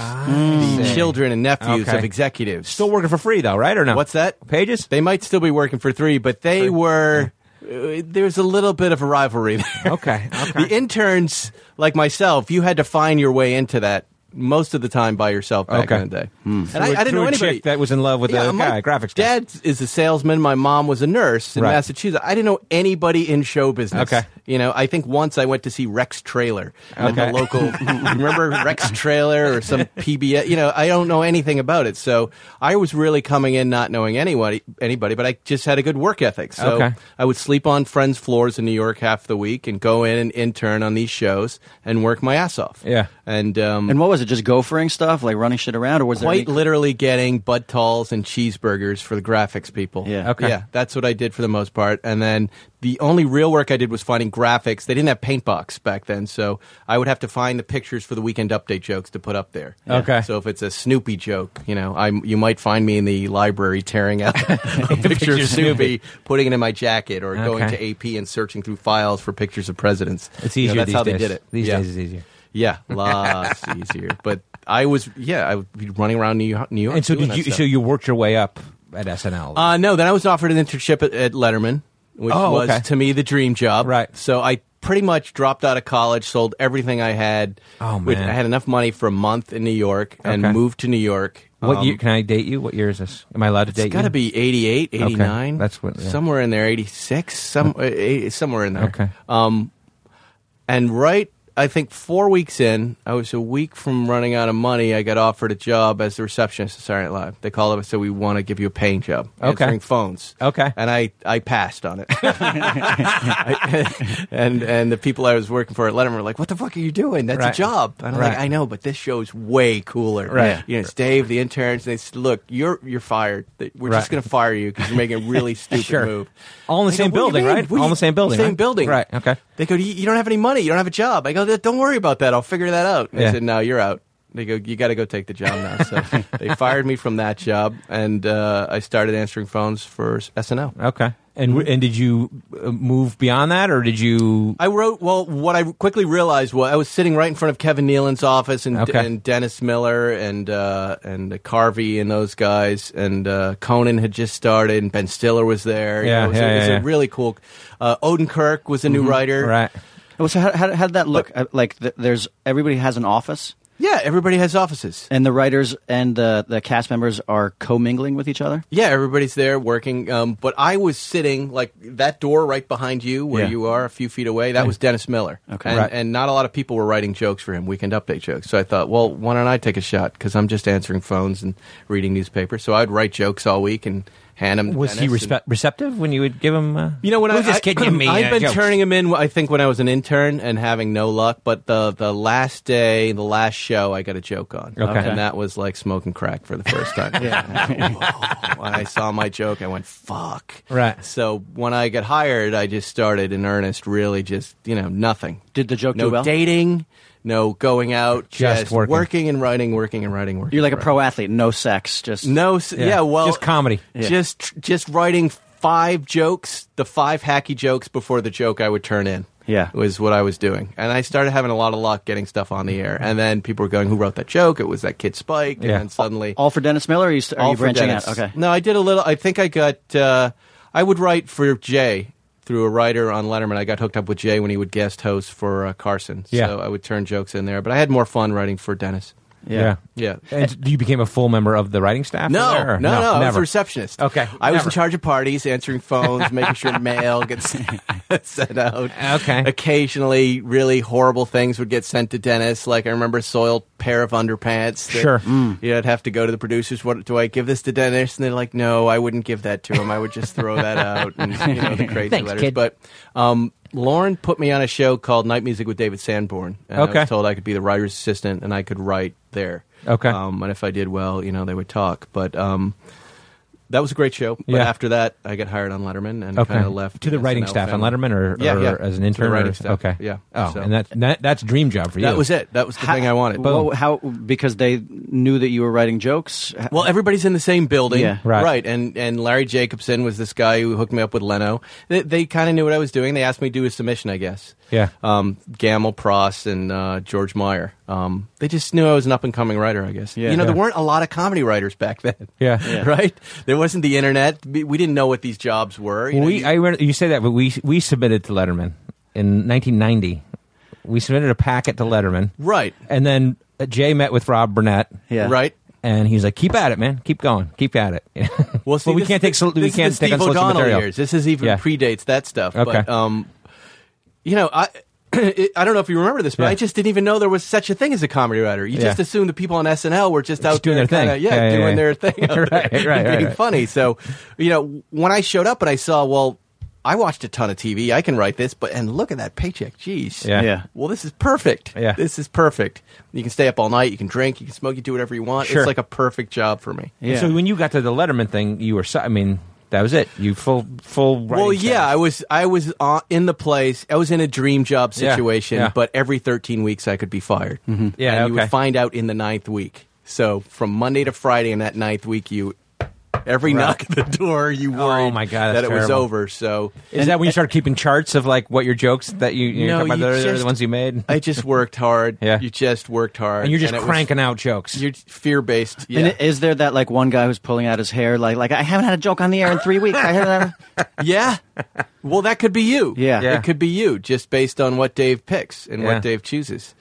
[SPEAKER 6] the children and nephews
[SPEAKER 1] Okay.
[SPEAKER 6] of executives.
[SPEAKER 1] Still working for free though, right or no?
[SPEAKER 6] What's that?
[SPEAKER 1] Pages?
[SPEAKER 6] They might still be working for three, but they were. Uh, there's a little bit of a rivalry there.
[SPEAKER 1] Okay, okay.
[SPEAKER 6] The interns, like myself, you had to find your way into that most of the time by yourself back
[SPEAKER 1] Okay.
[SPEAKER 6] in the day. And
[SPEAKER 1] Through
[SPEAKER 6] I,
[SPEAKER 1] a-
[SPEAKER 6] I didn't
[SPEAKER 1] through
[SPEAKER 6] know
[SPEAKER 1] a
[SPEAKER 6] anybody
[SPEAKER 1] chick that was in love with a guy,
[SPEAKER 6] my
[SPEAKER 1] a graphics guy.
[SPEAKER 6] dad is a salesman. My mom was a nurse in
[SPEAKER 1] Right.
[SPEAKER 6] Massachusetts. I didn't know anybody in show business.
[SPEAKER 1] Okay.
[SPEAKER 6] You know, I think once I went to see Rex Trailer at
[SPEAKER 1] Okay.
[SPEAKER 6] the local. remember Rex Trailer or some PBS? You know, I don't know anything about it. So I was really coming in not knowing anybody, anybody, but I just had a good work ethic. So
[SPEAKER 1] Okay.
[SPEAKER 6] I would sleep on friends' floors in New York half the week and go in and intern on these shows and work my ass off.
[SPEAKER 1] Yeah.
[SPEAKER 6] And um,
[SPEAKER 7] And what was it? it just gophering stuff, like running shit around, or was there
[SPEAKER 6] Quite
[SPEAKER 7] any-
[SPEAKER 6] literally getting butt talls and cheeseburgers for the graphics people.
[SPEAKER 7] Yeah.
[SPEAKER 1] Okay.
[SPEAKER 6] Yeah, that's what I did for the most part. And then the only real work I did was finding graphics. They didn't have Paintbox back then, so I would have to find the pictures for the weekend update jokes to put up there.
[SPEAKER 1] Okay.
[SPEAKER 6] So if it's a Snoopy joke, you know, I you might find me in the library tearing out a picture of
[SPEAKER 1] Picture of Snoopy.
[SPEAKER 6] Snoopy, putting it in my jacket, or going
[SPEAKER 1] Okay.
[SPEAKER 6] to AP and searching through files for pictures of presidents.
[SPEAKER 1] It's
[SPEAKER 6] You know,
[SPEAKER 1] easier
[SPEAKER 6] that's
[SPEAKER 1] these
[SPEAKER 6] how
[SPEAKER 1] days.
[SPEAKER 6] they did it.
[SPEAKER 1] These
[SPEAKER 6] Yeah.
[SPEAKER 1] days it's easier.
[SPEAKER 6] Yeah, lots easier. But I was, yeah, I would be running around New York. New York
[SPEAKER 1] And so
[SPEAKER 6] doing
[SPEAKER 1] did
[SPEAKER 6] that
[SPEAKER 1] you?
[SPEAKER 6] stuff.
[SPEAKER 1] So you worked your way up at SNL.
[SPEAKER 6] Uh, no, then I was offered an internship at, at Letterman, which
[SPEAKER 1] Oh,
[SPEAKER 6] was
[SPEAKER 1] okay.
[SPEAKER 6] to me the dream job.
[SPEAKER 1] Right.
[SPEAKER 6] So I pretty much dropped out of college, sold everything I had.
[SPEAKER 1] Oh,
[SPEAKER 6] which-
[SPEAKER 1] man.
[SPEAKER 6] I had enough money for a month in New York and
[SPEAKER 1] Okay.
[SPEAKER 6] moved to New York.
[SPEAKER 1] what
[SPEAKER 6] Um,
[SPEAKER 1] year? Can I date you? What year is this? Am I allowed to date
[SPEAKER 6] It's got to
[SPEAKER 1] you?
[SPEAKER 6] be 88, 89.
[SPEAKER 1] That's what- yeah.
[SPEAKER 6] Somewhere in there, 86, some, uh, eight- somewhere in there.
[SPEAKER 1] Okay.
[SPEAKER 6] Um, and right, I think four weeks in, I was a week from running out of money. I got offered a job as the receptionist at Saturday Night Live. They called up and said, We want to give you a paying job.
[SPEAKER 1] Okay.
[SPEAKER 6] Answering phones.
[SPEAKER 1] Okay.
[SPEAKER 6] And I, I passed on it. I- and, and the people I was working for at Letterman were like, What the fuck are you doing? That's
[SPEAKER 1] Right.
[SPEAKER 6] a job. And I'm like,
[SPEAKER 1] Right.
[SPEAKER 6] I know, but this show's way cooler.
[SPEAKER 1] Right.
[SPEAKER 6] You know, it's Dave, the interns. And they said, Look, you're, you're fired. They- We're
[SPEAKER 1] Right.
[SPEAKER 6] just going to fire you because you're making a really stupid
[SPEAKER 1] Sure.
[SPEAKER 6] move.
[SPEAKER 1] All in the
[SPEAKER 6] I
[SPEAKER 1] same
[SPEAKER 6] "What do you
[SPEAKER 1] building,
[SPEAKER 6] mean?
[SPEAKER 1] right?
[SPEAKER 6] What do
[SPEAKER 1] All in
[SPEAKER 6] you-
[SPEAKER 1] the same building,
[SPEAKER 6] Same
[SPEAKER 1] right?
[SPEAKER 6] building.
[SPEAKER 1] Right, okay.
[SPEAKER 6] They go, you you don't have any money. You don't have a job. I go, don't worry about that. I'll figure that out. And
[SPEAKER 1] Yeah.
[SPEAKER 6] I said, no, you're out. They go, you got to go take the job now. So they fired me from that job, and uh, I started answering phones for SNL.
[SPEAKER 1] okay. And w- and did you uh, move beyond that, or did you?
[SPEAKER 6] I wrote. Well, what I quickly realized was I was sitting right in front of Kevin Nealon's office and,
[SPEAKER 1] Okay.
[SPEAKER 6] and Dennis Miller and uh, and Carvey and those guys and uh, Conan had just started and Ben Stiller was there.
[SPEAKER 1] Yeah,
[SPEAKER 6] it was,
[SPEAKER 1] yeah,
[SPEAKER 6] a, it was
[SPEAKER 1] yeah, yeah.
[SPEAKER 6] a really cool. Uh, Odin Kirk was a new writer.
[SPEAKER 1] Right.
[SPEAKER 7] Well, so how, how, how did that look? Uh, like, th- there's everybody has an office,
[SPEAKER 6] Yeah, everybody has offices.
[SPEAKER 7] and the writers and the the cast members are commingling with each other.
[SPEAKER 6] Yeah, everybody's there working. Um, but I was sitting like that door right behind you, where
[SPEAKER 7] Yeah.
[SPEAKER 6] you are, a few feet away. That was Dennis Miller.
[SPEAKER 7] Okay.
[SPEAKER 6] and,
[SPEAKER 1] Right.
[SPEAKER 6] and not a lot of people were writing jokes for him, weekend update jokes. So I thought, well, why don't I take a shot? Because I'm just answering phones and reading newspapers. So I'd write jokes all week and hand them. to
[SPEAKER 1] Was he
[SPEAKER 6] Dennis and-
[SPEAKER 1] respe- receptive when you would give him? Uh,
[SPEAKER 6] you know when
[SPEAKER 1] We're
[SPEAKER 6] I
[SPEAKER 1] just
[SPEAKER 6] I,
[SPEAKER 1] kidding you, me.
[SPEAKER 6] I've
[SPEAKER 1] uh,
[SPEAKER 6] been
[SPEAKER 1] jokes.
[SPEAKER 6] turning him in. I think when I was an intern and having no luck, but the the last day, the last show, I got a joke on,
[SPEAKER 1] Okay.
[SPEAKER 6] and that was like smoking crack for the first time. Whoa. when I saw my joke, I went fuck.
[SPEAKER 1] Right.
[SPEAKER 6] So when I got hired, I just started in earnest. Really, just you know nothing.
[SPEAKER 7] Did the joke
[SPEAKER 6] no
[SPEAKER 7] do well?
[SPEAKER 6] dating, no going out,
[SPEAKER 1] Just
[SPEAKER 6] just,
[SPEAKER 1] working.
[SPEAKER 6] and writing, working and writing, working.
[SPEAKER 7] You're like a
[SPEAKER 6] and
[SPEAKER 7] pro athlete, no sex, just
[SPEAKER 6] no, s- yeah. well,
[SPEAKER 1] just comedy.
[SPEAKER 7] Yeah.
[SPEAKER 6] Just just writing five jokes, the five hacky jokes before the joke I would turn in.
[SPEAKER 7] Yeah.
[SPEAKER 6] was what I was doing, and I started having a lot of luck getting stuff on the air. And then people were going, "Who wrote that joke? It was that kid Spike."
[SPEAKER 1] Yeah.
[SPEAKER 6] And then suddenly,
[SPEAKER 7] All for Dennis Miller. Or are you, st- are
[SPEAKER 6] all
[SPEAKER 7] you
[SPEAKER 6] for
[SPEAKER 7] branching
[SPEAKER 6] Dennis.
[SPEAKER 7] out? Okay.
[SPEAKER 6] No, I did a little. I think I got. Uh, I would write for Jay through a writer on Letterman. I got hooked up with Jay when he would guest host for uh, Carson.
[SPEAKER 1] Yeah.
[SPEAKER 6] So I would turn jokes in there, but I had more fun writing for Dennis.
[SPEAKER 1] Yeah.
[SPEAKER 6] Yeah.
[SPEAKER 1] And you became a full member of the writing staff?
[SPEAKER 6] No,
[SPEAKER 1] there, or-
[SPEAKER 6] no, no, I was
[SPEAKER 1] never.
[SPEAKER 6] a receptionist.
[SPEAKER 1] Okay,
[SPEAKER 6] I was
[SPEAKER 1] never.
[SPEAKER 6] in charge of parties, answering phones, making sure mail gets sent out.
[SPEAKER 1] Okay.
[SPEAKER 6] Occasionally, really horrible things would get sent to Dennis. Like I remember a soiled pair of underpants. that-
[SPEAKER 1] Sure.
[SPEAKER 6] You know, I'd have to go to the producers. What do I give this to Dennis? And they're like, No, I wouldn't give that to him. I would just throw that out. And you know the crazy
[SPEAKER 1] Thanks,
[SPEAKER 6] letters.
[SPEAKER 1] kid.
[SPEAKER 6] But um, Lauren put me on a show called Night Music with David Sanborn. And I
[SPEAKER 1] Okay.
[SPEAKER 6] was told I could be the writer's assistant and I could write there.
[SPEAKER 1] Okay.
[SPEAKER 6] Um, and if I did well, you know, they would talk. But um, that was a great show. But
[SPEAKER 1] Yeah.
[SPEAKER 6] after that, I got hired on Letterman and
[SPEAKER 1] Okay.
[SPEAKER 6] kind of left
[SPEAKER 1] to the
[SPEAKER 6] SNL
[SPEAKER 1] writing staff
[SPEAKER 6] family.
[SPEAKER 1] on Letterman, or,
[SPEAKER 6] Yeah,
[SPEAKER 1] or
[SPEAKER 6] yeah.
[SPEAKER 1] as an
[SPEAKER 6] To the
[SPEAKER 1] intern. or-
[SPEAKER 6] writing staff.
[SPEAKER 1] Okay,
[SPEAKER 6] Yeah.
[SPEAKER 1] Oh,
[SPEAKER 6] So-
[SPEAKER 1] and that, that that's dream job for you.
[SPEAKER 6] That was it. That was the thing I wanted.
[SPEAKER 7] Well, how because they knew that you were writing jokes. H-
[SPEAKER 6] Well, everybody's in the same building,
[SPEAKER 7] Yeah.
[SPEAKER 1] Right.
[SPEAKER 6] And and Larry Jacobson was this guy who hooked me up with Leno. They, they kind of knew what I was doing. They asked me to do a submission, I guess.
[SPEAKER 1] Yeah.
[SPEAKER 6] Um, Gamel Pross and uh, George Meyer. Um, they just knew I was an up and coming writer, I guess.
[SPEAKER 7] Yeah.
[SPEAKER 6] You know, there
[SPEAKER 1] Yeah.
[SPEAKER 6] weren't a lot of comedy writers back then.
[SPEAKER 1] Yeah. Yeah.
[SPEAKER 6] right. There wasn't the internet. We we didn't know what these jobs were. You know,
[SPEAKER 1] We
[SPEAKER 6] you-
[SPEAKER 1] I remember, you say that, but we we submitted to Letterman in 1990. We submitted a packet to Letterman,
[SPEAKER 6] right.
[SPEAKER 1] and then uh, Jay met with Rob Burnett.
[SPEAKER 7] Yeah.
[SPEAKER 6] Right.
[SPEAKER 1] And he's like, "Keep at it, man. Keep going. Keep at it."
[SPEAKER 6] Well, see,
[SPEAKER 1] but we
[SPEAKER 6] this-
[SPEAKER 1] can't take sol-
[SPEAKER 6] this
[SPEAKER 1] we
[SPEAKER 6] is
[SPEAKER 1] can't
[SPEAKER 6] the
[SPEAKER 1] take
[SPEAKER 6] Steve
[SPEAKER 1] unsolicited
[SPEAKER 6] O'Donnell
[SPEAKER 1] material.
[SPEAKER 6] years. This is even
[SPEAKER 1] Yeah.
[SPEAKER 6] predates that stuff. But
[SPEAKER 1] Okay.
[SPEAKER 6] um, you know, I I don't know if you remember this, but
[SPEAKER 1] Yeah.
[SPEAKER 6] I just didn't even know there was such a thing as a comedy writer. You just
[SPEAKER 1] Yeah.
[SPEAKER 6] assumed the people on SNL were just, out
[SPEAKER 1] doing
[SPEAKER 6] there
[SPEAKER 1] their thing.
[SPEAKER 6] kinda- yeah,
[SPEAKER 1] Yeah, yeah,
[SPEAKER 6] doing
[SPEAKER 1] yeah.
[SPEAKER 6] their thing, out there
[SPEAKER 1] Right, right,
[SPEAKER 6] and
[SPEAKER 1] right,
[SPEAKER 6] being
[SPEAKER 1] right.
[SPEAKER 6] funny. So you know, when I showed up and I saw, well, I watched a ton of TV. I can write this, but and look at that paycheck. Jeez.
[SPEAKER 1] Yeah.
[SPEAKER 7] Yeah.
[SPEAKER 6] Well, this is perfect.
[SPEAKER 1] Yeah.
[SPEAKER 6] This is perfect. You can stay up all night. You can drink. You can smoke. You do whatever you want.
[SPEAKER 1] Sure.
[SPEAKER 6] It's like a perfect job for me.
[SPEAKER 7] Yeah.
[SPEAKER 1] So when you got to the Letterman thing, you were. so- I mean, that was it. You full full.
[SPEAKER 6] Well,
[SPEAKER 1] writing
[SPEAKER 6] yeah,
[SPEAKER 1] status.
[SPEAKER 6] I was I was on, in the place. I was in a dream job
[SPEAKER 1] Yeah,
[SPEAKER 6] situation,
[SPEAKER 1] yeah.
[SPEAKER 6] but every 13 weeks I could be fired. Mm-hmm.
[SPEAKER 1] Yeah,
[SPEAKER 6] and you
[SPEAKER 1] okay.
[SPEAKER 6] would find out in the ninth week. So from Monday to Friday in that ninth week, you every knock at the door, you worried
[SPEAKER 1] Oh my God,
[SPEAKER 6] that
[SPEAKER 1] that's
[SPEAKER 6] it was
[SPEAKER 1] terrible.
[SPEAKER 6] over. So
[SPEAKER 1] Is that when you started keeping charts of like what your jokes that you you
[SPEAKER 6] No,
[SPEAKER 1] know, about
[SPEAKER 6] you
[SPEAKER 1] the, the
[SPEAKER 6] just-
[SPEAKER 1] ones you made?
[SPEAKER 6] I just worked hard.
[SPEAKER 1] Yeah.
[SPEAKER 6] you just worked hard,
[SPEAKER 1] and you're just
[SPEAKER 6] it was-
[SPEAKER 1] cranking out jokes.
[SPEAKER 6] You're fear based. Yeah.
[SPEAKER 7] And i- is there that like one guy who's pulling out his hair like like I haven't had a joke on the air in three weeks? I haven't had a-"
[SPEAKER 6] Yeah. Well, that could be you.
[SPEAKER 7] Yeah. Yeah.
[SPEAKER 6] It could be you just based on what Dave picks and
[SPEAKER 1] Yeah.
[SPEAKER 6] what Dave chooses.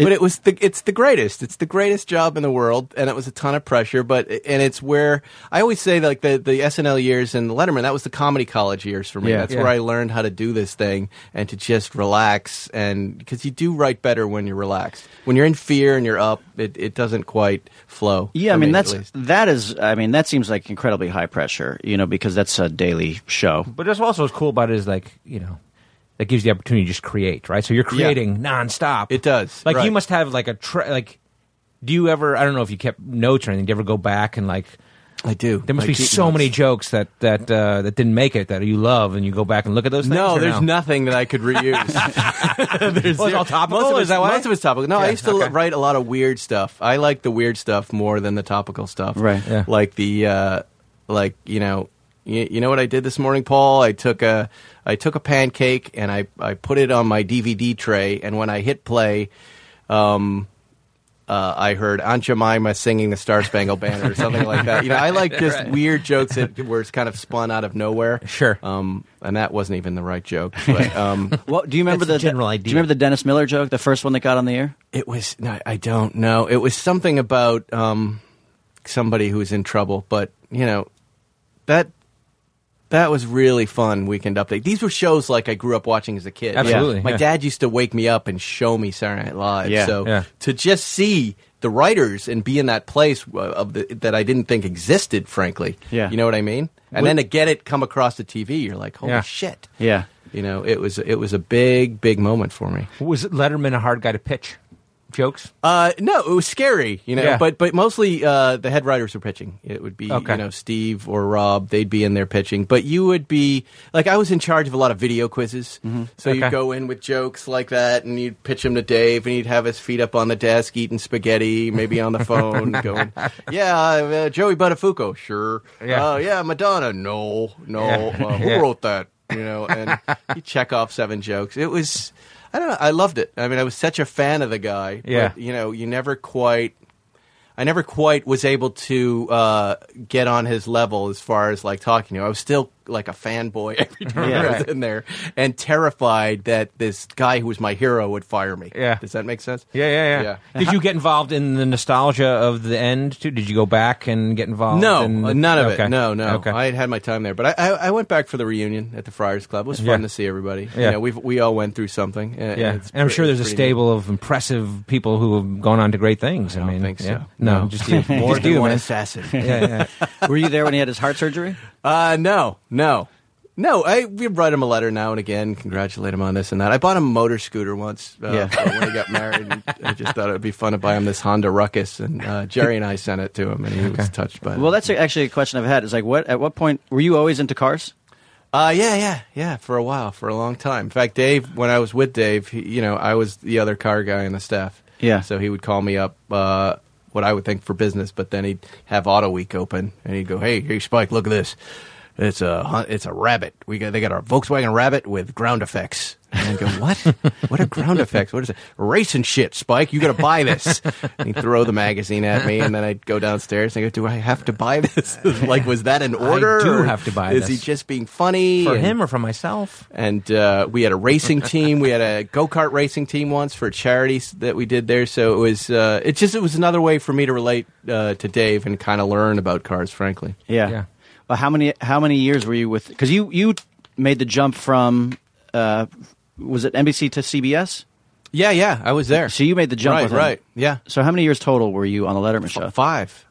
[SPEAKER 6] but it was the it's the greatest. It's the greatest job in the world and it was a ton of pressure, but and it's where I always say like the the SNL years and the Letterman, that was the comedy college years for me.
[SPEAKER 7] Yeah.
[SPEAKER 6] That's
[SPEAKER 1] Yeah.
[SPEAKER 6] where I learned how to do this thing and to just relax and cuz you do write better when you're relaxed. When you're in fear and you're up, it it doesn't quite flow.
[SPEAKER 7] yeah, I
[SPEAKER 6] for
[SPEAKER 7] mean
[SPEAKER 6] me, at
[SPEAKER 7] that's
[SPEAKER 6] least.
[SPEAKER 7] that is I mean that seems like incredibly high pressure, you know, because that's a daily show.
[SPEAKER 1] But that's also what's cool about it is like you know that gives you the opportunity to just create, right? So you're creating nonstop.
[SPEAKER 6] It does,
[SPEAKER 1] Like you
[SPEAKER 6] right.
[SPEAKER 1] must have like a tra- like. Do you ever? I don't know if you kept notes or anything. Do you ever go back and like?
[SPEAKER 6] I do.
[SPEAKER 1] There must
[SPEAKER 6] I
[SPEAKER 1] be
[SPEAKER 6] keep
[SPEAKER 1] so
[SPEAKER 6] notes.
[SPEAKER 1] many jokes that that uh, that didn't make it that you love, and you go back and look at those. Things,
[SPEAKER 6] No,
[SPEAKER 1] or
[SPEAKER 6] there's
[SPEAKER 1] no?
[SPEAKER 6] nothing that I could reuse. there's
[SPEAKER 1] Oh, it's all
[SPEAKER 6] zero-
[SPEAKER 1] topical?
[SPEAKER 6] Most of
[SPEAKER 1] Is
[SPEAKER 6] it's,
[SPEAKER 1] that why?
[SPEAKER 6] Most of it's topical. No,
[SPEAKER 1] Yeah,
[SPEAKER 6] I used to
[SPEAKER 1] okay.
[SPEAKER 6] write a lot of weird stuff. I like the weird stuff more than the topical stuff.
[SPEAKER 7] Right.
[SPEAKER 1] Yeah.
[SPEAKER 6] Like the, uh, like you know, you, you know what I did this morning, Paul? I took a, I took a pancake and I, I put it on my DVD tray, and when I hit play, um, uh, I heard Aunt Jemima singing the Star Spangled Banner or something like that. You know, I like just weird jokes that where it's kind of spun out of nowhere.
[SPEAKER 1] Sure.
[SPEAKER 6] Um, and that wasn't even the right joke, but um,
[SPEAKER 7] Well, do you remember
[SPEAKER 1] That's the
[SPEAKER 7] the
[SPEAKER 1] general
[SPEAKER 7] Do
[SPEAKER 1] idea.
[SPEAKER 7] you remember the Dennis Miller joke, the first one that got on the air?
[SPEAKER 6] it was. No, I don't know. It was something about um, somebody who was in trouble, but you know that that was really fun weekend update. These were shows like I grew up watching as a kid.
[SPEAKER 1] Absolutely, Yeah.
[SPEAKER 6] my
[SPEAKER 1] yeah.
[SPEAKER 6] dad used to wake me up and show me Saturday Night Live.
[SPEAKER 7] Yeah,
[SPEAKER 6] so
[SPEAKER 1] yeah.
[SPEAKER 6] to just see the writers and be in that place uh, of the, that I didn't think existed, frankly.
[SPEAKER 7] Yeah.
[SPEAKER 6] you know what I mean. And then to get it come across the TV, you're like, holy
[SPEAKER 1] Yeah.
[SPEAKER 6] shit.
[SPEAKER 7] Yeah.
[SPEAKER 6] You know, it was it was a big, big moment for me.
[SPEAKER 1] Was Letterman a hard guy to pitch jokes?
[SPEAKER 6] Uh, no, it was scary, you know.
[SPEAKER 1] Yeah.
[SPEAKER 6] But but mostly uh, the head writers were pitching. It would be
[SPEAKER 1] Okay.
[SPEAKER 6] you know Steve or Rob. They'd be in there pitching. But you would be like I was in charge of a lot of video quizzes. So
[SPEAKER 1] Mm-hmm. Okay.
[SPEAKER 6] you'd go in with jokes like that, and you'd pitch them to Dave, and he'd have his feet up on the desk eating spaghetti, maybe on the phone, going, "Yeah, uh, Joey Buttafuoco, sure.
[SPEAKER 1] Yeah.
[SPEAKER 6] Uh, yeah, Madonna, no, no.
[SPEAKER 1] Yeah.
[SPEAKER 6] Uh, who
[SPEAKER 1] Yeah.
[SPEAKER 6] wrote that? You know, and you check off seven jokes. It was, I don't know, I loved it. I mean, I was such a fan of the guy.
[SPEAKER 1] Yeah.
[SPEAKER 6] But, you know, you never quite, I never quite was able to uh, get on his level as far as like talking to him. I was still like a fanboy every time I was in there and terrified that this guy who was my hero would fire me.
[SPEAKER 1] Yeah.
[SPEAKER 6] Does that make sense?
[SPEAKER 1] Yeah, yeah, yeah.
[SPEAKER 6] Yeah.
[SPEAKER 1] Did you get involved in the nostalgia of the end too? Did you go back and get involved?
[SPEAKER 6] No,
[SPEAKER 1] in-
[SPEAKER 6] uh, none of
[SPEAKER 1] Okay.
[SPEAKER 6] it. No, no.
[SPEAKER 1] Okay.
[SPEAKER 6] I had had my time there, but I, I, I went back for the reunion at the Friars Club. It was
[SPEAKER 1] Yeah.
[SPEAKER 6] fun to see everybody.
[SPEAKER 1] Yeah.
[SPEAKER 6] You know, we we all went through something. And,
[SPEAKER 1] yeah,
[SPEAKER 6] it's
[SPEAKER 1] and I'm
[SPEAKER 6] pre-
[SPEAKER 1] sure there's a
[SPEAKER 6] it's pretty neat.
[SPEAKER 1] stable of impressive people who have gone on to great things. I,
[SPEAKER 6] I don't
[SPEAKER 1] mean,
[SPEAKER 6] think so.
[SPEAKER 1] yeah. No, just you.
[SPEAKER 6] More
[SPEAKER 1] Just
[SPEAKER 6] than
[SPEAKER 1] you,
[SPEAKER 6] one
[SPEAKER 1] man.
[SPEAKER 6] assassin.
[SPEAKER 1] Yeah, yeah.
[SPEAKER 7] Were you there when he had his heart surgery?
[SPEAKER 6] Uh, no, no, no. I we write him a letter now and again, congratulate him on this and that. I bought him a motor scooter once uh,
[SPEAKER 7] Yeah.
[SPEAKER 6] for when he got married. And I just thought it would be fun to buy him this Honda Ruckus, and uh, Jerry and I sent it to him, and he was touched by it.
[SPEAKER 7] Well, that's actually a question I've had. Is like, what at what point were you always into cars?
[SPEAKER 6] Uh, yeah, yeah, yeah. For a while, for a long time. In fact, Dave, when I was with Dave, he, you know, I was the other car guy on the staff.
[SPEAKER 7] Yeah.
[SPEAKER 6] So he would call me up, uh, what I would think for business, but then he'd have Auto Week open, and he'd go, "Hey, hey, Spike, look at this. It's a hun- it's a rabbit. We got they got our Volkswagen Rabbit with ground effects." And I go, "What? what are ground effects? What is it? Racing shit, Spike. You got to buy this." and he'd throw the magazine at me, and then I'd go downstairs and I go, "Do I have to buy this? like, was that an order?
[SPEAKER 1] do
[SPEAKER 6] or
[SPEAKER 1] have to buy
[SPEAKER 6] Is he
[SPEAKER 1] this.
[SPEAKER 6] just being funny
[SPEAKER 1] for
[SPEAKER 6] and,
[SPEAKER 1] him or for myself?
[SPEAKER 6] and uh, we had a racing team. We had a go kart racing team once for charities that we did there. So it was uh, it just it was another way for me to relate uh, to Dave and kind of learn about cars. Frankly,
[SPEAKER 7] Yeah.
[SPEAKER 1] Yeah.
[SPEAKER 7] Well, how many how many years were you with? Because you you made the jump from uh, was it NBC to CBS?
[SPEAKER 6] yeah, yeah, I was there.
[SPEAKER 7] So you made the jump,
[SPEAKER 6] right?
[SPEAKER 7] with him.
[SPEAKER 6] Right? Yeah,
[SPEAKER 7] So how many years total were you on the Letterman show?
[SPEAKER 6] five.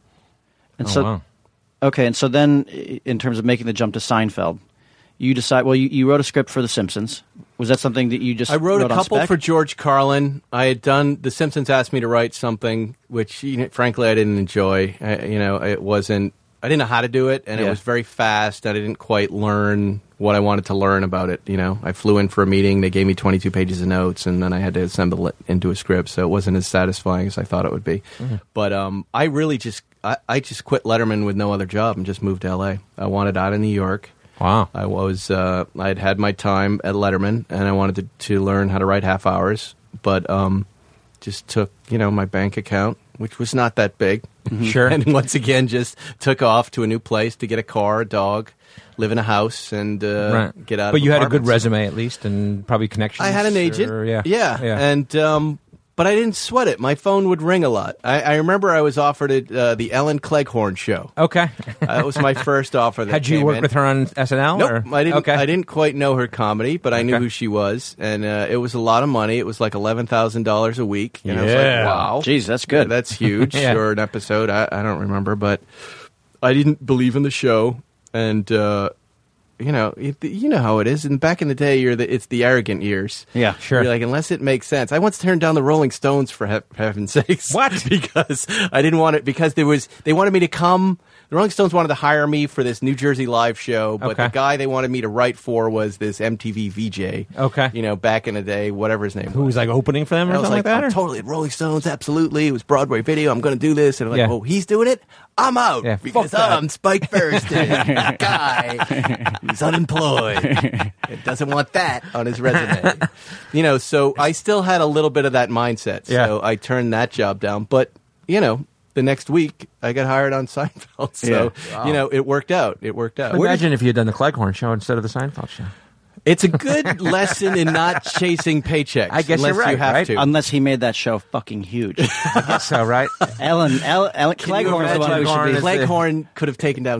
[SPEAKER 7] And
[SPEAKER 1] Oh,
[SPEAKER 7] so
[SPEAKER 1] wow.
[SPEAKER 7] okay, and so then i- in terms of making the jump to Seinfeld, you decide. Well, you, you wrote a script for The Simpsons. Was that something that you just?
[SPEAKER 6] I wrote, a
[SPEAKER 7] on
[SPEAKER 6] couple
[SPEAKER 7] spec?
[SPEAKER 6] for George Carlin. I had done The Simpsons asked me to write something which, you know, frankly, I didn't enjoy. I, you know, it wasn't. I didn't know how to do it, and it
[SPEAKER 7] Yeah.
[SPEAKER 6] was very fast, and I didn't quite learn what I wanted to learn about it. You know, I flew in for a meeting. They gave me 22 pages of notes, and then I had to assemble it into a script. So it wasn't as satisfying as I thought it would be.
[SPEAKER 7] Mm-hmm.
[SPEAKER 6] But um, I really just, I, I just quit Letterman with no other job and just moved to L.A. I wanted out of New York.
[SPEAKER 1] Wow.
[SPEAKER 6] I was uh, I'd had my time at Letterman, and I wanted to, to learn how to write half hours, but um, just took you know my bank account, which was not that big,
[SPEAKER 1] Mm-hmm. Sure.
[SPEAKER 6] and once again just took off to a new place to get a car, a dog, live in a house, and uh,
[SPEAKER 1] right.
[SPEAKER 6] get out.
[SPEAKER 1] But
[SPEAKER 6] of
[SPEAKER 1] you had a good
[SPEAKER 6] apartments.
[SPEAKER 1] resume at least, and probably connections.
[SPEAKER 6] I had an agent.
[SPEAKER 1] or- yeah.
[SPEAKER 6] yeah,
[SPEAKER 1] Yeah.
[SPEAKER 6] and um, but I didn't sweat it. My phone would ring a lot. I, I remember I was offered at uh, the Ellen Cleghorn show.
[SPEAKER 1] okay.
[SPEAKER 6] That was my first offer. That
[SPEAKER 1] had you
[SPEAKER 6] came
[SPEAKER 1] worked
[SPEAKER 6] in.
[SPEAKER 1] with her on SNL?
[SPEAKER 6] Nope,
[SPEAKER 1] or-
[SPEAKER 6] I didn't.
[SPEAKER 1] Okay.
[SPEAKER 6] I didn't quite know her comedy, but I knew
[SPEAKER 1] Okay.
[SPEAKER 6] who she was, and uh, it was a lot of money. It was like eleven thousand dollars a week. And I was
[SPEAKER 1] Yeah.
[SPEAKER 6] like, wow,
[SPEAKER 7] Jeez, that's good.
[SPEAKER 6] that's huge
[SPEAKER 1] Yeah.
[SPEAKER 6] or an episode. I, I don't remember, but I didn't believe in the show, and uh, you know, it, you know how it is. And back in the day, you're the it's the arrogant years.
[SPEAKER 7] Yeah.
[SPEAKER 1] Sure.
[SPEAKER 6] You're like, unless it makes sense. I once turned down the Rolling Stones for hea- heaven's sakes.
[SPEAKER 1] What?
[SPEAKER 6] because I didn't want it. Because there was they wanted me to come. The Rolling Stones wanted to hire me for this New Jersey live show, but
[SPEAKER 1] Okay.
[SPEAKER 6] the guy they wanted me to write for was this MTV VJ.
[SPEAKER 1] Okay.
[SPEAKER 6] You know, back in the day, whatever his name
[SPEAKER 1] Who was like opening for them or
[SPEAKER 6] and I was
[SPEAKER 1] something
[SPEAKER 6] like,
[SPEAKER 1] like, that?
[SPEAKER 6] I'm
[SPEAKER 1] or-
[SPEAKER 6] totally at Rolling Stones, absolutely. It was Broadway video. I'm going to do this. And I'm like,
[SPEAKER 1] Yeah.
[SPEAKER 6] well, he's doing it. I'm out
[SPEAKER 1] Yeah,
[SPEAKER 6] because
[SPEAKER 1] fuck that.
[SPEAKER 6] I'm Spike Thurston, guy who's unemployed and doesn't want that on his resume. you know, so I still had a little bit of that mindset. So
[SPEAKER 1] Yeah.
[SPEAKER 6] I turned that job down. But, you know, the next week I got hired on Seinfeld. So,
[SPEAKER 7] Yeah.
[SPEAKER 6] you know, it worked out. It worked out.
[SPEAKER 1] Imagine if you had done the Cleghorn show instead of the Seinfeld show.
[SPEAKER 6] It's a good lesson in not chasing paychecks.
[SPEAKER 1] I guess
[SPEAKER 6] unless
[SPEAKER 1] you're right,
[SPEAKER 6] you have
[SPEAKER 1] right?
[SPEAKER 6] to.
[SPEAKER 7] Unless he made that show fucking huge.
[SPEAKER 1] so right.
[SPEAKER 7] Ellen, Ellen, Ellen
[SPEAKER 6] Can you
[SPEAKER 7] Cleghorn's the one
[SPEAKER 6] imagine
[SPEAKER 7] who should
[SPEAKER 1] Cleghorn
[SPEAKER 7] be.
[SPEAKER 1] is-
[SPEAKER 6] Cleghorn could have taken down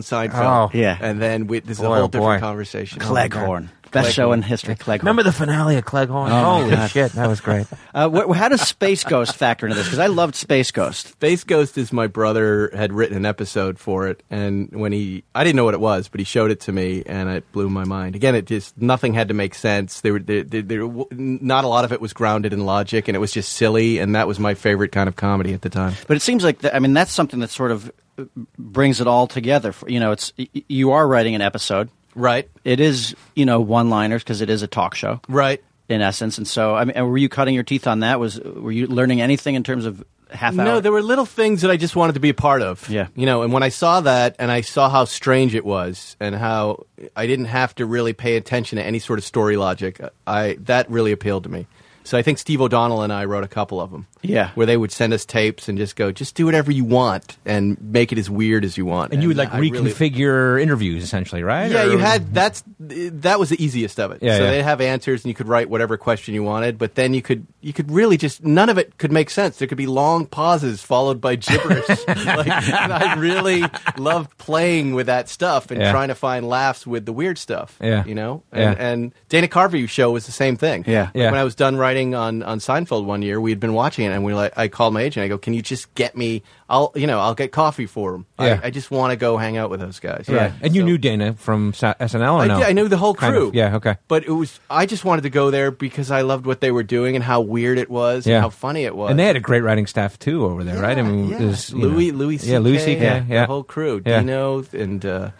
[SPEAKER 1] Oh.
[SPEAKER 6] Seinfeld.
[SPEAKER 7] Yeah.
[SPEAKER 6] And then we, this is
[SPEAKER 1] Boy,
[SPEAKER 6] a
[SPEAKER 1] oh,
[SPEAKER 6] whole different
[SPEAKER 1] boy.
[SPEAKER 6] conversation.
[SPEAKER 7] Cleghorn. Best show in history, Cleghorn.
[SPEAKER 1] Remember the finale of Cleghorn?
[SPEAKER 6] Oh,
[SPEAKER 7] my
[SPEAKER 1] Holy
[SPEAKER 7] God.
[SPEAKER 1] shit, that was great.
[SPEAKER 7] uh, wh- how does Space Ghost factor into this? Because I loved Space Ghost.
[SPEAKER 6] Space Ghost is my brother had written an episode for it, and when he, I didn't know what it was, but he showed it to me, and it blew my mind. Again, it just nothing had to make sense. There, were- there, there, there w- not a lot of it was grounded in logic, and it was just silly, and that was my favorite kind of comedy at the time.
[SPEAKER 7] But it seems like, th- I mean, that's something that sort of uh, brings it all together. For, you know, it's y- y- you are writing an episode.
[SPEAKER 6] Right,
[SPEAKER 7] It is, you know, one-liners because it is a talk show
[SPEAKER 6] right.
[SPEAKER 7] in essence. And so, I mean, and were you cutting your teeth on that? Was were you learning anything in terms of half hour?
[SPEAKER 6] No, there were little things that I just wanted to be a part of.
[SPEAKER 7] Yeah.
[SPEAKER 6] You know, and when I saw that and I saw how strange it was and how I didn't have to really pay attention to any sort of story logic, I that really appealed to me. So I think Steve O'Donnell and I wrote a couple of them.
[SPEAKER 7] Yeah.
[SPEAKER 6] Where they would send us tapes and just go, just do whatever you want and make it as weird as you want.
[SPEAKER 1] And you would like
[SPEAKER 6] I really-
[SPEAKER 1] reconfigure interviews essentially, right?
[SPEAKER 6] yeah,
[SPEAKER 1] Or-
[SPEAKER 6] you had that's that was the easiest of it.
[SPEAKER 1] Yeah,
[SPEAKER 6] so
[SPEAKER 1] yeah.
[SPEAKER 6] they'd have answers, and you could write whatever question you wanted. But then you could you could really just none of it could make sense. There could be long pauses followed by gibberish. like, and I really loved playing with that stuff and
[SPEAKER 1] Yeah.
[SPEAKER 6] trying to find laughs with the weird stuff.
[SPEAKER 1] Yeah.
[SPEAKER 6] you know.
[SPEAKER 1] Yeah.
[SPEAKER 6] And, and Dana Carvey's show was the same thing.
[SPEAKER 7] Yeah.
[SPEAKER 6] Like,
[SPEAKER 1] Yeah.
[SPEAKER 6] When I was done writing on on Seinfeld one year, we had been watching it, and we like I called my agent. I go, "Can you just get me? I'll you know I'll get coffee for him.
[SPEAKER 1] Yeah.
[SPEAKER 6] I, I just want to go hang out with those guys.
[SPEAKER 1] Right. And you
[SPEAKER 6] So-
[SPEAKER 1] knew Dana from Sa- SNL or
[SPEAKER 6] I,
[SPEAKER 1] no?
[SPEAKER 6] did- I knew the whole crew.
[SPEAKER 1] Kind of, yeah, okay.
[SPEAKER 6] But it was I just wanted to go there because I loved what they were doing and how weird it was
[SPEAKER 1] Yeah.
[SPEAKER 6] and how funny it was.
[SPEAKER 1] And they had a great writing staff too over there, right? I mean,
[SPEAKER 6] yeah.
[SPEAKER 1] it was, you know-
[SPEAKER 6] Louis, Louis,
[SPEAKER 1] yeah, Louis
[SPEAKER 6] CK,
[SPEAKER 1] C.K., yeah,
[SPEAKER 6] the whole crew,
[SPEAKER 1] Yeah.
[SPEAKER 6] Dino, and uh,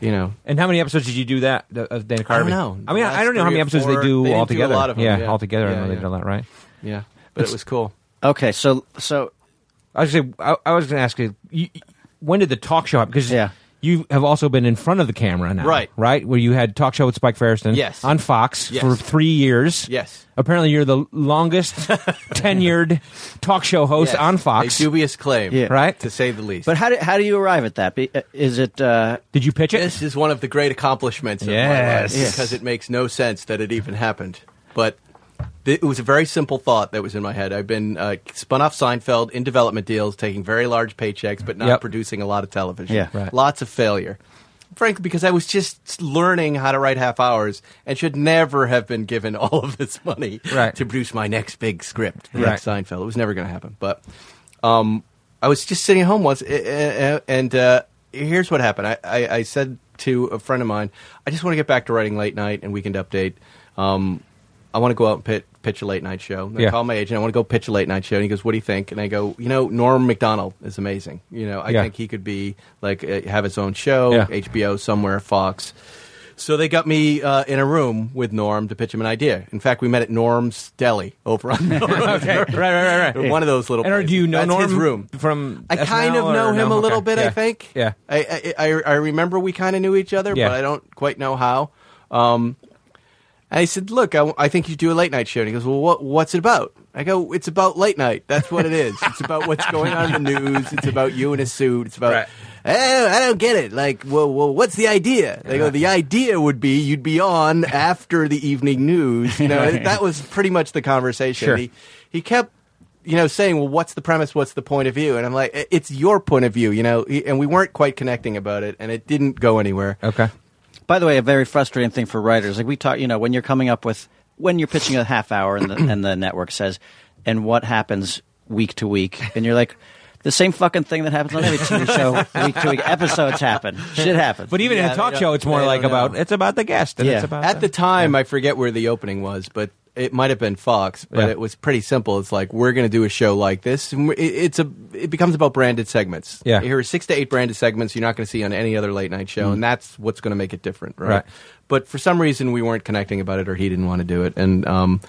[SPEAKER 6] you know,
[SPEAKER 1] And how many episodes did you do that th- of Dana Carvey?
[SPEAKER 6] I don't know.
[SPEAKER 1] I mean,
[SPEAKER 6] The
[SPEAKER 1] I don't know
[SPEAKER 6] last
[SPEAKER 1] how many
[SPEAKER 6] three or
[SPEAKER 1] episodes
[SPEAKER 6] four-
[SPEAKER 1] they do
[SPEAKER 6] they didn't do a
[SPEAKER 1] altogether.
[SPEAKER 6] lot of them,
[SPEAKER 1] yeah,
[SPEAKER 6] yeah.
[SPEAKER 1] altogether, I
[SPEAKER 6] Yeah,
[SPEAKER 1] know they
[SPEAKER 6] yeah.
[SPEAKER 1] did a lot, right?
[SPEAKER 6] yeah, but it was cool.
[SPEAKER 7] okay, so so
[SPEAKER 1] I was gonna say, I, I was going to ask you, you, when did the talk show happen? Because
[SPEAKER 7] Yeah.
[SPEAKER 1] you have also been in front of the camera now,
[SPEAKER 6] Right.
[SPEAKER 1] Right, where you had talk show with Spike Ferriston,
[SPEAKER 6] Yes.
[SPEAKER 1] on Fox
[SPEAKER 6] Yes.
[SPEAKER 1] for three years.
[SPEAKER 6] Yes.
[SPEAKER 1] apparently you're the longest tenured talk show host
[SPEAKER 6] Yes.
[SPEAKER 1] on Fox.
[SPEAKER 6] a dubious claim,
[SPEAKER 7] Yeah.
[SPEAKER 1] Right.
[SPEAKER 6] to say the least.
[SPEAKER 7] But how do, how do you arrive at that? Be- uh, Is it uh,
[SPEAKER 1] Did you pitch it?
[SPEAKER 6] this is one of the great accomplishments of my
[SPEAKER 1] Yes.
[SPEAKER 6] life
[SPEAKER 1] Yes.
[SPEAKER 6] because it makes no sense that it even happened. But th- it was a very simple thought that was in my head. I've been uh, spun off Seinfeld in development deals, taking very large paychecks, but not
[SPEAKER 1] Yep.
[SPEAKER 6] producing a lot of television.
[SPEAKER 7] Yeah. Right.
[SPEAKER 6] Lots of failure. Frankly, because I was just learning how to write half hours and should never have been given all of this money
[SPEAKER 1] Right.
[SPEAKER 6] to produce my next big script, the
[SPEAKER 1] Right.
[SPEAKER 6] next Seinfeld. It was never going to happen. But um, I was just sitting at home once, eh, eh, eh, and uh, here's what happened. I, I, I said to a friend of mine. I just want to get back to writing late night and weekend update. Um, I want to go out and pit, pitch a late night show. And I
[SPEAKER 1] Yeah.
[SPEAKER 6] call my agent. I want to go pitch a late night show. And he goes, "What do you think?" And I go, "You know, Norm Macdonald is amazing. You know, I
[SPEAKER 1] Yeah.
[SPEAKER 6] think he could be like uh, have his own show,
[SPEAKER 1] Yeah.
[SPEAKER 6] HBO somewhere, Fox." So they got me uh, in a room with Norm to pitch him an idea. In fact, we met at Norm's Deli over on Norm. okay,
[SPEAKER 1] right, right, right.
[SPEAKER 6] One of those little.
[SPEAKER 1] And or do you
[SPEAKER 6] places.
[SPEAKER 1] know
[SPEAKER 6] That's
[SPEAKER 1] Norm
[SPEAKER 6] his room?
[SPEAKER 1] from?
[SPEAKER 6] I kind
[SPEAKER 1] SNL
[SPEAKER 6] of
[SPEAKER 1] or
[SPEAKER 6] know him
[SPEAKER 1] no?
[SPEAKER 6] a little
[SPEAKER 1] Okay.
[SPEAKER 6] bit. I
[SPEAKER 1] Yeah.
[SPEAKER 6] think.
[SPEAKER 1] Yeah.
[SPEAKER 6] I I, I, I remember we kind of knew each other,
[SPEAKER 1] Yeah.
[SPEAKER 6] but I don't quite know how. Um, and I said, "Look, I, I think you do a late night show." And he goes, "Well, what, what's it about?" I go, "It's about late night. That's what it is. It's about what's going on in the news. It's about you in a suit. It's about."
[SPEAKER 1] Right.
[SPEAKER 6] Oh, I don't get it. Like, well, well what's the idea? They go, the idea would be you'd be on after the evening news. You know, that was pretty much the conversation.
[SPEAKER 1] Sure.
[SPEAKER 6] He, he kept, you know, saying, well, what's the premise? What's the point of view? And I'm like, "I- it's your point of view, you know, He- and we weren't quite connecting about it, and it didn't go anywhere.
[SPEAKER 1] Okay.
[SPEAKER 7] By the way, a very frustrating thing for writers, like we talk, you know, when you're coming up with when you're pitching a half hour and the, and the network says, and what happens week to week, and you're like, the same fucking thing that happens on every TV show week to week. Episodes happen, shit happens.
[SPEAKER 1] But even in
[SPEAKER 6] Yeah,
[SPEAKER 1] a
[SPEAKER 6] they
[SPEAKER 1] talk
[SPEAKER 6] don't-
[SPEAKER 1] show, it's more
[SPEAKER 6] they
[SPEAKER 1] like
[SPEAKER 6] don't
[SPEAKER 1] about
[SPEAKER 6] know.
[SPEAKER 1] it's about the guest. And
[SPEAKER 7] Yeah.
[SPEAKER 1] it's about
[SPEAKER 6] At the time, I forget where the opening was, but it might have been Fox, but
[SPEAKER 1] Yeah.
[SPEAKER 6] it was pretty simple. It's like we're going to do a show like this. And we- it- It's a it becomes about branded segments.
[SPEAKER 1] Yeah.
[SPEAKER 6] here are six to eight branded segments you're not going to see on any other late night show, and that's what's going to make it different, right?
[SPEAKER 1] Mm. Right.
[SPEAKER 6] But for some reason, we weren't connecting about it, or he didn't want to do it, and um,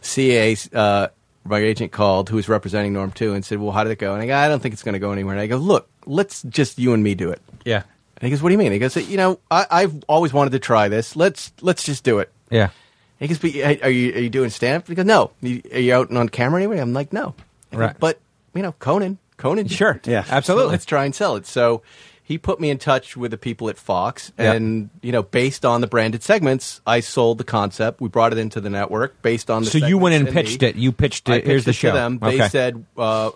[SPEAKER 6] CA. Uh, my agent called, who was representing Norm too, and said, "Well, how did it go?" And I go, "I don't think it's going to go anywhere." And I go, "Look, let's just you and me do it."
[SPEAKER 1] yeah,
[SPEAKER 6] And he goes, "What do you mean?" He goes, "You know, I, I've always wanted to try this. Let's let's just do it."
[SPEAKER 1] yeah.
[SPEAKER 6] He goes, but are you are you doing stand up? He goes, no. You- Are you out and on camera anyway? I'm like, no. I go,
[SPEAKER 1] Right.
[SPEAKER 6] But you know, Conan, Conan,
[SPEAKER 1] Sure.
[SPEAKER 7] Yeah.
[SPEAKER 1] Absolutely.
[SPEAKER 6] Let's try and sell it. So he put me in touch with the people at Fox,
[SPEAKER 1] Yeah.
[SPEAKER 6] and you know, based on the branded segments, I sold the concept. We brought it into the network based on the.
[SPEAKER 1] So you went and
[SPEAKER 6] segments
[SPEAKER 1] pitched
[SPEAKER 6] me.
[SPEAKER 1] it. You pitched it.
[SPEAKER 6] I
[SPEAKER 1] Here's
[SPEAKER 6] pitched
[SPEAKER 1] the
[SPEAKER 6] it
[SPEAKER 1] show.
[SPEAKER 6] To them. They
[SPEAKER 1] Okay.
[SPEAKER 6] said, uh,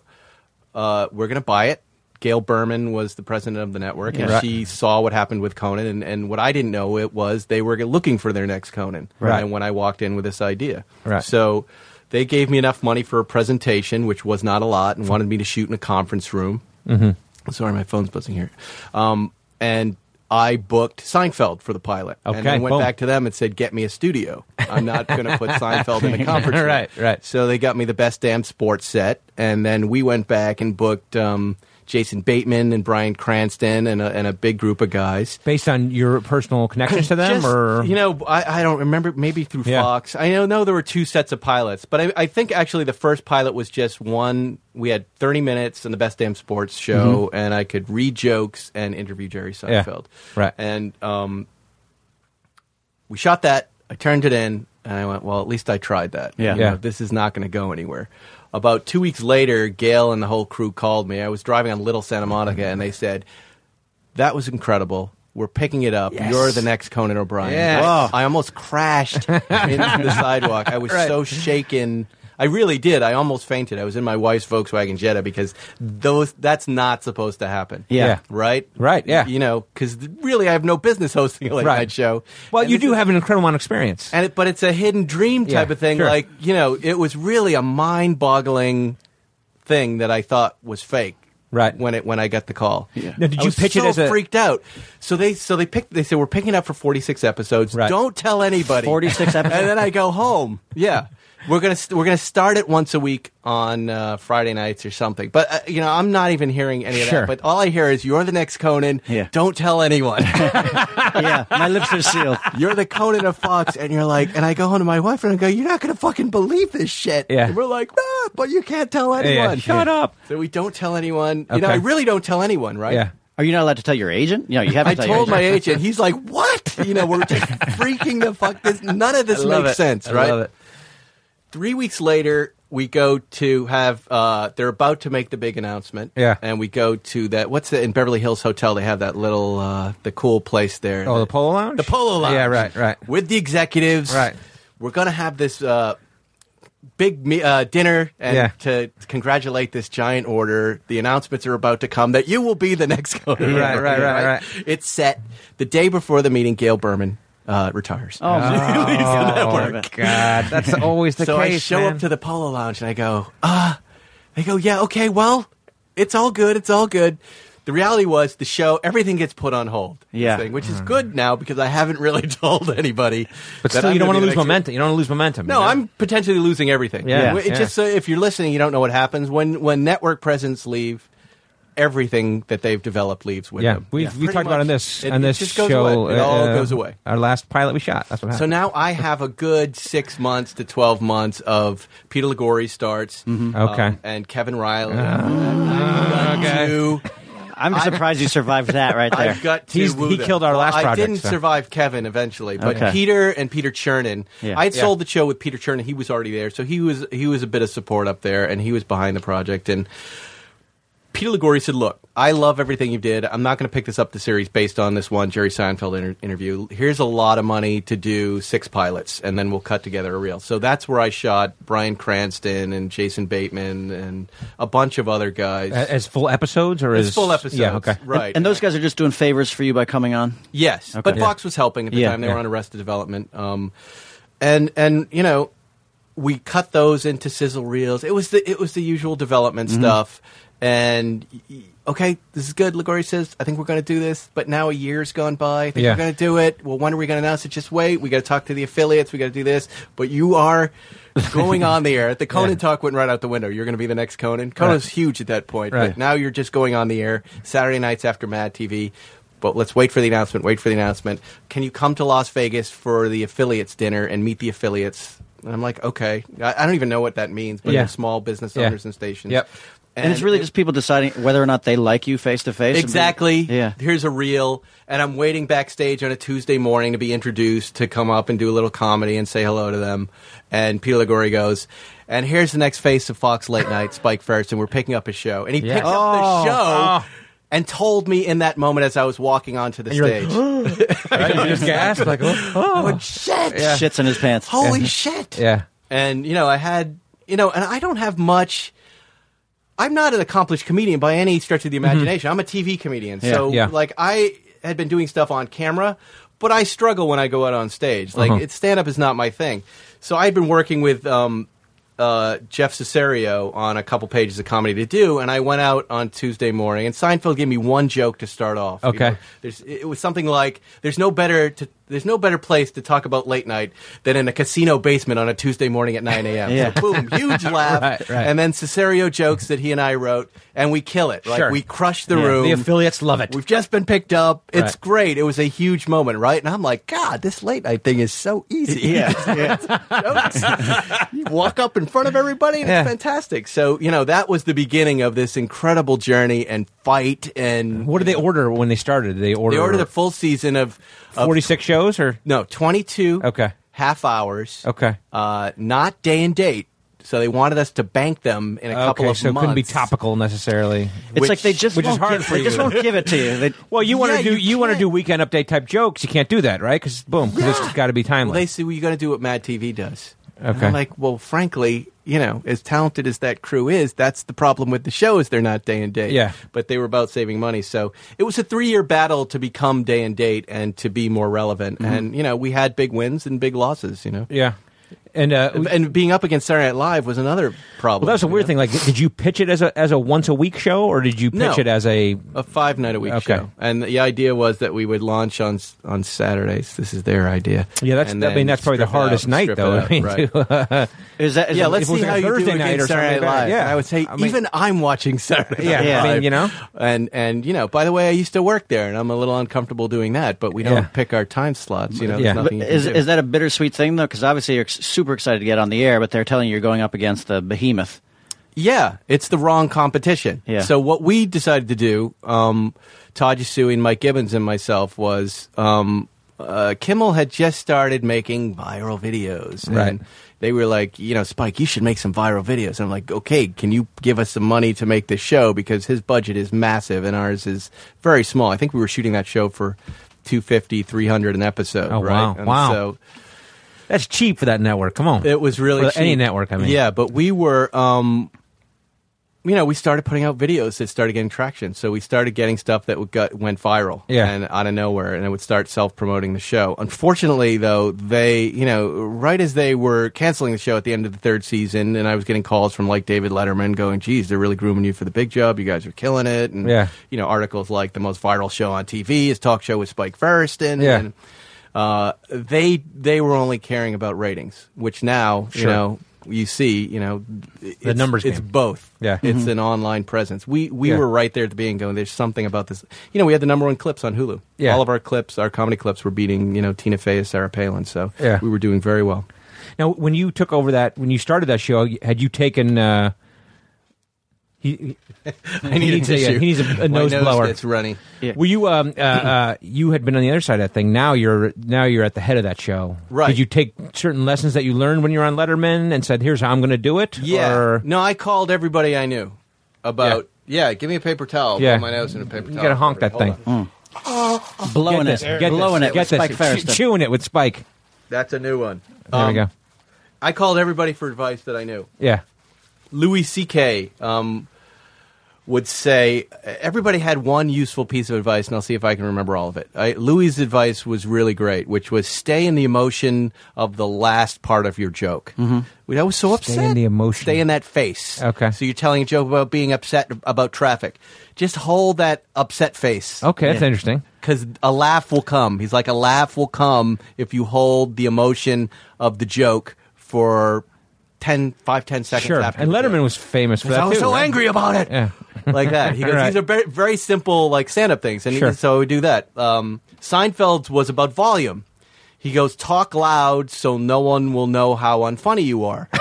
[SPEAKER 6] uh, "We're going to buy it." Gail Berman was the president of the network, and
[SPEAKER 1] Right.
[SPEAKER 6] she saw what happened with Conan. And, and what I didn't know it was they were looking for their next Conan.
[SPEAKER 1] Right.
[SPEAKER 6] And when I walked in with this idea,
[SPEAKER 1] Right.
[SPEAKER 6] so they gave me enough money for a presentation, which was not a lot, and wanted me to shoot in a conference room. Mm-hmm. Sorry, my phone's buzzing here. Um, and I booked Seinfeld for the pilot, and
[SPEAKER 1] Okay,
[SPEAKER 6] I went
[SPEAKER 1] boom.
[SPEAKER 6] back to them and said, "Get me a studio. I'm not going to put Seinfeld in a conference room."
[SPEAKER 1] Right, right.
[SPEAKER 6] So they got me the best damn sports set, and then we went back and booked um, Jason Bateman and Brian Cranston and a, and a big group of guys.
[SPEAKER 1] Based on your personal connections to them,
[SPEAKER 6] Just,
[SPEAKER 1] or
[SPEAKER 6] you know, I, I don't remember. Maybe through
[SPEAKER 1] Yeah.
[SPEAKER 6] Fox. I know, know there were two sets of pilots, but I, I think actually the first pilot was just one. We had 30 minutes and the best damn sports show, and I could read jokes and interview Jerry
[SPEAKER 1] Mm-hmm. Yeah.
[SPEAKER 6] Seinfeld.
[SPEAKER 1] Right.
[SPEAKER 6] And um, we shot that. I turned it in, and I went, well, at least I tried that.
[SPEAKER 7] Yeah.
[SPEAKER 6] You know,
[SPEAKER 1] Yeah.
[SPEAKER 6] this is not going to go anywhere. About two weeks later, Gail and the whole crew called me. I was driving on Little Santa Monica, and they said, that was incredible. We're picking it up. You're the next Conan O'Brien.
[SPEAKER 1] Yes.
[SPEAKER 6] I, I almost crashed into the sidewalk. I was so shaken. I really did. I almost fainted. I was in my wife's Volkswagen Jetta because those that's not supposed to happen.
[SPEAKER 7] Yeah.
[SPEAKER 1] Yeah.
[SPEAKER 6] Right?
[SPEAKER 1] Right, yeah.
[SPEAKER 6] You know, because really I have no business hosting a late
[SPEAKER 1] Right.
[SPEAKER 6] night show.
[SPEAKER 1] Well,
[SPEAKER 6] And
[SPEAKER 1] you
[SPEAKER 6] this
[SPEAKER 1] do
[SPEAKER 6] is-
[SPEAKER 1] have an incredible amount of experience.
[SPEAKER 6] and it, but it's a hidden dream type
[SPEAKER 1] Yeah,
[SPEAKER 6] of thing.
[SPEAKER 1] sure.
[SPEAKER 6] Like you know, it was really a mind-boggling thing that I thought was fake.
[SPEAKER 1] Right.
[SPEAKER 6] when it when I got the call.
[SPEAKER 7] Yeah.
[SPEAKER 1] Now, did
[SPEAKER 6] I
[SPEAKER 1] you
[SPEAKER 6] was
[SPEAKER 1] pitch it
[SPEAKER 6] so
[SPEAKER 1] as a-
[SPEAKER 6] freaked out? So they so they picked. They said we're picking up for forty six episodes.
[SPEAKER 1] Right.
[SPEAKER 6] Don't tell anybody.
[SPEAKER 7] 46 episodes.
[SPEAKER 6] And then I go home. Yeah. We're gonna st- we're gonna start it once a week on uh, Friday nights or something, but uh, you know I'm not even hearing any of
[SPEAKER 1] Sure.
[SPEAKER 6] that. But all I hear is you're the next Conan.
[SPEAKER 7] Yeah.
[SPEAKER 6] Don't tell anyone.
[SPEAKER 7] yeah, my lips are sealed.
[SPEAKER 6] you're the Conan of Fox, and you're like, and I go home to my wife and I go, you're not gonna fucking believe this shit.
[SPEAKER 1] Yeah.
[SPEAKER 6] And we're like, ah, but you can't tell anyone.
[SPEAKER 1] shut up.
[SPEAKER 6] So we don't tell anyone. You know,
[SPEAKER 1] Okay.
[SPEAKER 6] I really don't tell anyone, right?
[SPEAKER 1] Yeah.
[SPEAKER 7] Are you not allowed to tell your agent? No, you have to
[SPEAKER 6] I
[SPEAKER 7] tell your
[SPEAKER 6] told
[SPEAKER 7] agent.
[SPEAKER 6] my agent. He's like, "What? You know, we're just freaking the fuck. This none of this makes sense, right?" Three weeks later, we go to have. Uh, they're about to make the big announcement.
[SPEAKER 1] Yeah.
[SPEAKER 6] and we go to that. What's the in Beverly Hills Hotel? They have that little, uh, the cool place there.
[SPEAKER 1] Oh, the polo lounge.
[SPEAKER 6] The Polo Lounge.
[SPEAKER 1] Yeah, right, right.
[SPEAKER 6] With the executives.
[SPEAKER 1] Right.
[SPEAKER 6] We're going to have this uh, big me- uh, dinner and
[SPEAKER 1] Yeah.
[SPEAKER 6] to congratulate this giant order. The announcements are about to come that you will be the next coder.
[SPEAKER 1] Right, right, right, right.
[SPEAKER 6] It's set. The day before the meeting, Gail Berman uh, retires.
[SPEAKER 7] Oh,
[SPEAKER 1] Oh my God, that's always the
[SPEAKER 6] so
[SPEAKER 1] case.
[SPEAKER 6] I show
[SPEAKER 1] man.
[SPEAKER 6] up to the Polo "Uh," Lounge and I go, ah. They go, yeah, okay, well, it's all good. It's all good. The The reality was the show, everything gets put on hold. this
[SPEAKER 7] Yeah.
[SPEAKER 6] thing, which is good now because I haven't really told anybody.
[SPEAKER 1] Hmm. But
[SPEAKER 6] that
[SPEAKER 1] still,
[SPEAKER 6] I'm
[SPEAKER 1] you don't want
[SPEAKER 6] gonna
[SPEAKER 1] to
[SPEAKER 6] be the
[SPEAKER 1] lose
[SPEAKER 6] next-
[SPEAKER 1] momentum. You don't want to lose momentum.
[SPEAKER 6] No,
[SPEAKER 1] you know?
[SPEAKER 6] I'm potentially losing everything.
[SPEAKER 1] Yeah,
[SPEAKER 6] It
[SPEAKER 1] yeah.
[SPEAKER 6] just uh, if you're listening, you don't know what happens when when network presence leave. Everything that they've developed leaves with
[SPEAKER 1] Yeah,
[SPEAKER 6] them.
[SPEAKER 1] we
[SPEAKER 6] Yeah.
[SPEAKER 1] we
[SPEAKER 6] Pretty
[SPEAKER 1] talked about
[SPEAKER 6] much.
[SPEAKER 1] on this
[SPEAKER 6] It-
[SPEAKER 1] on
[SPEAKER 6] it
[SPEAKER 1] this
[SPEAKER 6] just goes
[SPEAKER 1] show. uh,
[SPEAKER 6] away. It all goes away.
[SPEAKER 1] Our last pilot we shot. That's what
[SPEAKER 6] So
[SPEAKER 1] happened.
[SPEAKER 6] now I have a good six months to twelve months of Peter Lagori starts,
[SPEAKER 1] Mm-hmm.
[SPEAKER 6] um,
[SPEAKER 1] Okay. Ah.
[SPEAKER 6] and Kevin Riley.
[SPEAKER 1] okay.
[SPEAKER 6] Two.
[SPEAKER 7] I'm surprised you survived that right there.
[SPEAKER 6] I've got to
[SPEAKER 1] He's-
[SPEAKER 6] woo
[SPEAKER 1] he
[SPEAKER 6] them.
[SPEAKER 1] killed our
[SPEAKER 6] Well,
[SPEAKER 1] last
[SPEAKER 6] I
[SPEAKER 1] project,
[SPEAKER 6] didn't
[SPEAKER 1] so.
[SPEAKER 6] survive Kevin eventually, but
[SPEAKER 7] Okay.
[SPEAKER 6] Peter and Peter Chernin.
[SPEAKER 7] Yeah.
[SPEAKER 6] I'd
[SPEAKER 1] Yeah.
[SPEAKER 6] sold the show with Peter Chernin. He was already there, so he was he was a bit of support up there, and he was behind the project. And Peter Ligori said, "Look, I love everything you did. I'm not going to pick this up the series based on this one Jerry Seinfeld inter- interview. Here's a lot of money to do six pilots, and then we'll cut together a reel." So that's where I shot Brian Cranston and Jason Bateman and a bunch of other guys.
[SPEAKER 1] A- as full episodes or
[SPEAKER 6] As
[SPEAKER 1] as
[SPEAKER 6] full episodes,
[SPEAKER 1] Yeah. Okay.
[SPEAKER 6] right?
[SPEAKER 7] And those guys are just doing favors for you by coming on.
[SPEAKER 6] Yes, but
[SPEAKER 7] Yeah.
[SPEAKER 6] Fox was helping at the
[SPEAKER 7] Yeah,
[SPEAKER 6] time. They
[SPEAKER 1] yeah.
[SPEAKER 6] were on Arrested Development, um, and and you know, we cut those into sizzle reels. It was the it was the usual development
[SPEAKER 1] Mm-hmm.
[SPEAKER 6] stuff. And y- y- okay, this is good. Ligori says, "I think we're going to do this." But now a year's gone by. I think
[SPEAKER 1] Yeah.
[SPEAKER 6] we're going to do it. Well, when are we going to announce it? Just wait. We got to talk to the affiliates. We got to do this. But you are going on the air. The Conan
[SPEAKER 1] Yeah.
[SPEAKER 6] talk went right out the window. You're going to be the next Conan. Conan was huge at that point.
[SPEAKER 1] Right.
[SPEAKER 6] But now you're just going on the air Saturday nights after Mad TV. But let's wait for the announcement. Wait for the announcement. Can you come to Las Vegas for the affiliates dinner and meet the affiliates? And I'm like, okay. I, I don't even know what that means, but
[SPEAKER 1] Yeah.
[SPEAKER 6] they're small business
[SPEAKER 1] Yeah.
[SPEAKER 6] owners and stations.
[SPEAKER 1] Yep.
[SPEAKER 7] And, it's really
[SPEAKER 6] it-
[SPEAKER 7] just people deciding whether or not they like you face to face. and be-
[SPEAKER 6] Exactly.
[SPEAKER 7] Yeah.
[SPEAKER 6] Here's a reel, and I'm waiting backstage on a Tuesday morning to be introduced to come up and do a little comedy and say hello to them. And Peter Lagori goes, and here's the next face of Fox Late Night, Spike Ferris, and we're picking up his show. And he
[SPEAKER 1] Yeah.
[SPEAKER 6] picked up
[SPEAKER 1] Oh.
[SPEAKER 6] the show
[SPEAKER 1] Oh.
[SPEAKER 6] and told me in that moment as I was walking onto the
[SPEAKER 1] you're like,
[SPEAKER 6] stage,
[SPEAKER 1] Right? You're just gasped like oh, oh.
[SPEAKER 6] shit,
[SPEAKER 1] Yeah.
[SPEAKER 7] Shits in his pants.
[SPEAKER 6] holy shit.
[SPEAKER 1] yeah.
[SPEAKER 6] And you know, I had you know, and I don't have much. I'm not an accomplished comedian by any stretch of the imagination. I'm a TV comedian, so
[SPEAKER 1] Mm-hmm. Yeah.
[SPEAKER 6] like I had been doing stuff on camera, but I struggle when I go out on stage. Like
[SPEAKER 1] Uh-huh.
[SPEAKER 6] it's stand up is not my thing. So I'd been working with um, uh, Jeff Cesario on a couple pages of comedy to do, and I went out on Tuesday morning, and Seinfeld gave me one joke to start off. you
[SPEAKER 1] Okay.
[SPEAKER 6] know. There's, it was something like there's no better to, there's no better place to talk about late night than in a casino basement on a Tuesday morning at 9 a.m.
[SPEAKER 7] Yeah.
[SPEAKER 6] So boom, huge laugh,
[SPEAKER 1] Right, right.
[SPEAKER 6] and then Cesario jokes that he and I wrote, and we kill it. Like
[SPEAKER 1] Sure.
[SPEAKER 6] we crush the
[SPEAKER 7] Yeah.
[SPEAKER 6] room.
[SPEAKER 1] The affiliates love it.
[SPEAKER 6] We've just been picked up. It's
[SPEAKER 1] Right.
[SPEAKER 6] great. It was a huge moment, right? And I'm like, God, this late night thing is so easy.
[SPEAKER 7] Yeah.
[SPEAKER 6] Jokes. you walk up in front of everybody, and
[SPEAKER 1] Yeah.
[SPEAKER 6] it's fantastic. So you know that was the beginning of this incredible journey and fight. And
[SPEAKER 1] What did they order when they started? Did they order
[SPEAKER 6] they ordered a full season of, of
[SPEAKER 1] forty six shows or
[SPEAKER 6] no, 22
[SPEAKER 1] Okay.
[SPEAKER 6] half hours.
[SPEAKER 1] Okay.
[SPEAKER 6] Uh, not day and date. So they wanted us to bank them in a couple
[SPEAKER 1] okay,
[SPEAKER 6] of
[SPEAKER 1] so it
[SPEAKER 6] months.
[SPEAKER 1] couldn't be topical necessarily.
[SPEAKER 7] It's
[SPEAKER 6] Which-
[SPEAKER 7] like they just
[SPEAKER 1] which is
[SPEAKER 7] won't
[SPEAKER 1] hard
[SPEAKER 7] give,
[SPEAKER 1] for
[SPEAKER 7] they just
[SPEAKER 1] you.
[SPEAKER 7] won't give it to you. They,
[SPEAKER 1] Well, you want to
[SPEAKER 6] Yeah,
[SPEAKER 1] do
[SPEAKER 6] you
[SPEAKER 1] you, want to
[SPEAKER 6] can't.
[SPEAKER 1] do weekend update type jokes. You can't do that, right? Because boom, 'cause it's got to be
[SPEAKER 6] Well, they
[SPEAKER 1] timely.
[SPEAKER 6] said, well, you got to do what Mad TV does. And
[SPEAKER 1] Okay.
[SPEAKER 6] I'm like, well, frankly, you know, as talented as that crew is, that's the problem with the show is they're not day and date.
[SPEAKER 1] Yeah.
[SPEAKER 6] But they were about saving money. So it was a three-year battle to become day and date and to be more relevant.
[SPEAKER 1] Mm-hmm.
[SPEAKER 6] And, you know, we had big wins and big losses, you know.
[SPEAKER 1] yeah, and uh, well,
[SPEAKER 6] And being up against Saturday Night Live was another problem.
[SPEAKER 1] that was a
[SPEAKER 6] you
[SPEAKER 1] weird
[SPEAKER 6] know?
[SPEAKER 1] thing. Like, did you pitch it as a as a once a week show, or did you pitch
[SPEAKER 6] No.
[SPEAKER 1] it as a
[SPEAKER 6] a five night a week
[SPEAKER 1] Okay.
[SPEAKER 6] show, and the idea was that we would launch on s- on Saturdays. This is their idea.
[SPEAKER 1] Yeah, that's-
[SPEAKER 6] And
[SPEAKER 1] I mean,
[SPEAKER 6] then
[SPEAKER 1] that's probably the
[SPEAKER 6] strip it
[SPEAKER 1] hardest
[SPEAKER 6] out,
[SPEAKER 1] night,
[SPEAKER 6] strip
[SPEAKER 1] though.
[SPEAKER 6] it
[SPEAKER 1] I mean,
[SPEAKER 6] out, right.
[SPEAKER 7] is that, is
[SPEAKER 6] yeah,
[SPEAKER 7] that-
[SPEAKER 6] let's
[SPEAKER 1] if it was
[SPEAKER 6] see
[SPEAKER 1] a
[SPEAKER 6] how you
[SPEAKER 1] Thursday
[SPEAKER 6] do
[SPEAKER 1] night
[SPEAKER 6] against
[SPEAKER 1] or
[SPEAKER 6] Saturday Night
[SPEAKER 1] something like that,
[SPEAKER 6] Live.
[SPEAKER 1] yeah.
[SPEAKER 6] And I would say
[SPEAKER 1] I mean-
[SPEAKER 6] even I'm watching Saturday.
[SPEAKER 1] Yeah,
[SPEAKER 6] Night
[SPEAKER 1] I mean,
[SPEAKER 6] Live.
[SPEAKER 1] you know.
[SPEAKER 6] and and you know. By the way, I used to work there, and I'm a little uncomfortable doing that. But we don't
[SPEAKER 1] Yeah.
[SPEAKER 6] pick our time slots. You know,
[SPEAKER 1] Yeah.
[SPEAKER 6] there's nothing you can
[SPEAKER 7] is,
[SPEAKER 6] do.
[SPEAKER 7] is that a bittersweet thing though? Because obviously you're ex- super excited to get on the air, but they're telling you you're going up against the behemoth.
[SPEAKER 6] Yeah, it's the wrong competition.
[SPEAKER 7] Yeah.
[SPEAKER 6] So what we decided to do, um, Todd Yasui and Mike Gibbons and myself, was um, uh, Kimmel had just started making viral videos. And
[SPEAKER 1] Right.
[SPEAKER 6] They were like, you know, Spike, you should make some viral videos. And I'm like, okay, can you give us some money to make this show because his budget is massive and ours is very small. I think we were shooting that show for 250, 300 an episode.
[SPEAKER 1] Oh,
[SPEAKER 6] right?
[SPEAKER 1] wow.
[SPEAKER 6] And
[SPEAKER 1] Wow.
[SPEAKER 6] So
[SPEAKER 1] That's cheap for that network. Come on,
[SPEAKER 6] it was really
[SPEAKER 1] For any
[SPEAKER 6] cheap.
[SPEAKER 1] network. I mean,
[SPEAKER 6] yeah, but we were um, you know, we started putting out videos that started getting traction. So we started getting stuff that would got, went viral
[SPEAKER 1] Yeah.
[SPEAKER 6] and out of nowhere, and it would start self promoting the show. Unfortunately, though, they, you know, right as they were canceling the show at the end of the third season, and I was getting calls from like David Letterman going, geez, they're really grooming you for the big job. You guys are killing it. And,
[SPEAKER 1] Yeah.
[SPEAKER 6] you know, articles like the most viral show on TV is Talk Show with Spike Ferriston.
[SPEAKER 1] Yeah.
[SPEAKER 6] And, uh, they they were only caring about ratings, which now you
[SPEAKER 1] Sure.
[SPEAKER 6] know you see you know it's,
[SPEAKER 1] numbers
[SPEAKER 6] It's
[SPEAKER 1] game.
[SPEAKER 6] both.
[SPEAKER 1] Yeah. Mm-hmm.
[SPEAKER 6] it's an online presence. We we
[SPEAKER 1] Yeah.
[SPEAKER 6] were right there at the beginning going. There's something about this. You know, we had the number one clips on Hulu.
[SPEAKER 1] Yeah.
[SPEAKER 6] all of our clips, our comedy clips, were beating you know Tina Fey and Sarah Palin. So
[SPEAKER 1] Yeah.
[SPEAKER 6] we were doing very well.
[SPEAKER 1] Now, when you took over that, when you started that show, had you taken? Uh, he,
[SPEAKER 6] I
[SPEAKER 1] need a tissue. My nose gets
[SPEAKER 6] It's runny.
[SPEAKER 7] Yeah.
[SPEAKER 1] Were you? Um, uh, uh, you had been on the other side of that thing. Now you're now you're at the head of that show.
[SPEAKER 6] Right.
[SPEAKER 1] Did you take certain lessons that you learned when you were on Letterman and said, "Here's how I'm going to do it"?
[SPEAKER 6] Yeah.
[SPEAKER 1] Or
[SPEAKER 6] No, I called everybody I knew about. Yeah, give me a paper towel.
[SPEAKER 1] Yeah.
[SPEAKER 6] Put my nose in a paper
[SPEAKER 1] you
[SPEAKER 6] towel.
[SPEAKER 1] got to honk that
[SPEAKER 6] Hold
[SPEAKER 1] thing.
[SPEAKER 6] on.
[SPEAKER 7] blowing
[SPEAKER 1] Get this,
[SPEAKER 7] it,
[SPEAKER 1] get
[SPEAKER 7] blowing
[SPEAKER 1] this,
[SPEAKER 7] it,
[SPEAKER 1] get
[SPEAKER 7] with
[SPEAKER 1] this,
[SPEAKER 7] Spike
[SPEAKER 1] Che-
[SPEAKER 7] Ferriston.
[SPEAKER 1] chewing it with Spike.
[SPEAKER 6] That's a new one.
[SPEAKER 1] There we
[SPEAKER 6] Um,
[SPEAKER 1] go.
[SPEAKER 6] I called everybody for advice that I knew.
[SPEAKER 1] Yeah.
[SPEAKER 6] Louis C.K. Um, would say everybody had one useful piece of advice, and I'll see if I can remember all of it. I, Louis's advice was really great, which was stay in the emotion of the last part of your joke. Mm-hmm. I was so upset.
[SPEAKER 1] in the emotion.
[SPEAKER 6] Stay in that face.
[SPEAKER 1] Okay.
[SPEAKER 6] So you're telling a joke about being upset about traffic. Just hold that upset face
[SPEAKER 1] Okay, that's interesting.
[SPEAKER 6] because a laugh will come. He's like, a laugh will come if you hold the emotion of the joke for 10, 5, 10 seconds
[SPEAKER 1] Sure.
[SPEAKER 6] after.
[SPEAKER 1] And
[SPEAKER 6] the
[SPEAKER 1] Letterman
[SPEAKER 6] joke.
[SPEAKER 1] was famous for
[SPEAKER 6] I
[SPEAKER 1] that.
[SPEAKER 6] was
[SPEAKER 1] too,
[SPEAKER 6] so
[SPEAKER 1] right?
[SPEAKER 6] angry about it.
[SPEAKER 1] Yeah.
[SPEAKER 6] Like that. He goes,
[SPEAKER 1] Right.
[SPEAKER 6] these are very, very simple, like stand up things. And
[SPEAKER 1] Sure.
[SPEAKER 6] so I would do that. Um, Seinfeld's was about volume. He goes, talk loud so no one will know how unfunny you are.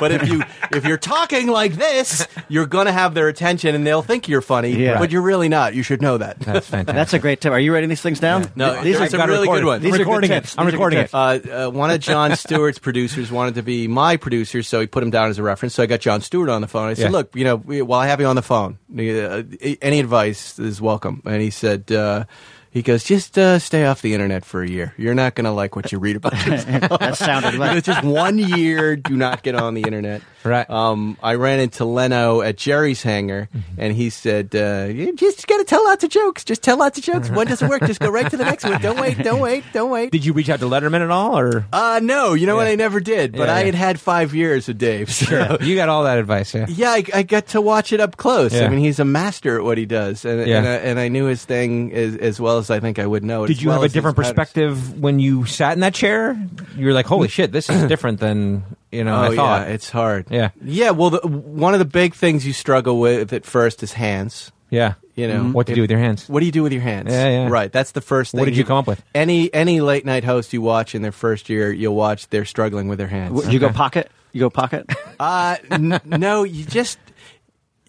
[SPEAKER 6] but if you if you're talking like this, you're gonna have their attention and they'll think you're funny,
[SPEAKER 7] Yeah.
[SPEAKER 6] but you're really not. You should know that.
[SPEAKER 1] That's fantastic.
[SPEAKER 7] That's a great tip. Are you writing these things down?
[SPEAKER 6] No,
[SPEAKER 7] these
[SPEAKER 6] I've
[SPEAKER 7] are
[SPEAKER 6] got a really
[SPEAKER 1] record
[SPEAKER 6] good
[SPEAKER 1] it.
[SPEAKER 6] one.
[SPEAKER 1] I'm
[SPEAKER 7] These are good
[SPEAKER 1] recording it.
[SPEAKER 7] tips.
[SPEAKER 1] I'm
[SPEAKER 7] These are good
[SPEAKER 1] recording it.
[SPEAKER 7] tips.
[SPEAKER 6] Uh, uh, one of John Stewart's producers wanted to be my producer, so he put him down as a reference. So I got John Stewart on the phone. I said,
[SPEAKER 1] Yeah.
[SPEAKER 6] "Look, you know, we, while I have you on the phone, uh, any advice is welcome." And he said, uh, "He goes, just uh, stay off the internet for a year. You're not going to like what you read about yourself."
[SPEAKER 7] that sounded
[SPEAKER 6] It was
[SPEAKER 7] like
[SPEAKER 6] just one year. Do not get on the internet.
[SPEAKER 1] Right.
[SPEAKER 6] Um, I ran into Leno at Jerry's hangar,
[SPEAKER 1] Mm-hmm.
[SPEAKER 6] and he said, uh, "You just got to tell lots of jokes. Just tell lots of jokes. One doesn't work. Just go right to the next one. Don't wait. Don't wait. Don't wait."
[SPEAKER 1] Did you reach out to Letterman at all, or
[SPEAKER 6] Uh, no, you know what?
[SPEAKER 1] Yeah.
[SPEAKER 6] I never did, but
[SPEAKER 1] Yeah,
[SPEAKER 6] I
[SPEAKER 1] yeah.
[SPEAKER 6] had had five years with Dave. So.
[SPEAKER 1] you got all that advice? Yeah.
[SPEAKER 6] Yeah, I, I got to watch it up close.
[SPEAKER 1] Yeah.
[SPEAKER 6] I mean, he's a master at what he does, and
[SPEAKER 1] Yeah.
[SPEAKER 6] and, I, and I knew his thing as, as well as I think I would know. it,
[SPEAKER 1] Did
[SPEAKER 6] as
[SPEAKER 1] you
[SPEAKER 6] well
[SPEAKER 1] have a
[SPEAKER 6] as his
[SPEAKER 1] different
[SPEAKER 6] patterns.
[SPEAKER 1] perspective when you sat in that chair? You were like, "Holy shit, this is different than you know."
[SPEAKER 6] Oh
[SPEAKER 1] I thought.
[SPEAKER 6] yeah, it's hard.
[SPEAKER 1] Yeah.
[SPEAKER 6] yeah. Well, the, one of the big things you struggle with at first is hands.
[SPEAKER 1] yeah,
[SPEAKER 6] You know
[SPEAKER 1] Mm-hmm. what to
[SPEAKER 6] If-
[SPEAKER 1] do with your hands?
[SPEAKER 6] What do you do with your hands?
[SPEAKER 1] Yeah, yeah.
[SPEAKER 6] Right. That's the first thing.
[SPEAKER 1] What did you come up with?
[SPEAKER 6] Any any late night host you watch in their first year, you'll watch they're struggling with their hands.
[SPEAKER 7] you go pocket. You go pocket.
[SPEAKER 6] Uh, n- no, you just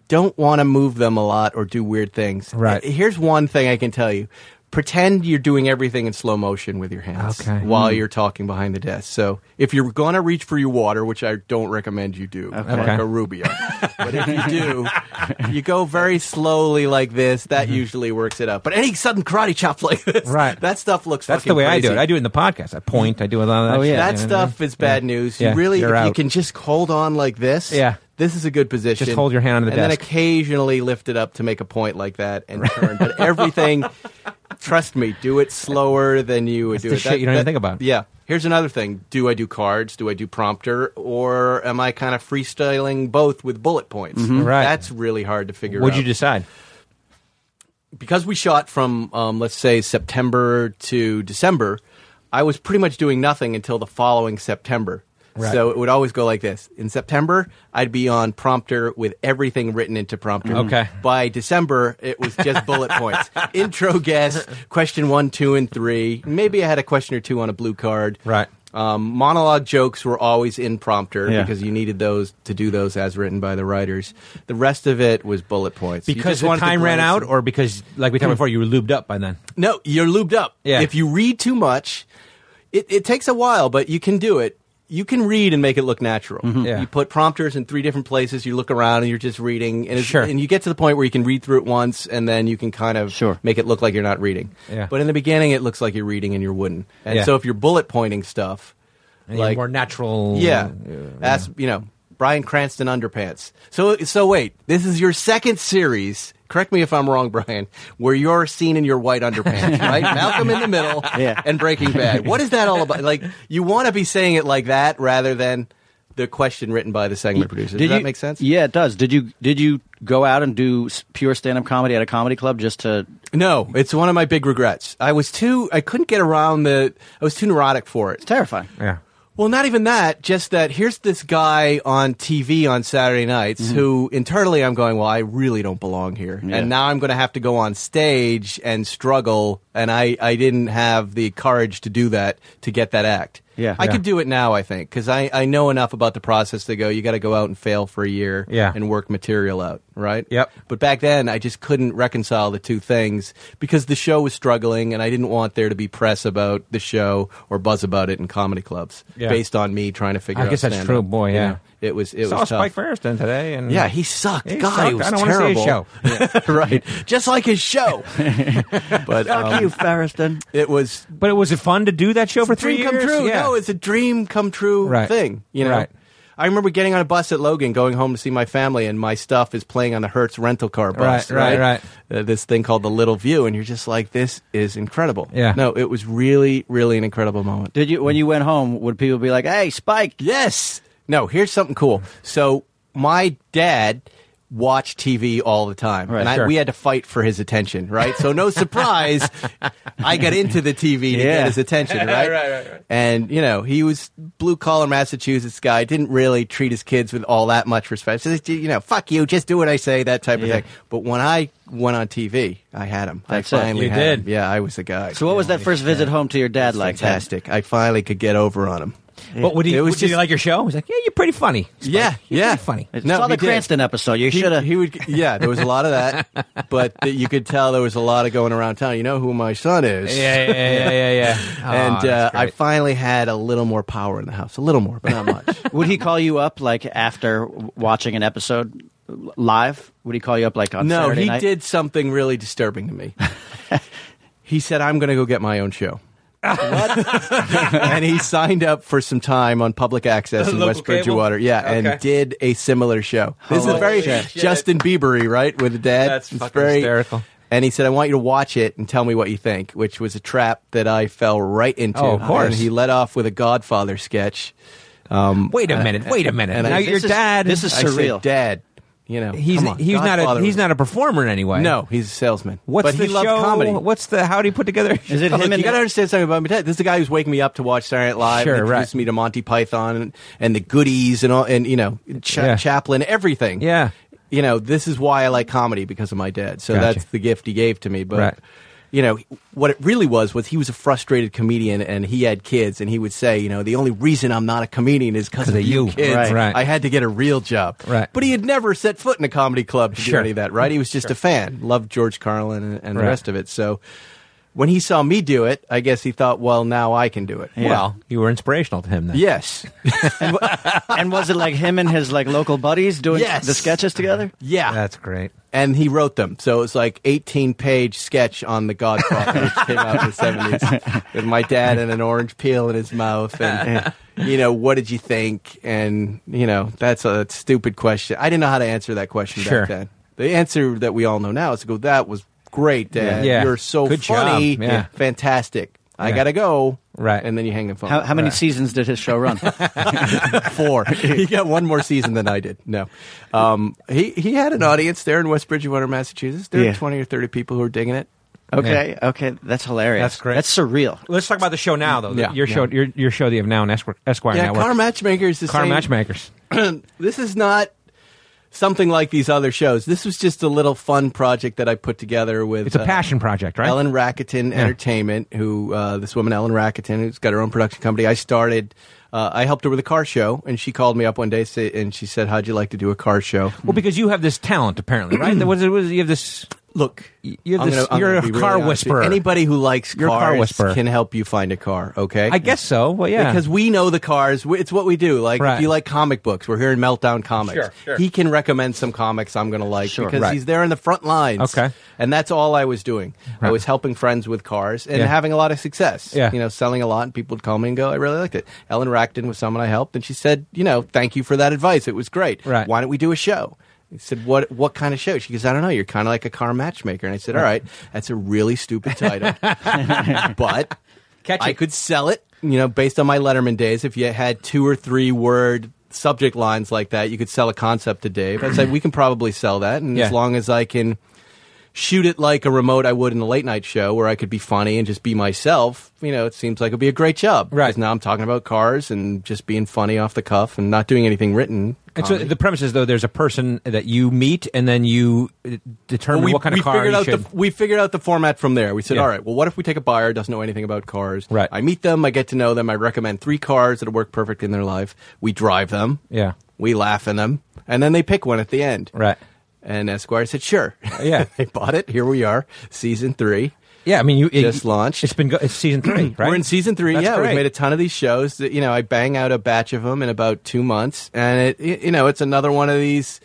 [SPEAKER 6] don't want to move them a lot or do weird things.
[SPEAKER 1] Right.
[SPEAKER 6] Uh, Here's one thing I can tell you. Pretend you're doing everything in slow motion with your hands
[SPEAKER 1] Okay. Hmm.
[SPEAKER 6] while you're talking behind the desk. So if you're going to reach for your water, which I don't recommend you do,
[SPEAKER 1] Okay.
[SPEAKER 6] like a Rubio, but if you do, you go very slowly like this. That usually works it up. But any sudden karate chop like this,
[SPEAKER 1] Mm-hmm. Right.
[SPEAKER 6] that stuff looks
[SPEAKER 1] That's
[SPEAKER 6] fucking
[SPEAKER 1] the way I do
[SPEAKER 6] crazy.
[SPEAKER 1] it. I do it in the podcast. I point. I do a lot of that.
[SPEAKER 7] Oh,
[SPEAKER 1] shit,
[SPEAKER 7] yeah.
[SPEAKER 6] That
[SPEAKER 1] you know?
[SPEAKER 6] stuff is bad news. You
[SPEAKER 1] Yeah,
[SPEAKER 6] really,
[SPEAKER 1] you're
[SPEAKER 6] if you
[SPEAKER 1] out.
[SPEAKER 6] can just hold on like this,
[SPEAKER 1] Yeah.
[SPEAKER 6] this is a good position.
[SPEAKER 1] Just hold your hand on the
[SPEAKER 6] and
[SPEAKER 1] desk.
[SPEAKER 6] then occasionally lift it up to make a point like that and turn. But everything, trust me, do it slower than you would
[SPEAKER 1] That's
[SPEAKER 6] do
[SPEAKER 1] the
[SPEAKER 6] it.
[SPEAKER 1] shit you don't even think about.
[SPEAKER 6] Yeah. Here's another thing: Do I do cards? Do I do prompter? Or am I kind of freestyling both with bullet points?
[SPEAKER 1] Mm-hmm. Right.
[SPEAKER 6] That's really hard to figure
[SPEAKER 1] What'd
[SPEAKER 6] out
[SPEAKER 1] you decide?
[SPEAKER 6] because we shot from um, let's say September to December, I was pretty much doing nothing until the following September.
[SPEAKER 1] Right.
[SPEAKER 6] So it would always go like this. In September, I'd be on prompter with everything written into prompter.
[SPEAKER 1] Mm-hmm. Okay.
[SPEAKER 6] By December, it was just bullet points. Intro guest, question one, two, and three. Maybe I had a question or two on a blue card.
[SPEAKER 1] Right.
[SPEAKER 6] Um, monologue jokes were always in prompter
[SPEAKER 7] Yeah.
[SPEAKER 6] because you needed those to do those as written by the writers. The rest of it was bullet points. You
[SPEAKER 1] Because
[SPEAKER 6] just
[SPEAKER 1] the
[SPEAKER 6] wanted to
[SPEAKER 1] time ran
[SPEAKER 6] glance
[SPEAKER 1] out, or because, like we talked before, you were lubed up by then.
[SPEAKER 6] no, you're lubed up.
[SPEAKER 1] Yeah.
[SPEAKER 6] If you read too much, it, it takes a while, but you can do it. You can read and make it look natural.
[SPEAKER 1] Mm-hmm. Yeah.
[SPEAKER 6] You put prompters in three different places. You look around and you're just reading, and, it's,
[SPEAKER 1] Sure.
[SPEAKER 6] and you get to the point where you can read through it once, and then you can kind of
[SPEAKER 7] Sure.
[SPEAKER 6] make it look like you're not reading.
[SPEAKER 1] Yeah.
[SPEAKER 6] But in the beginning, it looks like you're reading and you're wooden. And
[SPEAKER 1] Yeah.
[SPEAKER 6] so if you're bullet pointing stuff,
[SPEAKER 1] And you
[SPEAKER 6] like
[SPEAKER 1] more natural.
[SPEAKER 6] yeah,
[SPEAKER 1] uh,
[SPEAKER 6] that's you know Brian Cranston underpants. So so wait, this is your second series. Correct me if I'm wrong, Brian. Where you're seen in your white underpants, right? Malcolm in the Middle
[SPEAKER 7] Yeah.
[SPEAKER 6] and Breaking Bad. What is that all about? Like you want to be saying it like that rather than the question written by the segment producer. Does
[SPEAKER 7] Did
[SPEAKER 6] that
[SPEAKER 7] you-
[SPEAKER 6] make sense?
[SPEAKER 7] Yeah, it does. Did you did you go out and do s- pure stand up comedy at a comedy club just to?
[SPEAKER 6] No, it's one of my big regrets. I was too. I couldn't get around the. I was too neurotic for it.
[SPEAKER 7] Terrifying.
[SPEAKER 1] Yeah.
[SPEAKER 6] Well, not even that. Just that here's this guy on TV on Saturday nights who internally I'm going, well, I really don't belong here,
[SPEAKER 7] Mm-hmm. Yeah.
[SPEAKER 6] and now I'm going to have to go on stage and struggle, and I I didn't have the courage to do that to get that act.
[SPEAKER 7] Yeah.
[SPEAKER 6] I
[SPEAKER 7] Yeah.
[SPEAKER 6] could do it now, I think, because I I know enough about the process to go. You got to go out and fail for a year,
[SPEAKER 1] Yeah.
[SPEAKER 6] and work material out, right?
[SPEAKER 1] Yep.
[SPEAKER 6] But back then, I just couldn't reconcile the two things because the show was struggling, and I didn't want there to be press about the show or buzz about it in comedy clubs
[SPEAKER 1] Yeah.
[SPEAKER 6] based on me trying to figure
[SPEAKER 1] I
[SPEAKER 6] out.
[SPEAKER 1] guess that's
[SPEAKER 6] stand-up.
[SPEAKER 1] true, boy,
[SPEAKER 6] You
[SPEAKER 1] yeah.
[SPEAKER 6] know, it was. It
[SPEAKER 1] Saw
[SPEAKER 6] was tough.
[SPEAKER 1] Spike Ferriston today, and
[SPEAKER 6] yeah, he sucked.
[SPEAKER 1] He
[SPEAKER 6] God,
[SPEAKER 1] sucked.
[SPEAKER 6] he was
[SPEAKER 1] I don't wanna see his
[SPEAKER 6] terrible. show. right, just like his show. but
[SPEAKER 7] Fuck
[SPEAKER 6] um,
[SPEAKER 7] you, Farriston.
[SPEAKER 6] it was
[SPEAKER 1] But it was it fun to do that show for
[SPEAKER 6] a
[SPEAKER 1] three
[SPEAKER 6] dream
[SPEAKER 1] years?
[SPEAKER 6] come true.
[SPEAKER 1] Yeah.
[SPEAKER 6] No, it's a dream come true
[SPEAKER 1] Right.
[SPEAKER 6] thing. You know.
[SPEAKER 1] Right.
[SPEAKER 6] I remember getting on a bus at Logan, going home to see my family, and my stuff is playing on the Hertz rental car bus.
[SPEAKER 1] Right, right,
[SPEAKER 6] Uh, this thing called the Little View, and you're just like, "This is incredible."
[SPEAKER 1] Yeah.
[SPEAKER 6] No, it was really, really an incredible moment.
[SPEAKER 7] Did you when you went home? Would people be like, "Hey, Spike"?
[SPEAKER 6] Yes. No, here's something cool. So my dad watched TV all the time,
[SPEAKER 7] Right,
[SPEAKER 6] and I,
[SPEAKER 1] sure.
[SPEAKER 6] we had to fight for his attention, right? So no surprise, I got into the TV to
[SPEAKER 7] Yeah.
[SPEAKER 6] get his attention, right? right, right, right. And you know, he was blue collar Massachusetts guy, didn't really treat his kids with all that much respect. So you know, fuck you, just do what I say, that type of
[SPEAKER 7] Yeah.
[SPEAKER 6] thing. But when I went on TV, I had him.
[SPEAKER 7] That's it.
[SPEAKER 6] I finally
[SPEAKER 1] You
[SPEAKER 6] had
[SPEAKER 1] did.
[SPEAKER 6] him. Yeah, I was the guy.
[SPEAKER 7] So what was that first visit home to your dad like? then?
[SPEAKER 6] Fantastic! I finally could get over on him.
[SPEAKER 1] But would he,
[SPEAKER 6] It was
[SPEAKER 1] would he
[SPEAKER 6] just-
[SPEAKER 1] like your show? He's like, yeah, you're pretty funny. Spike.
[SPEAKER 6] Yeah,
[SPEAKER 1] You're
[SPEAKER 6] yeah.
[SPEAKER 1] pretty funny.
[SPEAKER 7] I
[SPEAKER 6] No,
[SPEAKER 7] saw
[SPEAKER 6] he
[SPEAKER 7] the
[SPEAKER 6] did.
[SPEAKER 7] Cranston episode. You
[SPEAKER 6] He-
[SPEAKER 7] should have.
[SPEAKER 6] He would. Yeah, there was a lot of that, but that you could tell there was a lot of going around town. You know who my son is.
[SPEAKER 1] Yeah, yeah, yeah, yeah, yeah. yeah.
[SPEAKER 6] And
[SPEAKER 1] Aw,
[SPEAKER 6] uh,
[SPEAKER 1] that's
[SPEAKER 6] I
[SPEAKER 1] great.
[SPEAKER 6] finally had a little more power in the house, a little more, but not much.
[SPEAKER 7] Would he call you up like after w- watching an episode l- live? Would he call you up like on
[SPEAKER 6] no,
[SPEAKER 7] Saturday
[SPEAKER 6] he
[SPEAKER 7] night?
[SPEAKER 6] did something really disturbing to me. he said, "I'm going to go get my own show." and he signed up for some time on public access in
[SPEAKER 1] Local
[SPEAKER 6] West
[SPEAKER 1] cable?
[SPEAKER 6] Bridgewater, yeah,
[SPEAKER 1] Okay.
[SPEAKER 6] and did a similar show. This
[SPEAKER 7] Holy
[SPEAKER 6] is very
[SPEAKER 1] shit.
[SPEAKER 6] Justin Biebery, right, with the dad.
[SPEAKER 1] That's
[SPEAKER 6] It's
[SPEAKER 1] fucking hysterical.
[SPEAKER 6] And he said, "I want you to watch it and tell me what you think," which was a trap that I fell right into.
[SPEAKER 1] Oh, of course.
[SPEAKER 6] And he let off with a Godfather sketch. Um,
[SPEAKER 1] Wait a minute. Wait a minute.
[SPEAKER 6] and I-
[SPEAKER 1] now
[SPEAKER 6] this
[SPEAKER 1] your
[SPEAKER 7] is-
[SPEAKER 1] dad.
[SPEAKER 7] this is
[SPEAKER 6] I said,
[SPEAKER 7] surreal.
[SPEAKER 6] Dad, you know,
[SPEAKER 1] he's
[SPEAKER 6] come on,
[SPEAKER 1] he's not
[SPEAKER 6] Godfather
[SPEAKER 1] a he's
[SPEAKER 6] was-
[SPEAKER 1] not a performer in any way.
[SPEAKER 6] no, he's a salesman.
[SPEAKER 1] What's
[SPEAKER 6] but
[SPEAKER 1] the
[SPEAKER 6] he loved
[SPEAKER 1] show?
[SPEAKER 6] comedy.
[SPEAKER 1] What's the how do you put together? a
[SPEAKER 7] Is it
[SPEAKER 1] show?
[SPEAKER 6] Look,
[SPEAKER 7] him and
[SPEAKER 6] you got to understand something about my dad. This is the guy who's waking me up to watch Saturday Night Live.
[SPEAKER 1] Sure,
[SPEAKER 6] and introduced
[SPEAKER 1] right.
[SPEAKER 6] me to Monty Python and, and the goodies and all, and you know, Cha-
[SPEAKER 1] Yeah.
[SPEAKER 6] Chaplin, everything.
[SPEAKER 1] Yeah.
[SPEAKER 6] you know, this is why I like comedy because of my dad. So
[SPEAKER 1] Gotcha.
[SPEAKER 6] that's the gift he gave to me. But
[SPEAKER 1] Right.
[SPEAKER 6] you know, what it really was was he was a frustrated comedian and he had kids, and he would say, you know, the only reason I'm not a comedian is because of,
[SPEAKER 1] of
[SPEAKER 6] you
[SPEAKER 1] you."
[SPEAKER 6] kids.
[SPEAKER 1] Right. Right.
[SPEAKER 6] I had to get a real job.
[SPEAKER 1] Right.
[SPEAKER 6] But he had never set foot in a comedy club to
[SPEAKER 1] Sure.
[SPEAKER 6] do any of that. Right. He was just a fan. Loved George Carlin and, and
[SPEAKER 1] Right.
[SPEAKER 6] the rest of it. So when he saw me do it, I guess he thought, well, now I can do it.
[SPEAKER 1] Well, Oh, you were inspirational to him then.
[SPEAKER 6] Yes.
[SPEAKER 7] and was it like him and his like local buddies doing
[SPEAKER 6] Yes.
[SPEAKER 7] the sketches together?
[SPEAKER 6] yeah.
[SPEAKER 1] that's great.
[SPEAKER 6] and he wrote them. So it was like 18 page sketch on The Godfather, which came out in the 70s, with my dad and an orange peel in his mouth. And, you know, what did you think? And, you know, that's a stupid question. I didn't know how to answer that question
[SPEAKER 1] Sure.
[SPEAKER 6] back then. The answer that we all know now is to go, that was great, Dad.
[SPEAKER 1] Yeah.
[SPEAKER 6] You're so
[SPEAKER 1] Good job.
[SPEAKER 6] funny.
[SPEAKER 1] Yeah.
[SPEAKER 6] Fantastic. I
[SPEAKER 1] Yeah.
[SPEAKER 6] got to go.
[SPEAKER 1] Right.
[SPEAKER 6] And then you hang the phone.
[SPEAKER 7] How, how many
[SPEAKER 1] Right.
[SPEAKER 7] seasons did his show run?
[SPEAKER 6] four. he got one more season than I did. No, um, he he had an audience there in West Bridgewater, Massachusetts. There
[SPEAKER 7] Yeah.
[SPEAKER 6] are twenty or thirty people who are digging it.
[SPEAKER 7] okay, okay, that's hilarious.
[SPEAKER 1] That's great.
[SPEAKER 7] That's surreal.
[SPEAKER 1] Let's talk about the show now, though.
[SPEAKER 6] Yeah.
[SPEAKER 1] your show, your, your show that you have now on Esquire, Esquire
[SPEAKER 6] yeah,
[SPEAKER 1] Network.
[SPEAKER 6] Car Matchmaker is the
[SPEAKER 1] Car
[SPEAKER 6] same.
[SPEAKER 1] matchmakers.
[SPEAKER 6] this is not something like these other shows. This was just a little fun project that I put together with.
[SPEAKER 1] It's a
[SPEAKER 6] uh,
[SPEAKER 1] passion project, right?
[SPEAKER 6] Ellen Racketon Entertainment, who uh, this woman Ellen Racketon, who's got her own production company. I started. Uh, I helped her with a car show, and she called me up one day say, and she said, "How'd you like to do a car show?"
[SPEAKER 1] Well, because you have this talent, apparently, right? There was, was you have this
[SPEAKER 6] Look,
[SPEAKER 1] you're
[SPEAKER 6] I'm
[SPEAKER 1] this-
[SPEAKER 6] gonna- I'm
[SPEAKER 1] you're
[SPEAKER 6] gonna
[SPEAKER 1] a
[SPEAKER 6] be really
[SPEAKER 1] car
[SPEAKER 6] honest with you.
[SPEAKER 1] whisperer.
[SPEAKER 6] Anybody who likes
[SPEAKER 1] You're a car
[SPEAKER 6] cars
[SPEAKER 1] whisperer.
[SPEAKER 6] can help you find a car. Okay,
[SPEAKER 1] I guess so. Well, yeah.
[SPEAKER 6] because we know the cars. We- It's what we do. Like
[SPEAKER 1] Right.
[SPEAKER 6] if you like comic books, we're here in Meltdown Comics.
[SPEAKER 1] Sure, sure.
[SPEAKER 6] He can recommend some comics I'm going to like
[SPEAKER 7] Sure.
[SPEAKER 6] because
[SPEAKER 1] Right.
[SPEAKER 6] he's there in the front lines.
[SPEAKER 1] Okay.
[SPEAKER 6] and that's all I was doing. I
[SPEAKER 1] Right.
[SPEAKER 6] was helping friends with cars and
[SPEAKER 1] Yeah.
[SPEAKER 6] having a lot of success.
[SPEAKER 1] Yeah.
[SPEAKER 6] you know, selling a lot, and people would call me and go, "I really liked it." Ellen Rackton was someone I helped, and she said, "You know, thank you for that advice. It was great.
[SPEAKER 1] Right.
[SPEAKER 6] Why don't we do a show?" He said, "What what kind of show?" She goes, "I don't know. You're kind of like a car matchmaker." And I said, "All right, that's a really stupid title, but
[SPEAKER 1] Catchy.
[SPEAKER 6] I could sell it, you know, based on my Letterman days. If you had two or three word subject lines like that, you could sell a concept to Dave. I said we can probably sell that, and
[SPEAKER 1] Yeah.
[SPEAKER 6] as long as I can shoot it like a remote I would in a late night show where I could be funny and just be myself, you know, it seems like it'd be a great job.
[SPEAKER 1] Right.
[SPEAKER 6] 'Cause now I'm talking about cars and just being funny off the cuff and not doing anything written.
[SPEAKER 1] And so
[SPEAKER 6] comedy.
[SPEAKER 1] the premise is though there's a person that you meet and then you uh, determine what kind of car
[SPEAKER 6] figured
[SPEAKER 1] you
[SPEAKER 6] out
[SPEAKER 1] should.
[SPEAKER 6] the we figured out the format from there. We said,
[SPEAKER 1] Yeah.
[SPEAKER 6] all right, well, what if we take a buyer who doesn't know anything about cars?
[SPEAKER 1] Right.
[SPEAKER 6] I meet them, I get to know them, I recommend three cars that work perfect in their life. We drive them,
[SPEAKER 1] yeah,
[SPEAKER 6] we laugh in them, and then they pick one at the end.
[SPEAKER 1] right. Uh,
[SPEAKER 6] And Esquire said, sure.
[SPEAKER 1] Yeah.
[SPEAKER 6] they bought it. Here we are, season three.
[SPEAKER 1] Yeah, I mean, you it-
[SPEAKER 6] Just launched.
[SPEAKER 1] It's been go- it's season three, right?
[SPEAKER 6] We're in season three.
[SPEAKER 1] That's
[SPEAKER 6] yeah,
[SPEAKER 1] great.
[SPEAKER 6] we've made a ton of these shows. That, you know, I bang out a batch of them in about two months, and it, y- you know, it's another one of these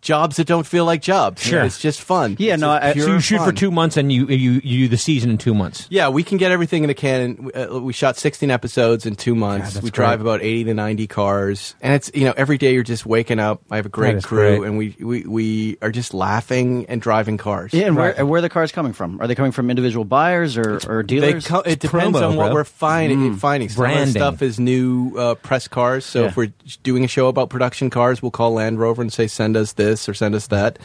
[SPEAKER 6] jobs that don't feel like jobs.
[SPEAKER 1] Sure.
[SPEAKER 6] it's just fun.
[SPEAKER 7] Yeah,
[SPEAKER 6] It's
[SPEAKER 7] no,
[SPEAKER 6] just
[SPEAKER 7] I-
[SPEAKER 6] pure
[SPEAKER 1] Uh, so you shoot for
[SPEAKER 6] fun.
[SPEAKER 1] two months and you you you do the season in two months.
[SPEAKER 6] Yeah, we can get everything in the can. Uh, we shot 16 episodes in two months.
[SPEAKER 1] God, that's
[SPEAKER 6] we drive
[SPEAKER 1] great.
[SPEAKER 6] about 80 to 90 cars, and it's you know every day you're just waking up. I have a great
[SPEAKER 1] is
[SPEAKER 6] crew,
[SPEAKER 1] great.
[SPEAKER 6] and we, we we are just laughing and driving cars.
[SPEAKER 7] Yeah, and where, and where are the cars coming from? Are they coming from individual buyers or, or
[SPEAKER 6] They
[SPEAKER 7] dealers?
[SPEAKER 6] co- it
[SPEAKER 1] It's
[SPEAKER 6] depends
[SPEAKER 1] promo,
[SPEAKER 6] on what
[SPEAKER 1] bro. Mm,
[SPEAKER 6] we're finding. finding. Some of our
[SPEAKER 1] Branding.
[SPEAKER 6] stuff is new uh, press cars. So
[SPEAKER 7] Yeah.
[SPEAKER 6] if we're doing a show about production cars, we'll call Land Rover and say, "Send us this" or "Send us that."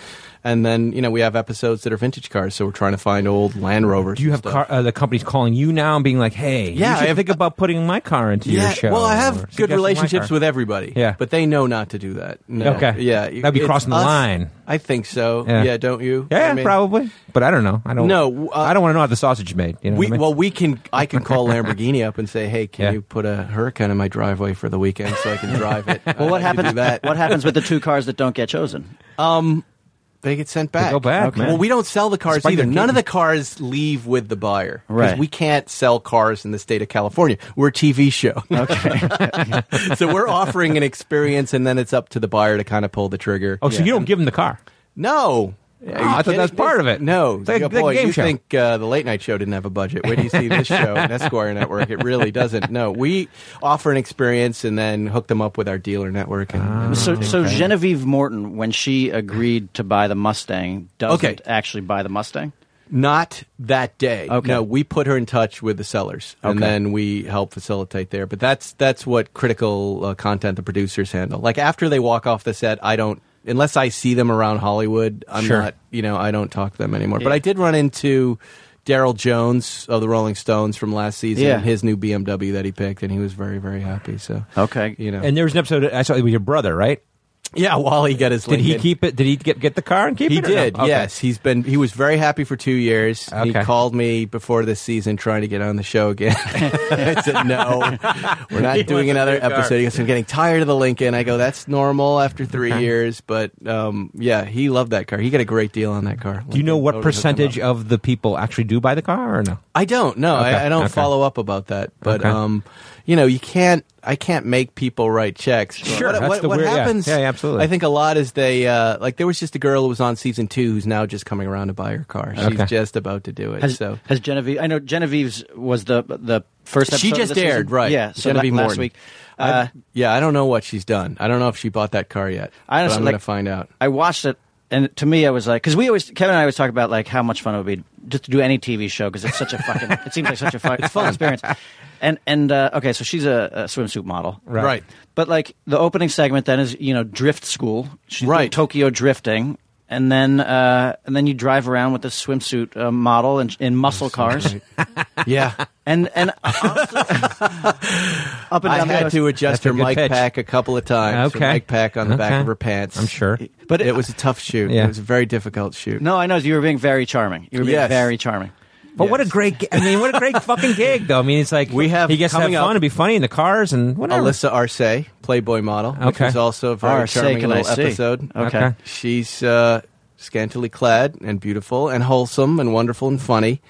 [SPEAKER 6] And then you know we have episodes that are vintage cars, so we're trying to find old Land Rovers.
[SPEAKER 1] Do you
[SPEAKER 6] and
[SPEAKER 1] have car,
[SPEAKER 6] stuff.
[SPEAKER 1] uh, the companies calling you now and being like, "Hey,
[SPEAKER 6] Yeah,
[SPEAKER 1] you should
[SPEAKER 6] I have-
[SPEAKER 1] think about putting my car into your show"?
[SPEAKER 6] Well, I
[SPEAKER 1] or
[SPEAKER 6] have good
[SPEAKER 1] suggesting my
[SPEAKER 6] relationships
[SPEAKER 1] car.
[SPEAKER 6] with everybody.
[SPEAKER 1] Yeah.
[SPEAKER 6] but they know not to do that. No.
[SPEAKER 1] Okay.
[SPEAKER 6] yeah,
[SPEAKER 1] That'd be
[SPEAKER 6] it's
[SPEAKER 1] crossing the
[SPEAKER 6] us.
[SPEAKER 1] line.
[SPEAKER 6] I think so.
[SPEAKER 1] Yeah.
[SPEAKER 6] Yeah, don't you?
[SPEAKER 1] Yeah,
[SPEAKER 6] I mean,
[SPEAKER 1] probably, but I don't know. I don't.
[SPEAKER 6] No, uh,
[SPEAKER 1] I don't want to know how the sausage is made. You know
[SPEAKER 6] We,
[SPEAKER 1] what I mean?
[SPEAKER 6] well, we can. I can call Lamborghini up and say, "Hey, can
[SPEAKER 1] Yeah.
[SPEAKER 6] you put a Hurricane in my driveway for the weekend so I can drive it?"
[SPEAKER 7] well, what happens?
[SPEAKER 6] Do that.
[SPEAKER 7] What happens with the two cars that don't get chosen?
[SPEAKER 6] They get sent back.
[SPEAKER 1] go back, man.
[SPEAKER 6] Well, we don't sell the cars
[SPEAKER 1] Spike
[SPEAKER 6] either.
[SPEAKER 1] them
[SPEAKER 6] None of the
[SPEAKER 1] kittens.
[SPEAKER 6] cars leave with the buyer. 'Cause
[SPEAKER 7] Right.
[SPEAKER 6] We can't sell cars in the state of California. We're a TV show.
[SPEAKER 7] Okay,
[SPEAKER 6] so we're offering an experience, and then it's up to the buyer to kind of pull the trigger.
[SPEAKER 1] oh, so you don't give them the car?
[SPEAKER 6] No. Are you
[SPEAKER 1] I thought that was
[SPEAKER 6] kidding?
[SPEAKER 1] part of it.
[SPEAKER 6] No,
[SPEAKER 1] It's like-
[SPEAKER 6] Yeah,
[SPEAKER 1] like a
[SPEAKER 6] boy,
[SPEAKER 1] game
[SPEAKER 6] you
[SPEAKER 1] show.
[SPEAKER 6] think uh, the late night show didn't have a budget? Where do you see this show on Esquire Network? It really doesn't. No, we offer an experience and then hook them up with our dealer network.
[SPEAKER 1] Ah.
[SPEAKER 6] And,
[SPEAKER 7] so so Genevieve Morton, when she agreed to buy the Mustang, doesn't
[SPEAKER 6] Okay.
[SPEAKER 7] actually buy the Mustang.
[SPEAKER 6] not that day.
[SPEAKER 7] Okay.
[SPEAKER 6] No, we put her in touch with the sellers and
[SPEAKER 7] Okay.
[SPEAKER 6] then we help facilitate there. But that's that's what critical uh, content the producers handle. Like after they walk off the set, I don't unless I see them around Hollywood. I'm
[SPEAKER 1] Sure.
[SPEAKER 6] not you know I don't talk to them anymore. But
[SPEAKER 7] Yeah.
[SPEAKER 6] I did run into. Daryl Jones of the Rolling Stones from last season,
[SPEAKER 7] Yeah.
[SPEAKER 6] and his new BMW that he picked, and he was very, very happy. So,
[SPEAKER 7] Okay.
[SPEAKER 6] you know,
[SPEAKER 1] And there was an episode I saw it with your brother, right?
[SPEAKER 6] yeah, while he got his,
[SPEAKER 1] Did he
[SPEAKER 6] Lincoln.
[SPEAKER 1] keep it? Did he get get the car and keep
[SPEAKER 6] He
[SPEAKER 1] it? or no?
[SPEAKER 6] did.
[SPEAKER 1] Okay.
[SPEAKER 6] Yes, he's been. He was very happy for two years. He
[SPEAKER 1] Okay.
[SPEAKER 6] called me before this season trying to get on the show again. I said no, we're not
[SPEAKER 1] wants
[SPEAKER 6] doing
[SPEAKER 1] a
[SPEAKER 6] another
[SPEAKER 1] new car.
[SPEAKER 6] episode. He goes, I'm getting tired of the Lincoln. I go, that's normal after three years. But um, yeah, he loved that car. He got a great deal on that car.
[SPEAKER 1] Do you know what percentage
[SPEAKER 6] Of-
[SPEAKER 1] of the people actually do buy the car or no?
[SPEAKER 6] I don't. No,
[SPEAKER 1] Okay,
[SPEAKER 6] I, I don't
[SPEAKER 1] okay.
[SPEAKER 6] follow up about that. But
[SPEAKER 1] Okay.
[SPEAKER 6] um, you know, you can't. I can't make people write checks.
[SPEAKER 1] Sure,
[SPEAKER 6] What,
[SPEAKER 1] that's
[SPEAKER 6] what,
[SPEAKER 1] the
[SPEAKER 6] what
[SPEAKER 1] weird- yeah.
[SPEAKER 6] happens?
[SPEAKER 1] Yeah, yeah, absolutely.
[SPEAKER 6] I think a lot is they uh, like. There was just a girl who was on season two who's now just coming around to buy her car. She's
[SPEAKER 1] Okay.
[SPEAKER 6] just about to do it.
[SPEAKER 7] Has,
[SPEAKER 6] so
[SPEAKER 7] has Genevieve? I know Genevieve's was the the first. Episode
[SPEAKER 6] she
[SPEAKER 7] of
[SPEAKER 6] just
[SPEAKER 7] this season?
[SPEAKER 6] aired, right?
[SPEAKER 7] Yeah, so
[SPEAKER 6] Genevieve
[SPEAKER 7] la- last
[SPEAKER 6] Morton.
[SPEAKER 7] week.
[SPEAKER 6] I-
[SPEAKER 7] Uh,
[SPEAKER 6] yeah, I don't know what she's done. I don't know if she bought that car yet.
[SPEAKER 7] I
[SPEAKER 6] but
[SPEAKER 7] honestly,
[SPEAKER 6] I'm
[SPEAKER 7] like-
[SPEAKER 6] gonna find out.
[SPEAKER 7] I watched it, and to me, I was like, because we always Kevin and I always talk about like how much fun it would be just to do any TV show because it's such a fucking. it seems like such a fun, fun experience. And and uh, okay, so she's a, a swimsuit model,
[SPEAKER 1] Right.
[SPEAKER 6] right.
[SPEAKER 7] But like the opening segment then is you know drift school, she's doing
[SPEAKER 6] Right.
[SPEAKER 7] Tokyo drifting. And then, uh, and then you drive around with a swimsuit uh, model and in muscle cars,
[SPEAKER 6] yeah.
[SPEAKER 7] and and honestly, up and
[SPEAKER 6] I
[SPEAKER 7] down the
[SPEAKER 6] had
[SPEAKER 7] coast.
[SPEAKER 6] to adjust
[SPEAKER 1] That's a
[SPEAKER 6] her
[SPEAKER 1] good
[SPEAKER 6] mic
[SPEAKER 1] pitch.
[SPEAKER 6] pack a couple of times. Her
[SPEAKER 1] Okay.
[SPEAKER 6] mic pack on the back
[SPEAKER 1] Okay.
[SPEAKER 6] of her pants.
[SPEAKER 1] I'm sure.
[SPEAKER 6] But it, was a tough shoot.
[SPEAKER 1] Yeah.
[SPEAKER 6] It was a very difficult shoot.
[SPEAKER 7] No, I know you were being very charming. You were being
[SPEAKER 6] Yes.
[SPEAKER 7] very charming.
[SPEAKER 1] But what a
[SPEAKER 6] Yes.
[SPEAKER 1] great! gi- I mean, what a great fucking gig, though. I mean, it's like
[SPEAKER 6] We have
[SPEAKER 1] he gets to have
[SPEAKER 6] coming up-
[SPEAKER 1] fun and be funny in the cars and whatever.
[SPEAKER 6] Alyssa Arce, Playboy model, which
[SPEAKER 1] Okay.
[SPEAKER 6] is also a very
[SPEAKER 7] Arce,
[SPEAKER 6] charming
[SPEAKER 7] can I
[SPEAKER 6] little
[SPEAKER 7] see?
[SPEAKER 6] episode.
[SPEAKER 7] Okay.
[SPEAKER 1] Okay.
[SPEAKER 6] She's uh, scantily clad and beautiful and wholesome and wonderful and funny.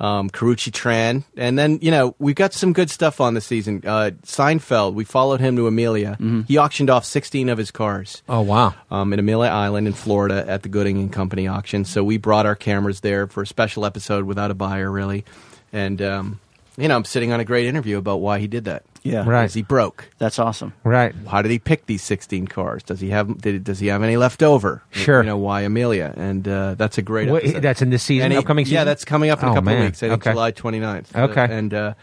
[SPEAKER 6] Um, Karuchi Tran, and then you know we've got some good stuff on this season. Uh, Seinfeld, we followed him to Amelia.
[SPEAKER 7] Mm-hmm.
[SPEAKER 6] He auctioned off 16 of his cars
[SPEAKER 1] Oh wow.
[SPEAKER 6] um, in Amelia Island in Florida at the Gooding and Company auction. So we brought our cameras there for a special episode without a buyer, really. And um, you know, I'm sitting on a great interview about why he did that.
[SPEAKER 7] Yeah.
[SPEAKER 1] Right.
[SPEAKER 6] Is he broke?
[SPEAKER 7] That's awesome.
[SPEAKER 1] Right.
[SPEAKER 6] How did he pick these 16 cars? Does he have did, does he have any left over?
[SPEAKER 1] Sure.
[SPEAKER 6] You know why Amelia? And uh, that's a great
[SPEAKER 1] Wait,
[SPEAKER 6] episode.
[SPEAKER 1] that's in this season,
[SPEAKER 6] And he-
[SPEAKER 1] upcoming season.
[SPEAKER 6] Yeah, that's coming up in
[SPEAKER 1] Oh,
[SPEAKER 6] a couple
[SPEAKER 1] man.
[SPEAKER 6] of weeks. I think
[SPEAKER 1] Okay.
[SPEAKER 6] July 29th.
[SPEAKER 1] Okay.
[SPEAKER 6] Uh, and uh,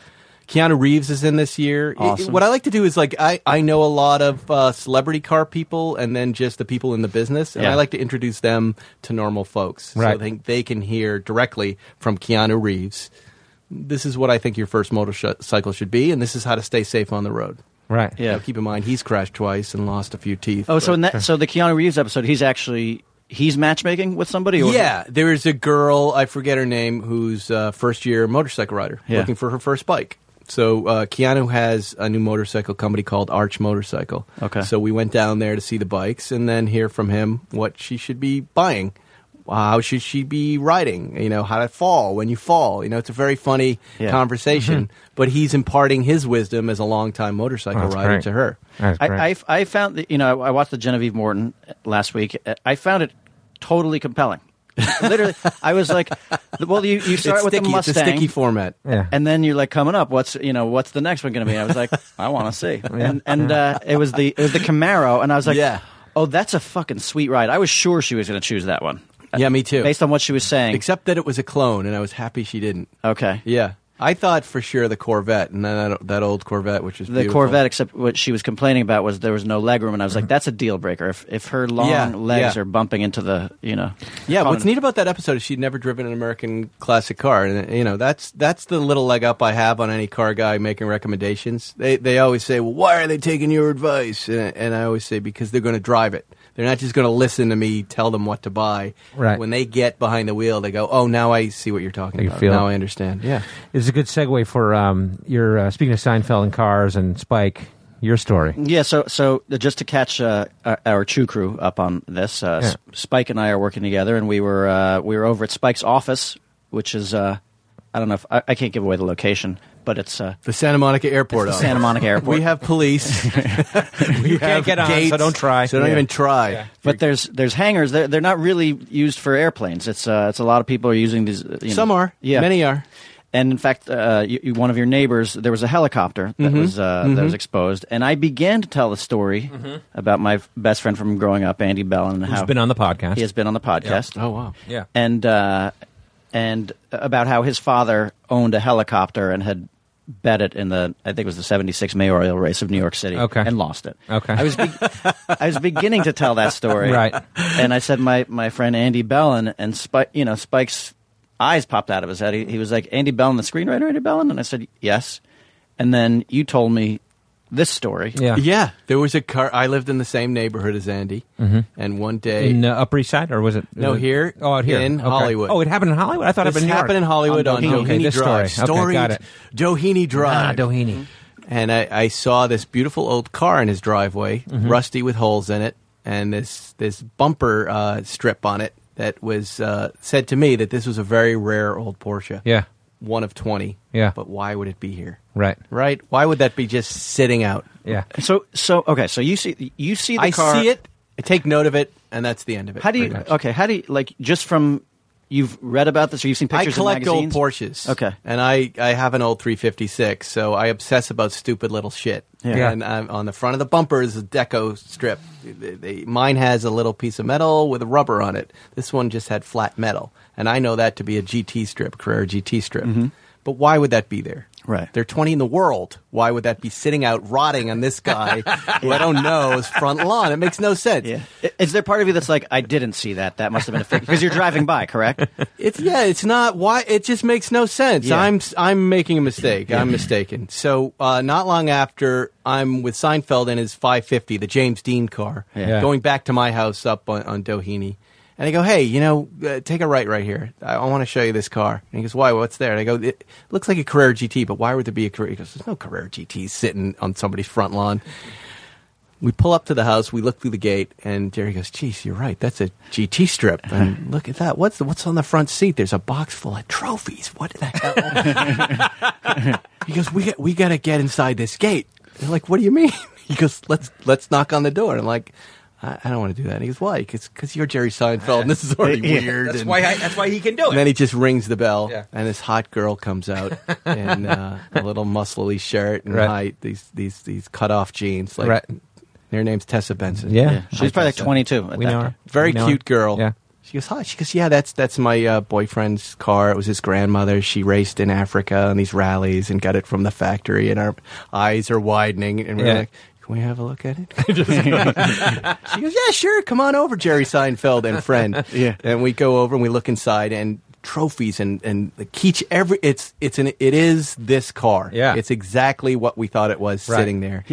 [SPEAKER 6] Keanu Reeves is in this year. It-
[SPEAKER 7] Awesome.
[SPEAKER 6] what I like to do is like I, I know a lot of uh, celebrity car people and then just the people in the business, and
[SPEAKER 7] Yeah.
[SPEAKER 6] I like to introduce them to normal folks
[SPEAKER 1] Right.
[SPEAKER 6] so they, they can hear directly from Keanu Reeves. This is what I think your first motorcycle should be, and this is how to stay safe on the road.
[SPEAKER 1] Right.
[SPEAKER 7] Yeah.
[SPEAKER 6] Now, keep in mind he's crashed twice and lost a few teeth.
[SPEAKER 7] Oh, so
[SPEAKER 6] but-
[SPEAKER 7] in that, so the Keanu Reeves episode, he's actually he's matchmaking with somebody. Or
[SPEAKER 6] Yeah, there is a girl I forget her name who's uh, first year motorcycle rider
[SPEAKER 7] Yeah.
[SPEAKER 6] looking for her first bike. So uh, Keanu has a new motorcycle company called Arch Motorcycle.
[SPEAKER 7] Okay.
[SPEAKER 6] So we went down there to see the bikes and then hear from him what she should be buying, uh, how should she be riding, you know, how to fall when you fall. You know, it's a very funny
[SPEAKER 7] Yeah. Mm-hmm.
[SPEAKER 6] conversation. But he's imparting his wisdom as a longtime motorcycle
[SPEAKER 1] That's
[SPEAKER 6] rider
[SPEAKER 1] great.
[SPEAKER 6] to her.
[SPEAKER 1] That's great.
[SPEAKER 7] I, I, I found that you know I watched the Genevieve Morton uh, last week. I found it totally compelling. Literally, I was like, "Well, you, you start
[SPEAKER 6] it's
[SPEAKER 7] with
[SPEAKER 6] sticky.
[SPEAKER 7] the
[SPEAKER 6] It's a
[SPEAKER 7] Mustang,
[SPEAKER 6] sticky format.
[SPEAKER 1] yeah.
[SPEAKER 7] and then you're like coming up. What's you know what's the next one going to be?" And I was like, "I want to see." And and uh, it was the it was the Camaro, and I was like,
[SPEAKER 6] Yeah.
[SPEAKER 7] "Oh, that's a fucking sweet ride." I was sure she was going to choose that one.
[SPEAKER 6] Yeah, me too.
[SPEAKER 7] Based on what she was saying.
[SPEAKER 6] Except that it was a clone, and I was happy she didn't.
[SPEAKER 7] okay.
[SPEAKER 6] Yeah, I thought for sure the Corvette, and then that, that old Corvette, which is
[SPEAKER 7] the Corvette, except what she was complaining about was there was no leg room, and I was like, "That's a deal breaker. If if her long
[SPEAKER 6] Mm-hmm. Yeah,
[SPEAKER 7] legs
[SPEAKER 6] yeah.
[SPEAKER 7] are bumping into the, you know,
[SPEAKER 6] Yeah,
[SPEAKER 7] column.
[SPEAKER 6] what's neat about that episode is she'd never driven an American classic car, and you know that's that's the little leg up I have on any car guy making recommendations. They they always say, "Well, why are they taking your advice?" And, and I always say, "Because they're going to drive it. They're not just going to listen to me tell them what to buy.
[SPEAKER 1] Right.
[SPEAKER 6] When they get behind the wheel, they go, "Oh, now I see what you're talking
[SPEAKER 1] You
[SPEAKER 6] about.
[SPEAKER 1] feel
[SPEAKER 6] now
[SPEAKER 1] it.
[SPEAKER 6] I understand." Yeah.
[SPEAKER 1] It's a good segue for um, your uh, speaking of Seinfeld and cars and Spike. Your story.
[SPEAKER 7] Yeah, so so just to catch uh, our- our Chew crew up on this, uh, S-
[SPEAKER 1] Yeah.
[SPEAKER 7] Spike and I are working together, and we were uh, we were over at Spike's office, which is uh, I don't know if I, I can't give away the location, but it's uh,
[SPEAKER 6] The Santa Monica Airport.
[SPEAKER 7] the
[SPEAKER 6] office.
[SPEAKER 7] Santa Monica Airport.
[SPEAKER 6] We have police. we you
[SPEAKER 1] can't get on, so don't try.
[SPEAKER 6] So don't
[SPEAKER 1] Yeah.
[SPEAKER 6] even try.
[SPEAKER 7] but there's there's hangars. They're, they're not really used for airplanes. It's uh, it's a lot of people are using these. uh, You know-
[SPEAKER 6] Some are.
[SPEAKER 7] Yeah.
[SPEAKER 6] Many are.
[SPEAKER 7] And in fact, uh, you, you- one of your neighbors, there was a helicopter that was uh, that was exposed, and I began to tell the story about my f- best friend from growing up, Andy Bellin, and
[SPEAKER 1] Who's
[SPEAKER 7] how
[SPEAKER 1] been on the podcast?
[SPEAKER 7] he has been on the podcast.
[SPEAKER 6] Oh wow.
[SPEAKER 1] Yeah.
[SPEAKER 7] and uh, and about how his father owned a helicopter and had bet it in the I think it was the '76 mayoral race of New York City,
[SPEAKER 1] Okay.
[SPEAKER 7] and lost it.
[SPEAKER 1] Okay.
[SPEAKER 7] I was be- I was beginning to tell that story,
[SPEAKER 1] Right.
[SPEAKER 7] And I said my my friend Andy Bellin and Spike, you know Spike's eyes popped out of his head. He, he was like Andy Bellin, the screenwriter Andy Bellin, and I said yes. And then you told me this story,
[SPEAKER 1] Yeah.
[SPEAKER 6] Yeah, there was a car. I lived in the same neighborhood as Andy, and one day
[SPEAKER 1] In uh, Upper East Side, or was it?
[SPEAKER 6] No,
[SPEAKER 1] was it-
[SPEAKER 6] here,
[SPEAKER 1] Oh, out here
[SPEAKER 6] in
[SPEAKER 1] Okay.
[SPEAKER 6] Hollywood.
[SPEAKER 1] Oh, it happened in Hollywood. I thought
[SPEAKER 6] this
[SPEAKER 1] it happened in New York.
[SPEAKER 6] happened in Hollywood on, Doheny,
[SPEAKER 1] Okay, this
[SPEAKER 6] Drive.
[SPEAKER 1] story. Okay, got it.
[SPEAKER 6] Doheny
[SPEAKER 1] Ah,
[SPEAKER 6] Drive.
[SPEAKER 1] Doheny.
[SPEAKER 6] and I, I saw this beautiful old car in his driveway,
[SPEAKER 1] Mm-hmm.
[SPEAKER 6] rusty with holes in it, and this this bumper uh, strip on it that was uh, said to me that this was a very rare old Porsche.
[SPEAKER 1] Yeah.
[SPEAKER 6] one of twenty.
[SPEAKER 1] Yeah.
[SPEAKER 6] but why would it be here?
[SPEAKER 1] Right.
[SPEAKER 6] Right? Why would that be just sitting out?
[SPEAKER 1] Yeah.
[SPEAKER 7] So so okay, so you see you see the
[SPEAKER 6] I
[SPEAKER 7] car.
[SPEAKER 6] see it. I take note of it, and that's the end of it.
[SPEAKER 7] How do you?
[SPEAKER 6] pretty much.
[SPEAKER 7] Okay, how do you like just from you've read about this or you've seen
[SPEAKER 6] I
[SPEAKER 7] pictures? in
[SPEAKER 6] collect old
[SPEAKER 7] magazines?
[SPEAKER 6] Porsches.
[SPEAKER 7] Okay.
[SPEAKER 6] And I, I have an old 356, so I obsess about stupid little shit.
[SPEAKER 7] Yeah. Yeah.
[SPEAKER 6] And I'm, on the front of the bumper is a deco strip. They- they- mine has a little piece of metal with a rubber on it. This one just had flat metal. And I know that to be a GT strip, Carrera GT strip. But why would that be there?
[SPEAKER 7] Mm-hmm. Right.
[SPEAKER 6] There are 20 in the world. Why would that be sitting out rotting on this guy who I don't know is front lawn? It makes no sense.
[SPEAKER 7] Yeah. I- Is there part of you that's like, I didn't see that? That must have been a fake because you're driving by, correct?
[SPEAKER 6] It's yeah, it's not why it just makes no sense.
[SPEAKER 7] Yeah.
[SPEAKER 6] I'm I'm making a mistake. I'm mistaken. So uh, not long after I'm with Seinfeld in his 550, the James Dean car,
[SPEAKER 1] Yeah.
[SPEAKER 6] going back to my house up on, on Doheny, and I go, hey, you know, uh, take a right right here. I, I want to show you this car. And he goes, why? What's there? And I go, it looks like a Carrera GT, but why would there be a Carrera? He goes, there's no Carrera GT sitting on somebody's front lawn. We pull up to the house. We look through the gate, and Jerry goes, "Geez, you're right. That's a GT strip.
[SPEAKER 1] Uh-huh.
[SPEAKER 6] And look at that. What's what's on the front seat? There's a box full of trophies. What the hell?" he goes, "We got, we got to get inside this gate." They're like, "What do you mean?" He goes, "Let's let's knock on the door." I'm like, "I, I don't want to do that." And he goes, "Why?" Because you're Jerry Seinfeld, and this is already weird.
[SPEAKER 1] That's
[SPEAKER 6] and-
[SPEAKER 1] why. I, that's why he can do
[SPEAKER 6] and
[SPEAKER 1] it.
[SPEAKER 6] then he just rings the bell,
[SPEAKER 1] Yeah.
[SPEAKER 6] and this hot girl comes out in uh, a little muscly shirt and
[SPEAKER 1] Right.
[SPEAKER 6] high, these these these cut off jeans. Like
[SPEAKER 1] Right.
[SPEAKER 6] her name's Tessa Benson.
[SPEAKER 1] Yeah.
[SPEAKER 7] Yeah. She's probably like 22. At
[SPEAKER 1] We
[SPEAKER 7] that
[SPEAKER 1] know
[SPEAKER 7] point.
[SPEAKER 1] her.
[SPEAKER 6] very
[SPEAKER 1] We know
[SPEAKER 6] cute
[SPEAKER 1] her.
[SPEAKER 6] girl.
[SPEAKER 1] Yeah.
[SPEAKER 6] She goes, hi. She goes, yeah, that's that's my uh, boyfriend's car. It was his grandmother. She raced in Africa on these rallies and got it from the factory. And our eyes are widening, and we're
[SPEAKER 1] Yeah.
[SPEAKER 6] like, can we have a look at it? she goes, yeah, sure. Come on over, Jerry Seinfeld and friend.
[SPEAKER 7] Yeah.
[SPEAKER 6] And we go over and we look inside and trophies and and the keychain. Every it's it's an it is this car.
[SPEAKER 1] Yeah.
[SPEAKER 6] it's exactly what we thought it was
[SPEAKER 1] Right.
[SPEAKER 6] sitting there.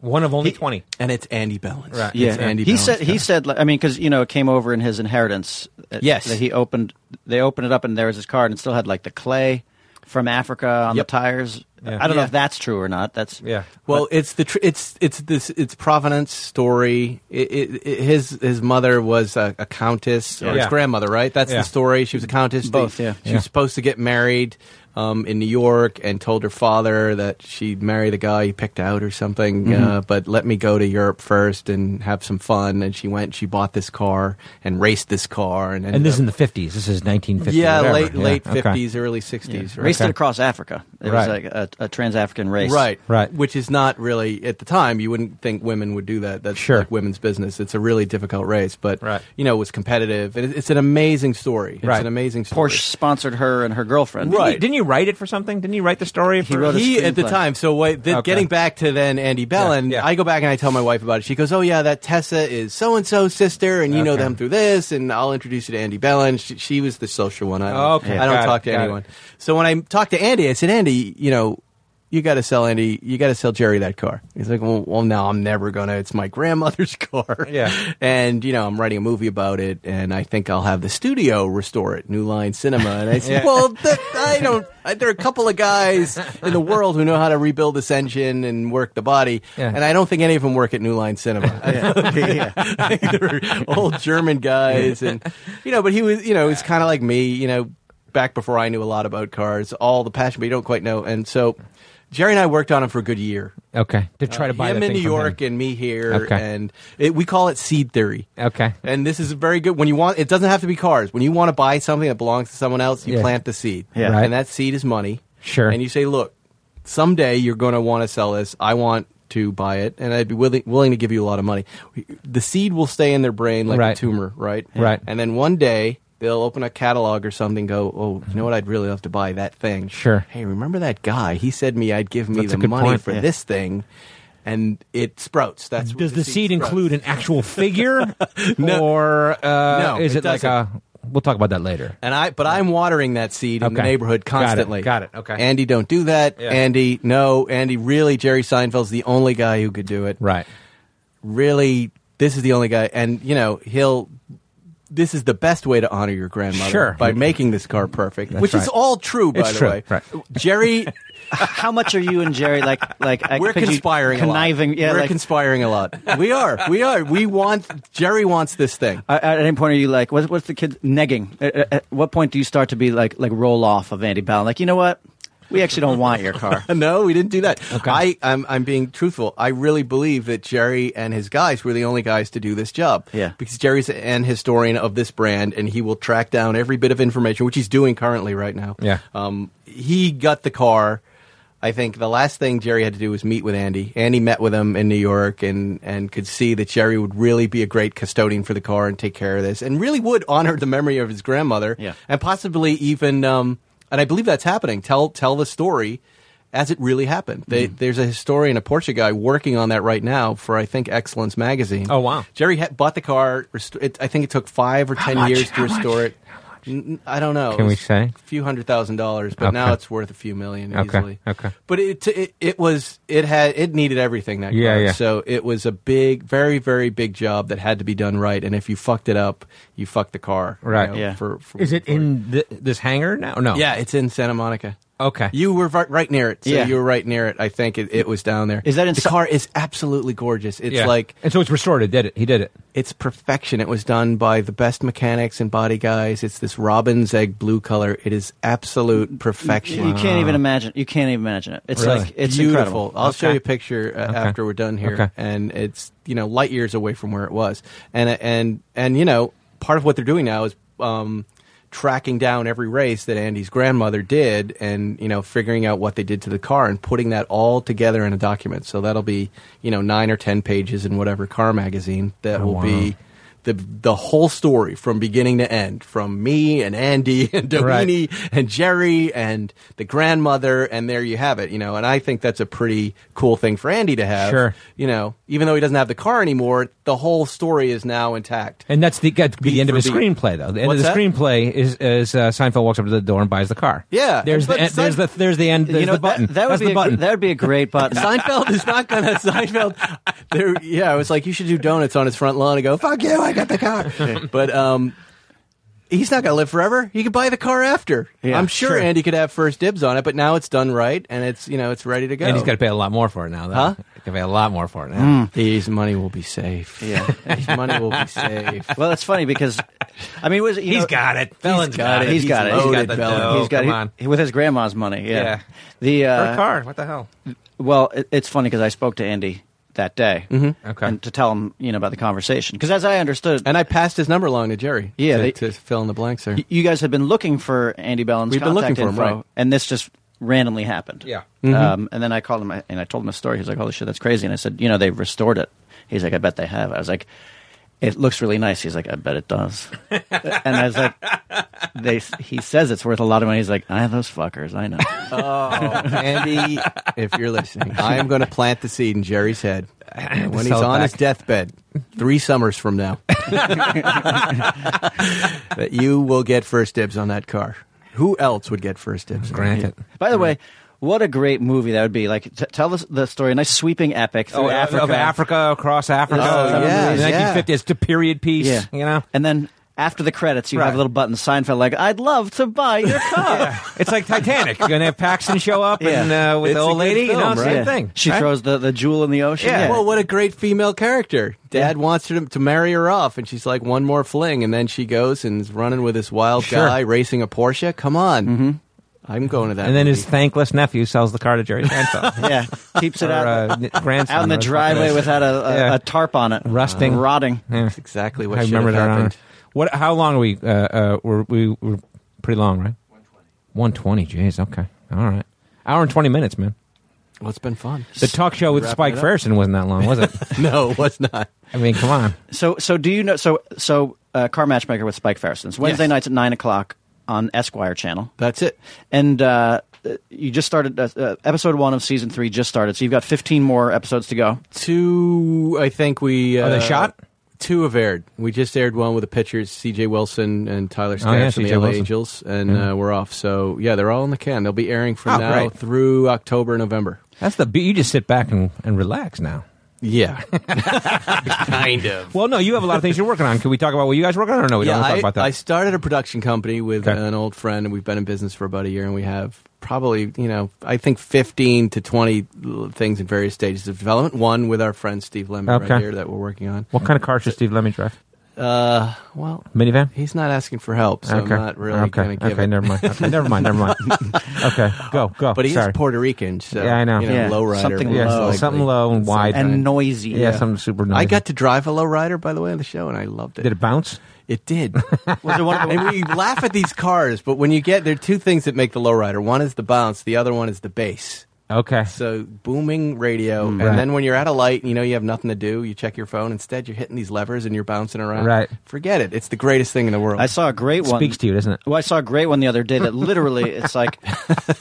[SPEAKER 1] One of only twenty.
[SPEAKER 6] And it's Andy Bellens.
[SPEAKER 1] Right.
[SPEAKER 6] It's Andy
[SPEAKER 7] he
[SPEAKER 6] Bellens
[SPEAKER 7] said
[SPEAKER 6] car.
[SPEAKER 7] he said like, I mean because you know it came over in his inheritance. uh,
[SPEAKER 6] Yes.
[SPEAKER 7] that he opened they opened it up and there was his car and it still had like the clay from Africa on
[SPEAKER 6] Yep.
[SPEAKER 7] the tires.
[SPEAKER 1] Yeah.
[SPEAKER 7] I don't know
[SPEAKER 6] Yeah.
[SPEAKER 7] if that's true or not. That's
[SPEAKER 1] Yeah.
[SPEAKER 6] Well, it's the tr- it's it's this it's Provenance story. It, it, it, his his mother was a, a countess, or his
[SPEAKER 1] Yeah.
[SPEAKER 6] grandmother, right? That's
[SPEAKER 1] Yeah.
[SPEAKER 6] the story. She was a countess.
[SPEAKER 7] Both,
[SPEAKER 6] They-
[SPEAKER 7] yeah.
[SPEAKER 6] She
[SPEAKER 1] Yeah.
[SPEAKER 6] was supposed to get married um, in New York, and told her father that she'd marry the guy he picked out or something.
[SPEAKER 1] Mm-hmm.
[SPEAKER 6] Uh, but let me go to Europe first and have some fun. And she went. She bought this car and raced this car, and ended
[SPEAKER 1] And this is in
[SPEAKER 6] up-
[SPEAKER 1] the fifties. This is nineteen fifty.
[SPEAKER 6] yeah,
[SPEAKER 1] whatever.
[SPEAKER 6] late late
[SPEAKER 1] okay.
[SPEAKER 6] fifties, early sixties, right?
[SPEAKER 7] raced
[SPEAKER 1] Okay.
[SPEAKER 7] it across Africa. It was
[SPEAKER 1] Right.
[SPEAKER 7] like a, a trans African race.
[SPEAKER 6] Right,
[SPEAKER 1] Right.
[SPEAKER 6] Which is not really at the time you wouldn't think women would do that. That's
[SPEAKER 1] Sure.
[SPEAKER 6] like women's business. It's a really difficult race, but
[SPEAKER 1] Right.
[SPEAKER 6] you know it was competitive. It, it's an amazing story. It's
[SPEAKER 1] Right.
[SPEAKER 6] an amazing story.
[SPEAKER 7] Porsche sponsored her and her girlfriend.
[SPEAKER 6] Right.
[SPEAKER 1] Didn't you- Didn't you write it for something? Didn't you write the story? For,
[SPEAKER 7] wrote a
[SPEAKER 6] He at the
[SPEAKER 7] screenplay.
[SPEAKER 6] time. So wait, th-
[SPEAKER 1] Okay.
[SPEAKER 6] getting back to then Andy Bellin,
[SPEAKER 1] Yeah, yeah.
[SPEAKER 6] I go back and I tell my wife about it. She goes, "Oh yeah, that Tessa is so and so's sister, and you know
[SPEAKER 1] Okay.
[SPEAKER 6] them through this, and I'll introduce you to Andy Bellin." She, she was the social one. I don't,
[SPEAKER 1] Okay,
[SPEAKER 6] I don't
[SPEAKER 1] got
[SPEAKER 6] talk
[SPEAKER 1] it,
[SPEAKER 6] to
[SPEAKER 1] got it.
[SPEAKER 6] anyone. So when I talked to Andy, I said, "Andy, you know." You got to sell Andy. You got to sell Jerry that car. He's like, well, well, no, I'm never gonna. It's my grandmother's car.
[SPEAKER 1] Yeah.
[SPEAKER 6] and you know, I'm writing a movie about it, and I think I'll have the studio restore it, New Line Cinema. And I
[SPEAKER 1] Yeah.
[SPEAKER 6] said, well, that, I don't. I, there are a couple of guys in the world who know how to rebuild this engine and work the body,
[SPEAKER 1] Yeah.
[SPEAKER 6] and I don't think any of them work at New Line Cinema. I think they're old German guys, and you know. But he was, you know, he's kind of like me, you know, back before I knew a lot about cars, all the passion, but you don't quite know. And so, Jerry and I worked on him for a good year.
[SPEAKER 1] okay. To try to buy
[SPEAKER 6] him
[SPEAKER 1] the
[SPEAKER 6] in
[SPEAKER 1] thing
[SPEAKER 6] New
[SPEAKER 1] from him.
[SPEAKER 6] York and me here,
[SPEAKER 1] Okay.
[SPEAKER 6] and it, we call it seed theory.
[SPEAKER 1] Okay.
[SPEAKER 6] And this is very good when you want. It doesn't have to be cars. When you want to buy something that belongs to someone else, you
[SPEAKER 1] Yeah.
[SPEAKER 6] plant the seed.
[SPEAKER 7] Yeah.
[SPEAKER 1] Right.
[SPEAKER 6] And that seed is money.
[SPEAKER 1] Sure.
[SPEAKER 6] And you say, look, someday you're going to want to sell this. I want to buy it, and I'd be willing willing to give you a lot of money. The seed will stay in their brain like
[SPEAKER 1] Right.
[SPEAKER 6] a tumor, right?
[SPEAKER 1] Right.
[SPEAKER 6] And then one day. They'll open a catalog or something. Go, oh, you know what? I'd really love to buy that thing.
[SPEAKER 1] Sure.
[SPEAKER 6] Hey, remember that guy? He said me I'd give me
[SPEAKER 1] That's a
[SPEAKER 6] the
[SPEAKER 1] good
[SPEAKER 6] money
[SPEAKER 1] point.
[SPEAKER 6] for
[SPEAKER 1] Yeah.
[SPEAKER 6] this thing, and it sprouts. That's
[SPEAKER 1] Does
[SPEAKER 6] what
[SPEAKER 1] the seed
[SPEAKER 6] sprouts.
[SPEAKER 1] include an actual figure, or uh,
[SPEAKER 6] No,
[SPEAKER 1] is
[SPEAKER 6] it
[SPEAKER 1] it, like a?
[SPEAKER 6] doesn't.
[SPEAKER 1] We'll talk about that later.
[SPEAKER 6] And I, but I'm watering that seed in the
[SPEAKER 1] Okay.
[SPEAKER 6] neighborhood
[SPEAKER 1] Got it.
[SPEAKER 6] constantly.
[SPEAKER 1] Got it. Okay.
[SPEAKER 6] Andy, don't do that.
[SPEAKER 1] Yeah.
[SPEAKER 6] Andy, no. Andy, really, Jerry Seinfeld's the only guy who could do it.
[SPEAKER 1] Right.
[SPEAKER 6] Really, this is the only guy. And you know, he'll. This is the best way to honor your grandmother
[SPEAKER 1] Sure.
[SPEAKER 6] by making this car perfect,
[SPEAKER 1] That's
[SPEAKER 6] which is
[SPEAKER 1] right.
[SPEAKER 6] all true, by
[SPEAKER 1] It's
[SPEAKER 6] the
[SPEAKER 1] true.
[SPEAKER 6] way.
[SPEAKER 1] Right.
[SPEAKER 6] Jerry,
[SPEAKER 7] How much are you and Jerry like? Like I
[SPEAKER 6] we're
[SPEAKER 7] could you
[SPEAKER 6] conspiring,
[SPEAKER 7] conniving.
[SPEAKER 6] A lot.
[SPEAKER 7] Yeah,
[SPEAKER 6] we're
[SPEAKER 7] like,
[SPEAKER 6] conspiring a lot. We are. We are. We want. Jerry wants this thing.
[SPEAKER 7] At at any point are you like, what's, what's the kid negging? At, at- at what point do you start to be like, like roll off of Andy Ballin? Like, you know what? We actually don't want your car.
[SPEAKER 6] no, we didn't do that. I, I'm, I'm being truthful. I really believe that Jerry and his guys were the only guys to do this job.
[SPEAKER 7] Yeah.
[SPEAKER 6] Because Jerry's an historian of this brand, and he will track down every bit of information, which he's doing currently right now.
[SPEAKER 1] Yeah.
[SPEAKER 6] Um, he got the car. I think the last thing Jerry had to do was meet with Andy. Andy met with him in New York and, and could see that Jerry would really be a great custodian for the car and take care of this and really would honor the memory of his grandmother
[SPEAKER 7] Yeah.
[SPEAKER 6] and possibly even um, and I believe that's happening. Tell tell the story as it really happened. They,
[SPEAKER 1] Mm.
[SPEAKER 6] There's a historian, a Porsche guy, working on that right now for I think Excellence magazine.
[SPEAKER 1] Oh, wow.
[SPEAKER 6] Jerry had bought the car. Rest- it, I think it took five or ten
[SPEAKER 1] much?
[SPEAKER 6] years to
[SPEAKER 1] How
[SPEAKER 6] restore
[SPEAKER 1] much?
[SPEAKER 6] it. N- I don't know.
[SPEAKER 1] Can
[SPEAKER 6] It
[SPEAKER 1] we
[SPEAKER 6] was
[SPEAKER 1] say?
[SPEAKER 6] a few hundred thousand dollars? But
[SPEAKER 1] Okay.
[SPEAKER 6] now it's worth a few million
[SPEAKER 1] Okay,
[SPEAKER 6] easily.
[SPEAKER 1] okay.
[SPEAKER 6] But it, it it was it had it needed everything that
[SPEAKER 1] Yeah,
[SPEAKER 6] car.
[SPEAKER 1] yeah.
[SPEAKER 6] So it was a big, very, very big job that had to be done right. And if you fucked it up, you fucked the car. you
[SPEAKER 1] Right.
[SPEAKER 6] know,
[SPEAKER 7] Yeah.
[SPEAKER 6] For, for
[SPEAKER 1] Is it
[SPEAKER 6] for-
[SPEAKER 1] in th- this hangar now? No.
[SPEAKER 6] yeah, it's in Santa Monica.
[SPEAKER 1] Okay.
[SPEAKER 6] You were vi- right near it. So
[SPEAKER 7] Yeah.
[SPEAKER 6] You were right near it. I think it, it was down there.
[SPEAKER 7] Is that in
[SPEAKER 6] the
[SPEAKER 7] so-
[SPEAKER 6] car? Is absolutely gorgeous. It's
[SPEAKER 1] Yeah.
[SPEAKER 6] like
[SPEAKER 1] and so it's restored. It did it. He did it.
[SPEAKER 6] it's perfection. It was done by the best mechanics and body guys. It's this robin's egg blue color. It is absolute perfection.
[SPEAKER 7] You can't even imagine. You can't even imagine it. It's
[SPEAKER 1] Really?
[SPEAKER 7] like it's
[SPEAKER 6] beautiful.
[SPEAKER 7] incredible.
[SPEAKER 6] I'll show
[SPEAKER 1] Okay.
[SPEAKER 6] you a picture uh,
[SPEAKER 1] Okay.
[SPEAKER 6] after we're done here,
[SPEAKER 1] Okay.
[SPEAKER 6] and it's you know light years away from where it was, and uh, and and you know part of what they're doing now is um, tracking down every race that Andy's grandmother did, and you know figuring out what they did to the car and putting that all together in a document. So that'll be you know nine or ten pages in whatever car magazine that
[SPEAKER 1] Oh,
[SPEAKER 6] will
[SPEAKER 1] wow.
[SPEAKER 6] be. The, the whole story from beginning to end, from me and Andy and
[SPEAKER 1] Right.
[SPEAKER 6] Domini and Jerry and the grandmother, and there you have it, you know. And I think that's a pretty cool thing for Andy to have.
[SPEAKER 1] Sure.
[SPEAKER 6] You know, even though he doesn't have the car anymore, the whole story is now intact.
[SPEAKER 1] And that's the that's the
[SPEAKER 6] Beat
[SPEAKER 1] end of
[SPEAKER 6] for
[SPEAKER 1] his
[SPEAKER 6] beat.
[SPEAKER 1] screenplay, though. The end
[SPEAKER 6] What's
[SPEAKER 1] of the
[SPEAKER 6] that?
[SPEAKER 1] screenplay is, is uh, Seinfeld walks up to the door and buys the car.
[SPEAKER 6] Yeah,
[SPEAKER 1] there's
[SPEAKER 6] but
[SPEAKER 1] the,
[SPEAKER 6] Sein-
[SPEAKER 1] there's the there's the end. There's
[SPEAKER 7] you know
[SPEAKER 1] the button.
[SPEAKER 7] That, that would
[SPEAKER 1] That's
[SPEAKER 7] be
[SPEAKER 1] the
[SPEAKER 7] a,
[SPEAKER 1] button.
[SPEAKER 7] That would be a great button.
[SPEAKER 6] Seinfeld is not going to Seinfeld. There, yeah, I was like, you should do donuts on his front lawn and go, "Fuck you, I got the car." but um, he's not going to live forever. He could buy the car after.
[SPEAKER 7] Yeah,
[SPEAKER 6] I'm sure,
[SPEAKER 7] sure.
[SPEAKER 6] Andy could have first dibs on it, but now it's done right, and it's you know it's ready to go.
[SPEAKER 1] and he's got to pay a lot more for it now. Though.
[SPEAKER 6] Huh? Mm.
[SPEAKER 1] He can pay a lot more for it now.
[SPEAKER 6] His money will be safe.
[SPEAKER 7] Yeah.
[SPEAKER 6] His money will be safe.
[SPEAKER 7] well, it's funny because I mean, was, you
[SPEAKER 1] He's
[SPEAKER 7] know-
[SPEAKER 1] got it. Felon's got it.
[SPEAKER 7] He's got it.
[SPEAKER 1] He's
[SPEAKER 7] He's
[SPEAKER 1] loaded,
[SPEAKER 7] got the
[SPEAKER 1] Felon.
[SPEAKER 7] dough. He's got
[SPEAKER 1] Come
[SPEAKER 7] it with his grandma's money.
[SPEAKER 1] Yeah.
[SPEAKER 7] Yeah. The uh,
[SPEAKER 1] Her car. What the hell?
[SPEAKER 7] Well, it, it's funny because I spoke to Andy that day,
[SPEAKER 1] Okay.
[SPEAKER 7] and to tell him you know about the conversation because as I understood,
[SPEAKER 6] And I passed his number along to Jerry.
[SPEAKER 7] Yeah,
[SPEAKER 6] to,
[SPEAKER 7] they-
[SPEAKER 6] to fill in the blanks there.
[SPEAKER 7] y- you guys had been looking for Andy Bellin's
[SPEAKER 6] We've been looking
[SPEAKER 7] contact
[SPEAKER 6] for him,
[SPEAKER 7] info,
[SPEAKER 6] right. Mm-hmm.
[SPEAKER 7] and this just randomly happened.
[SPEAKER 1] Yeah.
[SPEAKER 7] Um, and then I called him I- and I told him a story. He was like, "Holy shit, that's crazy!" And I said, "You know, they restored it." He's like, "I bet they have." I was like. It looks really nice. He's like, I bet it does. and I was like, they, he says it's worth a lot of money. He's like, I those fuckers. I know.
[SPEAKER 6] Oh, Andy, if you're listening, I am going to plant the seed in Jerry's head when he's
[SPEAKER 1] Sell it
[SPEAKER 6] on his
[SPEAKER 1] back.
[SPEAKER 6] deathbed, three summers from now, that you will get first dibs on that car. Who else would get first dibs?
[SPEAKER 1] Grant it.
[SPEAKER 7] By the way, what a great movie that would be! Like, t- tell us the story, a nice sweeping epic through
[SPEAKER 1] Oh,
[SPEAKER 7] Africa,
[SPEAKER 1] Of Africa, across Africa.
[SPEAKER 6] Oh, yeah,
[SPEAKER 1] The
[SPEAKER 6] yeah.
[SPEAKER 1] 1950s, it's a period piece.
[SPEAKER 7] yeah,
[SPEAKER 1] You know?
[SPEAKER 7] And then after the credits, you
[SPEAKER 1] Right.
[SPEAKER 7] have a little button, Seinfeld, like, "I'd love to buy your car."
[SPEAKER 1] It's like Titanic. You're going to have Paxton show up
[SPEAKER 7] Yeah.
[SPEAKER 1] and uh, with
[SPEAKER 6] It's
[SPEAKER 1] the
[SPEAKER 6] a
[SPEAKER 1] old
[SPEAKER 6] good
[SPEAKER 1] lady. you know,
[SPEAKER 6] film,
[SPEAKER 1] it's the
[SPEAKER 6] right?
[SPEAKER 1] same thing.
[SPEAKER 7] She
[SPEAKER 1] right?
[SPEAKER 7] throws the, the jewel in the ocean.
[SPEAKER 1] Yeah.
[SPEAKER 6] Well, what a great female character. Dad wants her to, to marry her off, and she's like, one more fling, and then she goes and is running with this wild
[SPEAKER 1] Sure.
[SPEAKER 6] guy racing a Porsche. Come on. I'm going to that.
[SPEAKER 1] And then
[SPEAKER 6] movie.
[SPEAKER 1] his thankless nephew sells the car to Jerry Seinfeld.
[SPEAKER 7] yeah, keeps it
[SPEAKER 1] Or,
[SPEAKER 7] out,
[SPEAKER 1] uh, n- grandson
[SPEAKER 7] out in the
[SPEAKER 1] or something.
[SPEAKER 7] driveway without a, a,
[SPEAKER 1] Yeah.
[SPEAKER 7] a tarp on it,
[SPEAKER 1] Rusting.
[SPEAKER 7] rotting.
[SPEAKER 1] Yeah.
[SPEAKER 6] That's exactly what
[SPEAKER 1] I
[SPEAKER 6] should
[SPEAKER 1] remember
[SPEAKER 6] have
[SPEAKER 1] that. honor.
[SPEAKER 6] happened.
[SPEAKER 1] What? How long are we? Uh, uh, we're, we were pretty long, right? One twenty. Jeez. Okay. All right. Hour and twenty minutes, man.
[SPEAKER 6] Well, it's been fun.
[SPEAKER 1] The talk show with
[SPEAKER 6] Wrapping
[SPEAKER 1] Spike
[SPEAKER 6] it up.
[SPEAKER 1] Ferguson wasn't that long, was it?
[SPEAKER 6] no, it was not.
[SPEAKER 1] I mean, come on.
[SPEAKER 7] So, so do you know? So, so uh, car matchmaker with Spike Ferris. It's Wednesday
[SPEAKER 6] Yes.
[SPEAKER 7] nights at nine o'clock on Esquire Channel.
[SPEAKER 6] That's it.
[SPEAKER 7] And uh, you just started uh, uh, episode one of season three. Just started, so you've got 15 more episodes to go.
[SPEAKER 6] Two, I think we. Uh,
[SPEAKER 1] Are they shot?
[SPEAKER 6] Two have aired. We just aired one with the pitchers, C.J. Wilson and Tyler Stash
[SPEAKER 1] Oh, yeah,
[SPEAKER 6] from the
[SPEAKER 1] C.J.
[SPEAKER 6] LA
[SPEAKER 1] Wilson.
[SPEAKER 6] Angels, and uh, we're off. So yeah, they're all in the can. They'll be airing from
[SPEAKER 1] Oh,
[SPEAKER 6] now
[SPEAKER 1] great.
[SPEAKER 6] through October, November.
[SPEAKER 1] That's the. be- You just sit back and, and relax now.
[SPEAKER 6] Yeah, kind of.
[SPEAKER 1] Well, no, you have a lot of things you're working on. Can we talk about what you guys are working on, or no? We
[SPEAKER 6] yeah,
[SPEAKER 1] don't want to
[SPEAKER 6] I,
[SPEAKER 1] talk about that.
[SPEAKER 6] I started a production company with
[SPEAKER 1] Okay.
[SPEAKER 6] an old friend, and we've been in business for about a year, and we have probably, you know, I think 15 to 20 l- things in various stages of development. One with our friend Steve Lemon
[SPEAKER 1] Okay.
[SPEAKER 6] right here that we're working on.
[SPEAKER 1] what kind of car should Steve Lemmy drive?
[SPEAKER 6] Uh, well,
[SPEAKER 1] Minivan.
[SPEAKER 6] he's not asking for help, so
[SPEAKER 1] okay.
[SPEAKER 6] I'm not really
[SPEAKER 1] okay.
[SPEAKER 6] going to give
[SPEAKER 1] okay.
[SPEAKER 6] it.
[SPEAKER 1] Never mind. Okay. never mind. Never mind. Okay. Go. Go.
[SPEAKER 6] But he
[SPEAKER 1] Sorry.
[SPEAKER 6] is Puerto Rican, so
[SPEAKER 1] Yeah, I know.
[SPEAKER 6] You know
[SPEAKER 7] Yeah,
[SPEAKER 6] low rider,
[SPEAKER 7] something
[SPEAKER 6] most
[SPEAKER 1] Yeah,
[SPEAKER 7] low.
[SPEAKER 6] likely.
[SPEAKER 1] something low and wide.
[SPEAKER 7] And noisy.
[SPEAKER 1] yeah, something super noisy.
[SPEAKER 6] I got to drive a low rider, by the way, on the show, and I loved it.
[SPEAKER 1] Did it bounce?
[SPEAKER 6] It did.
[SPEAKER 7] Was it one of
[SPEAKER 6] and we laugh at these cars, but when you get there, are two things that make the low rider. One is the bounce. The other one is the bass.
[SPEAKER 1] Okay.
[SPEAKER 6] So booming radio, and
[SPEAKER 1] Mm, Right.
[SPEAKER 6] then when you're at a light, and you know you have nothing to do. You check your phone. Instead, you're hitting these levers and you're bouncing around.
[SPEAKER 1] Right.
[SPEAKER 6] Forget it. It's the greatest thing in the world.
[SPEAKER 7] I saw a great one.
[SPEAKER 1] Speaks to you, doesn't it?
[SPEAKER 7] Well, I saw a great one the other day that literally it's like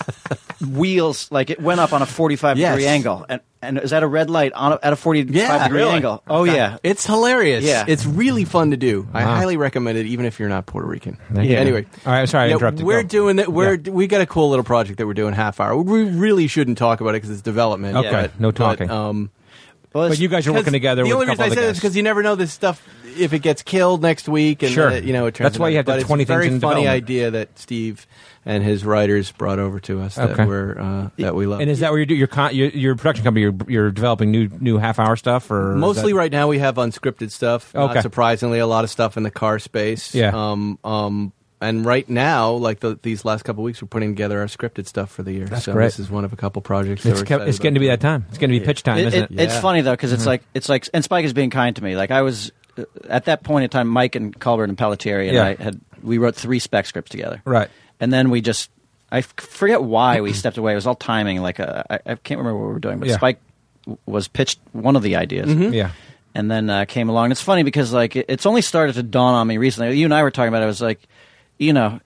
[SPEAKER 7] wheels, like it went up on a 45 degree
[SPEAKER 6] Yes.
[SPEAKER 7] angle. And, and is that a red light on a, at a 45
[SPEAKER 6] Yeah,
[SPEAKER 7] degree
[SPEAKER 6] really.
[SPEAKER 7] angle? Oh, yeah.
[SPEAKER 6] It's hilarious.
[SPEAKER 7] Yeah.
[SPEAKER 6] It's really fun to do. I highly recommend it, even if you're not Puerto Rican.
[SPEAKER 1] you go.
[SPEAKER 6] Anyway.
[SPEAKER 1] All right, I'm sorry I
[SPEAKER 6] Yeah,
[SPEAKER 1] interrupted.
[SPEAKER 6] We're
[SPEAKER 1] Go.
[SPEAKER 6] doing that. We're,
[SPEAKER 1] Yeah.
[SPEAKER 6] We got a cool little project that we're doing half hour. We really shouldn't talk about it because it's development.
[SPEAKER 1] Okay,
[SPEAKER 6] but-
[SPEAKER 1] no
[SPEAKER 6] but,
[SPEAKER 1] talking.
[SPEAKER 6] um,
[SPEAKER 7] Well, it's-
[SPEAKER 1] but you guys are
[SPEAKER 6] 'Cause
[SPEAKER 1] working together
[SPEAKER 6] The
[SPEAKER 1] with
[SPEAKER 6] only
[SPEAKER 1] a couple
[SPEAKER 6] reason I
[SPEAKER 1] other
[SPEAKER 6] say
[SPEAKER 1] guys.
[SPEAKER 6] this because you never know this stuff if it gets killed next week, and
[SPEAKER 1] Sure.
[SPEAKER 6] then it, you know it turns.
[SPEAKER 1] That's why
[SPEAKER 6] into-
[SPEAKER 1] you have to
[SPEAKER 6] but
[SPEAKER 1] have
[SPEAKER 6] it's
[SPEAKER 1] 20
[SPEAKER 6] a very
[SPEAKER 1] things in
[SPEAKER 6] funny
[SPEAKER 1] development.
[SPEAKER 6] idea that Steve and his writers brought over to us
[SPEAKER 1] Okay.
[SPEAKER 6] that were uh, that we love.
[SPEAKER 1] and is that where you do your con- your, your production company? You're, you're developing new new half hour stuff, or is
[SPEAKER 6] Mostly
[SPEAKER 1] that-
[SPEAKER 6] right now we have unscripted stuff.
[SPEAKER 1] Okay.
[SPEAKER 6] Not surprisingly, a lot of stuff in the car space.
[SPEAKER 1] Yeah.
[SPEAKER 6] Um, um, and right now, like the, these last couple of weeks, we're putting together our scripted stuff for the year.
[SPEAKER 1] That's
[SPEAKER 6] so
[SPEAKER 1] great.
[SPEAKER 6] this is one of a couple projects. that
[SPEAKER 1] It's,
[SPEAKER 6] we're
[SPEAKER 1] ca-
[SPEAKER 6] excited
[SPEAKER 1] it's getting to
[SPEAKER 6] about.
[SPEAKER 1] be that time. It's going to be pitch time, is
[SPEAKER 7] It-
[SPEAKER 1] isn't
[SPEAKER 7] it-
[SPEAKER 1] it? Mm-hmm.
[SPEAKER 7] It's
[SPEAKER 6] Yeah.
[SPEAKER 7] funny though because it's like it's like and Spike is being kind to me. Like I was uh, at that point in time, Mike and Culbert and Pelletier and
[SPEAKER 1] Yeah.
[SPEAKER 7] I had we wrote three spec scripts together,
[SPEAKER 1] Right.
[SPEAKER 7] And then we just I f- forget why we stepped away. It was all timing. Like uh, I, I can't remember what we were doing, but
[SPEAKER 1] Yeah. Mm-hmm.
[SPEAKER 7] Spike w- was pitched one of the ideas.
[SPEAKER 6] Hmm?
[SPEAKER 1] Yeah.
[SPEAKER 7] and then uh, came along. And it's funny because like it, it's only started to dawn on me recently. You and I were talking about. it. I was like, you know,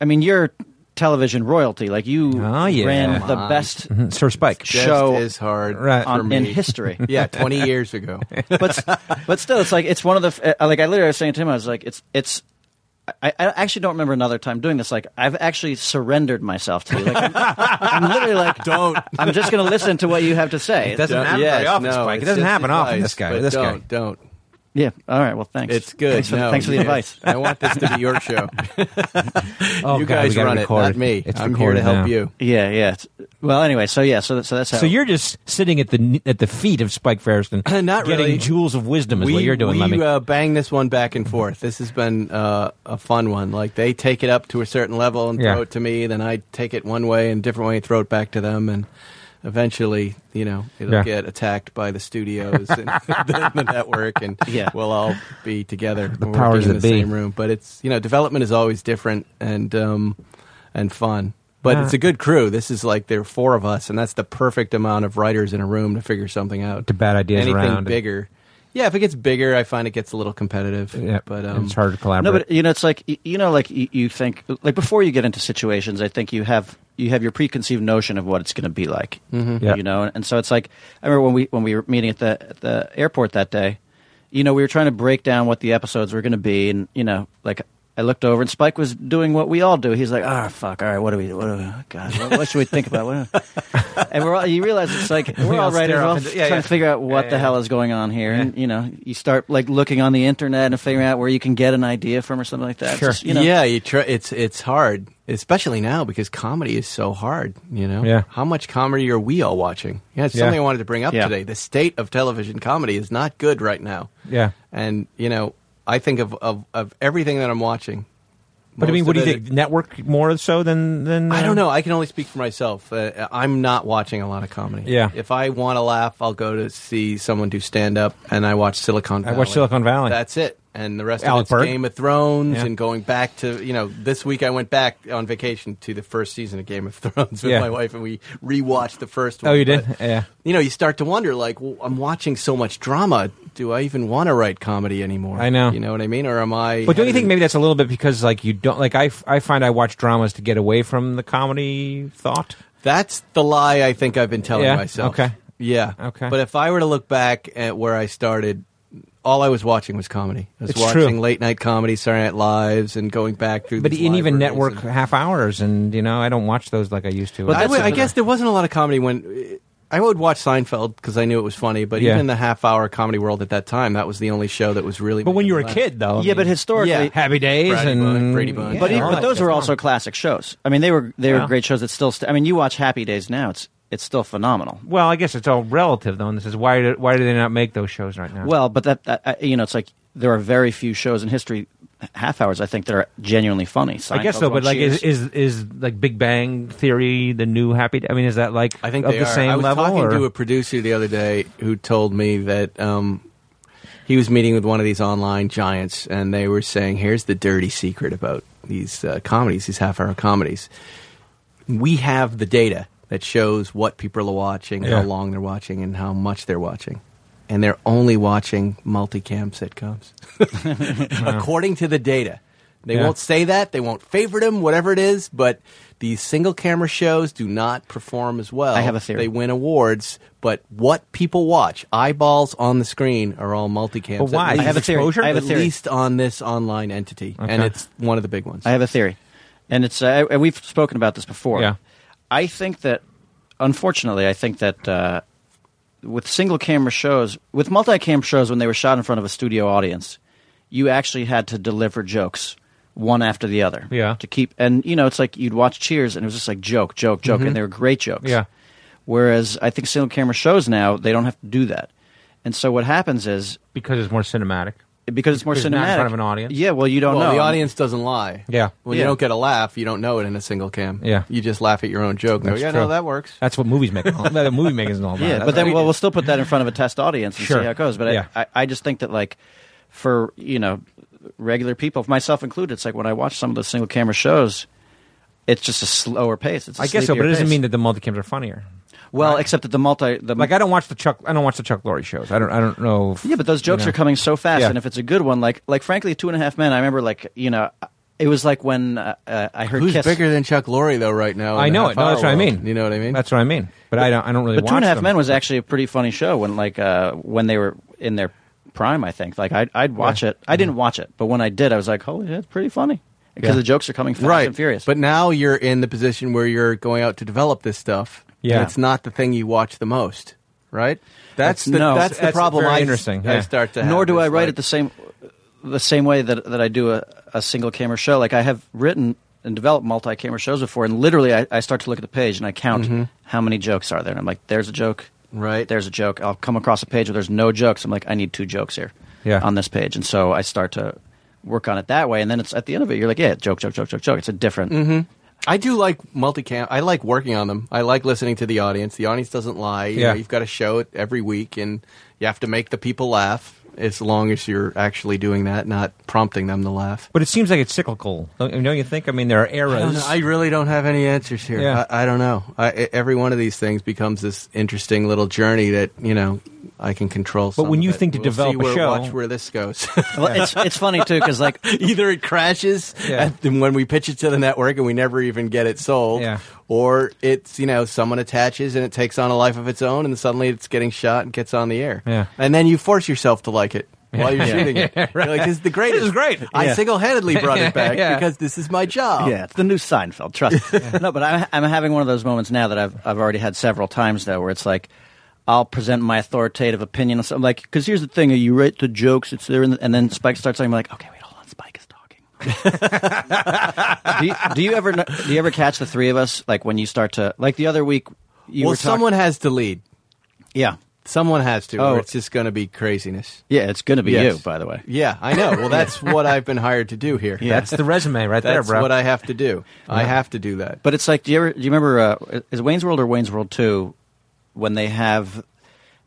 [SPEAKER 7] I mean, you're television royalty. Like you
[SPEAKER 1] Oh, yeah.
[SPEAKER 7] ran
[SPEAKER 1] Come
[SPEAKER 7] the
[SPEAKER 6] on.
[SPEAKER 7] best
[SPEAKER 1] Mhm. Sir Spike.
[SPEAKER 6] Just
[SPEAKER 7] show
[SPEAKER 6] is hard
[SPEAKER 1] Right.
[SPEAKER 6] for
[SPEAKER 7] on, in
[SPEAKER 2] Mm-hmm.
[SPEAKER 6] me.
[SPEAKER 7] history.
[SPEAKER 6] yeah, twenty years ago.
[SPEAKER 7] but but still, it's like it's one of the f- uh, like I literally was saying to him, I was like, it's it's. I, I actually don't remember another time doing this. Like I've actually surrendered myself to you. Like, I'm, I'm literally like,
[SPEAKER 6] Don't.
[SPEAKER 7] I'm just going to listen to what you have to say.
[SPEAKER 1] It doesn't
[SPEAKER 6] Don't-
[SPEAKER 1] happen very often, Spike. It
[SPEAKER 6] it's
[SPEAKER 1] doesn't
[SPEAKER 6] just
[SPEAKER 1] happen often,
[SPEAKER 6] advice,
[SPEAKER 1] this guy,
[SPEAKER 6] but
[SPEAKER 1] this guy.
[SPEAKER 6] don't, Don't.
[SPEAKER 7] yeah. All right. Well, thanks.
[SPEAKER 6] It's good.
[SPEAKER 7] Thanks for,
[SPEAKER 6] no,
[SPEAKER 7] the, thanks for the
[SPEAKER 6] yes.
[SPEAKER 7] advice.
[SPEAKER 6] I want this to be your show.
[SPEAKER 1] Oh,
[SPEAKER 6] you
[SPEAKER 1] God, we
[SPEAKER 6] guys
[SPEAKER 1] gotta
[SPEAKER 6] run it,
[SPEAKER 1] record
[SPEAKER 6] not me.
[SPEAKER 1] It's
[SPEAKER 6] I'm here to
[SPEAKER 1] recorded
[SPEAKER 6] help
[SPEAKER 1] now.
[SPEAKER 6] you.
[SPEAKER 7] Yeah, yeah. It's- Well, anyway, so yeah, so that, so that's how.
[SPEAKER 1] So you're just sitting at the kn- at the feet of Spike Ferriston,
[SPEAKER 6] Not
[SPEAKER 1] getting
[SPEAKER 6] really.
[SPEAKER 1] jewels of wisdom is what you're doing,
[SPEAKER 6] we
[SPEAKER 1] Lemmy.
[SPEAKER 6] Uh, bang this one back and forth. This has been uh, a fun one. Like they take it up to a certain level and
[SPEAKER 1] Yeah.
[SPEAKER 6] throw it to me, then I take it one way and different way and throw it back to them, and eventually, you know, it'll
[SPEAKER 1] Yeah.
[SPEAKER 6] get attacked by the studios and the, the network, and
[SPEAKER 7] Yeah.
[SPEAKER 6] we'll all be together. The
[SPEAKER 1] powers
[SPEAKER 6] in
[SPEAKER 1] that
[SPEAKER 6] the
[SPEAKER 1] be.
[SPEAKER 6] same room, but it's you know, development is always different and um, and fun. But
[SPEAKER 1] Yeah.
[SPEAKER 6] it's a good crew. This is like there are four of us, and that's the perfect amount of writers in a room to figure something out
[SPEAKER 1] to bat ideas
[SPEAKER 6] anything
[SPEAKER 1] around.
[SPEAKER 6] bigger. Yeah, if it gets bigger, I find it gets a little competitive.
[SPEAKER 1] Yeah,
[SPEAKER 6] but um,
[SPEAKER 1] it's hard to
[SPEAKER 7] no,
[SPEAKER 1] collaborate.
[SPEAKER 7] but you know, it's like y- you know, like you, you think like before you get into situations, I think you have you have your preconceived notion of what it's going to be like,
[SPEAKER 6] mm,
[SPEAKER 7] mm-hmm.
[SPEAKER 1] Yeah.
[SPEAKER 7] you know, and so it's like I remember when we when we were meeting at the at the airport that day, you know, we were trying to break down what the episodes were going to be, and you know, like. I looked over and Spike was doing what we all do. He's like, "Ah, fuck! All right, what do we? What do we? God, what, what should we think about?" What do- and we're all, you realize it's like we're
[SPEAKER 1] We all
[SPEAKER 7] all
[SPEAKER 1] stare
[SPEAKER 7] writers, we're
[SPEAKER 1] off
[SPEAKER 7] all
[SPEAKER 1] into-
[SPEAKER 7] trying
[SPEAKER 1] yeah, yeah.
[SPEAKER 7] to figure out what
[SPEAKER 1] Yeah,
[SPEAKER 7] the
[SPEAKER 1] yeah.
[SPEAKER 7] hell is going on here, and you know, you start like looking on the internet and figuring out where you can get an idea from or something like that. It's
[SPEAKER 1] Sure.
[SPEAKER 7] just, you know,
[SPEAKER 6] yeah, you try, it's it's hard, especially now because comedy is so hard. You know,
[SPEAKER 1] Yeah.
[SPEAKER 6] How much comedy are we all watching? Yeah, it's
[SPEAKER 1] Yeah.
[SPEAKER 6] something I wanted to bring up
[SPEAKER 7] Yeah.
[SPEAKER 6] today. The state of television comedy is not good right now.
[SPEAKER 1] yeah,
[SPEAKER 6] and you know, I think of of, of everything that I'm watching.
[SPEAKER 1] but I mean,
[SPEAKER 6] most
[SPEAKER 1] what do
[SPEAKER 6] of
[SPEAKER 1] you
[SPEAKER 6] it-
[SPEAKER 1] think? Network more so than than
[SPEAKER 6] I
[SPEAKER 1] uh,
[SPEAKER 6] don't know. I can only speak for myself. Uh, I'm not watching a lot of comedy.
[SPEAKER 1] Yeah.
[SPEAKER 6] If I want to laugh, I'll go to see someone do stand up, and I watch Silicon
[SPEAKER 1] I
[SPEAKER 6] Valley.
[SPEAKER 1] watch Silicon Valley.
[SPEAKER 6] That's it. And the rest
[SPEAKER 1] Alec
[SPEAKER 6] of it's
[SPEAKER 1] Berg.
[SPEAKER 6] Game of Thrones
[SPEAKER 1] Yeah.
[SPEAKER 6] and going back to, you know, this week I went back on vacation to the first season of Game of Thrones with
[SPEAKER 1] Yeah.
[SPEAKER 6] my wife and we rewatched the first one.
[SPEAKER 1] oh, you did?
[SPEAKER 6] But,
[SPEAKER 1] yeah.
[SPEAKER 6] you know, you start to wonder, like, well, I'm watching so much drama. Do I even want to write comedy anymore?
[SPEAKER 1] I know.
[SPEAKER 6] You know what I mean? Or am I.
[SPEAKER 1] But don't you think
[SPEAKER 6] headed-
[SPEAKER 1] maybe that's a little bit because like you don't like I, f- I find I watch dramas to get away from the comedy thought.
[SPEAKER 6] That's the lie I think I've been telling
[SPEAKER 1] Yeah,
[SPEAKER 6] myself.
[SPEAKER 1] okay.
[SPEAKER 6] Yeah.
[SPEAKER 1] Okay.
[SPEAKER 6] But if I were to look back at where I started, all I was watching was comedy. I was
[SPEAKER 1] It's
[SPEAKER 6] watching
[SPEAKER 1] true.
[SPEAKER 6] late night comedy, Saturday Night Lives, and going back through.
[SPEAKER 1] But
[SPEAKER 6] these
[SPEAKER 1] and even
[SPEAKER 6] libraries
[SPEAKER 1] network
[SPEAKER 6] and-
[SPEAKER 1] half hours, and you know I don't watch those like I used to.
[SPEAKER 7] But
[SPEAKER 6] I,
[SPEAKER 7] that's
[SPEAKER 6] would, I
[SPEAKER 7] another-
[SPEAKER 6] guess there wasn't a lot of comedy when I would watch Seinfeld because I knew it was funny. But
[SPEAKER 1] Yeah.
[SPEAKER 6] even in the half hour comedy world at that time, that was the only show that was really.
[SPEAKER 1] but when
[SPEAKER 6] making
[SPEAKER 1] you were
[SPEAKER 6] me
[SPEAKER 1] a
[SPEAKER 6] laugh.
[SPEAKER 1] kid, though, I
[SPEAKER 7] Yeah, but
[SPEAKER 1] mean,
[SPEAKER 7] historically-
[SPEAKER 6] Yeah.
[SPEAKER 1] Happy Days
[SPEAKER 6] Brady
[SPEAKER 1] and
[SPEAKER 6] Bunch, Brady Bunch.
[SPEAKER 1] Yeah,
[SPEAKER 7] but
[SPEAKER 6] Yeah,
[SPEAKER 7] even,
[SPEAKER 1] all
[SPEAKER 7] but
[SPEAKER 1] that
[SPEAKER 7] those
[SPEAKER 1] stuff.
[SPEAKER 7] were also classic shows. I mean, they were they were
[SPEAKER 1] Yeah.
[SPEAKER 7] great shows that still. St- I mean, you watch Happy Days now; it's it's still phenomenal.
[SPEAKER 1] Well, I guess it's all relative, though. And this is why do, why do they not make those shows right now?
[SPEAKER 7] Well, but that, that I- you know, it's like there are very few shows in history, half hours. I think that are genuinely funny.
[SPEAKER 1] I guess
[SPEAKER 7] Seinfeld's
[SPEAKER 1] so. But
[SPEAKER 7] one,
[SPEAKER 1] like, is,
[SPEAKER 7] Cheers.
[SPEAKER 1] is is like Big Bang Theory the new Happy? Day? I mean, is that like
[SPEAKER 6] I think
[SPEAKER 1] of
[SPEAKER 6] they
[SPEAKER 1] the
[SPEAKER 6] are.
[SPEAKER 1] same
[SPEAKER 6] I was
[SPEAKER 1] level?
[SPEAKER 6] talking
[SPEAKER 1] or?
[SPEAKER 6] to a producer the other day who told me that um, he was meeting with one of these online giants, and they were saying, "Here's the dirty secret about these uh, comedies, these half-hour comedies. We have the data that shows what people are watching,
[SPEAKER 1] Yeah.
[SPEAKER 6] how long they're watching, and how much they're watching." And they're only watching multicam sitcoms, according to the data. They
[SPEAKER 1] Yeah.
[SPEAKER 6] won't say that. They won't favorite them, whatever it is. But these single camera shows do not perform as well.
[SPEAKER 7] I have a theory.
[SPEAKER 6] They win awards, but what people watch, eyeballs on the screen, are all multicam.
[SPEAKER 1] But why?
[SPEAKER 6] At
[SPEAKER 1] I have
[SPEAKER 6] least-
[SPEAKER 1] a theory. Exposure? I have a
[SPEAKER 6] at
[SPEAKER 7] theory.
[SPEAKER 6] least on this online entity, and
[SPEAKER 1] Okay.
[SPEAKER 6] it's one of the big ones.
[SPEAKER 7] I have a theory, and it's uh, and we've spoken about this before.
[SPEAKER 1] Yeah.
[SPEAKER 7] I think that unfortunately, I think that uh, with single camera shows, with multicam shows, when they were shot in front of a studio audience, you actually had to deliver jokes one after the other.
[SPEAKER 1] Yeah.
[SPEAKER 7] To keep and you know it's like you'd watch Cheers and it was just like joke, joke, joke, and they were great jokes.
[SPEAKER 1] Mm-hmm. Yeah.
[SPEAKER 7] Whereas I think single camera shows now they don't have to do that, and so what happens is
[SPEAKER 1] because it's more cinematic.
[SPEAKER 7] because it's more
[SPEAKER 1] Because
[SPEAKER 7] cinematic
[SPEAKER 1] you're not in front of an audience.
[SPEAKER 7] Yeah. Well, you don't
[SPEAKER 6] Well,
[SPEAKER 7] know
[SPEAKER 6] the audience doesn't lie.
[SPEAKER 1] Yeah.
[SPEAKER 6] When
[SPEAKER 7] Yeah.
[SPEAKER 6] you don't get a laugh, you don't know it in a single cam.
[SPEAKER 1] Yeah.
[SPEAKER 6] You just laugh at your own joke. and go,
[SPEAKER 1] That's
[SPEAKER 6] yeah,
[SPEAKER 1] true.
[SPEAKER 6] no, that works.
[SPEAKER 1] That's what movies make. that movie making is all about.
[SPEAKER 7] Yeah,
[SPEAKER 1] That's
[SPEAKER 7] but then
[SPEAKER 1] right.
[SPEAKER 7] well, we'll still put that in front of a test audience and
[SPEAKER 1] Sure.
[SPEAKER 7] see how it goes. But
[SPEAKER 1] Yeah.
[SPEAKER 7] I, I, I just think that like for you know regular people, myself included, it's like when I watch some of those single camera shows, it's just a slower pace. It's a
[SPEAKER 1] I guess so, but it
[SPEAKER 7] sleepier
[SPEAKER 1] doesn't
[SPEAKER 7] pace.
[SPEAKER 1] mean that the multicams are funnier.
[SPEAKER 7] well, except that the multi the
[SPEAKER 1] Like I don't watch the Chuck. I don't watch the Chuck Lorre shows. I don't. I don't know. If,
[SPEAKER 7] yeah, but those
[SPEAKER 1] you
[SPEAKER 7] jokes
[SPEAKER 1] know.
[SPEAKER 7] are coming so fast,
[SPEAKER 1] Yeah.
[SPEAKER 7] and if it's a good one, like like frankly, Two and a Half Men, I remember like you know. It was like when uh, uh, I heard
[SPEAKER 6] Who's
[SPEAKER 7] Kiss.
[SPEAKER 6] bigger than Chuck Lorre though right now? in
[SPEAKER 1] I
[SPEAKER 6] the
[SPEAKER 1] know it. No,
[SPEAKER 6] half-hour
[SPEAKER 1] that's what I
[SPEAKER 6] world?
[SPEAKER 1] mean.
[SPEAKER 6] You know what I mean?
[SPEAKER 1] That's what I mean. But I don't. I don't really.
[SPEAKER 7] But Two and a
[SPEAKER 1] watch
[SPEAKER 7] Half
[SPEAKER 1] them.
[SPEAKER 7] Men was actually a pretty funny show when like uh, when they were in their prime. I think like I'd, I'd watch
[SPEAKER 1] Yeah. Mm-hmm.
[SPEAKER 7] it. I didn't watch it, but when I did, I was like, "Holy, that's pretty funny," because
[SPEAKER 1] Yeah.
[SPEAKER 7] the jokes are coming fast
[SPEAKER 6] right.
[SPEAKER 7] and furious.
[SPEAKER 6] But now you're in the position where you're going out to develop this stuff.
[SPEAKER 1] Yeah.
[SPEAKER 6] And it's not the thing you watch the most, right? That's the,
[SPEAKER 7] No.
[SPEAKER 6] that's the
[SPEAKER 1] That's
[SPEAKER 6] problem
[SPEAKER 1] very
[SPEAKER 6] I,
[SPEAKER 1] interesting,
[SPEAKER 6] I
[SPEAKER 1] yeah.
[SPEAKER 6] start to have.
[SPEAKER 7] nor do
[SPEAKER 6] is
[SPEAKER 7] I write
[SPEAKER 6] like-
[SPEAKER 7] it the same the same way that that I do a, a single camera show. Like I have written and developed multi camera shows before, and literally I, I start to look at the page and I count
[SPEAKER 1] Mm-hmm.
[SPEAKER 7] how many jokes are there, and I'm like, "There's a joke."
[SPEAKER 6] Right.
[SPEAKER 7] There's a joke. I'll come across a page where there's no jokes. I'm like, I need two jokes here
[SPEAKER 1] Yeah.
[SPEAKER 7] on this page. And so I start to work on it that way. And then it's at the end of it, you're like, yeah, joke, joke, joke, joke, joke. It's a different.
[SPEAKER 6] Mm-hmm. I do like multicam. I like working on them. I like listening to the audience. The audience doesn't lie. You
[SPEAKER 1] Yeah.
[SPEAKER 6] know, you've got to show it every week, and you have to make the people laugh. As long as you're actually doing that, not prompting them to laugh.
[SPEAKER 1] But it seems like it's cyclical. Don't, don't you think? I mean, there are
[SPEAKER 6] I, don't know.
[SPEAKER 1] eras.
[SPEAKER 6] I really don't have any answers here.
[SPEAKER 1] Yeah.
[SPEAKER 6] I, I don't know. I, I- every one of these things becomes this interesting little journey that you know I can control. But
[SPEAKER 1] when you think to
[SPEAKER 6] we'll
[SPEAKER 1] develop
[SPEAKER 6] see
[SPEAKER 1] a
[SPEAKER 6] where,
[SPEAKER 1] show-
[SPEAKER 6] watch where this goes.
[SPEAKER 7] Well, it's, it's funny too, because like,
[SPEAKER 6] Either it crashes
[SPEAKER 1] Yeah.
[SPEAKER 6] at the, when we pitch it to the network and we never even get it sold,
[SPEAKER 1] Yeah.
[SPEAKER 6] or it's you know someone attaches and it takes on a life of its own, and suddenly it's getting shot and gets on the air.
[SPEAKER 1] Yeah.
[SPEAKER 6] And then you force yourself to like it while you're
[SPEAKER 7] Yeah.
[SPEAKER 6] shooting it. You're like, this is the greatest.
[SPEAKER 1] is great.
[SPEAKER 6] I
[SPEAKER 7] Yeah.
[SPEAKER 6] single-handedly brought it back
[SPEAKER 1] Yeah.
[SPEAKER 6] because this is my job.
[SPEAKER 7] yeah, it's the new Seinfeld, trust me. no, but I'm, I'm having one of those moments now that I've, I've already had several times, though, where it's like, I'll present my authoritative opinion. So I'm like, because here's the thing, you write the jokes, it's there, in the, and then Spike starts talking, I'm like, okay, wait, hold on, Spike is talking. do, you, do you ever kn- do you ever catch the three of us like when you start to like the other week? You
[SPEAKER 6] well,
[SPEAKER 7] were talk-
[SPEAKER 6] someone has to lead.
[SPEAKER 7] yeah,
[SPEAKER 6] Someone has to,
[SPEAKER 7] Oh.
[SPEAKER 6] or it's just going to be craziness.
[SPEAKER 7] yeah, it's gonna be
[SPEAKER 6] Yes.
[SPEAKER 7] you, by the way.
[SPEAKER 6] Yeah, I know. Well, that's what I've been hired to do here.
[SPEAKER 1] That's the resume right there,
[SPEAKER 6] That's
[SPEAKER 1] bro.
[SPEAKER 6] what I have to do. I have to do that.
[SPEAKER 7] But it's like, do you ever do you remember uh, is Wayne's World or Wayne's World Two when they have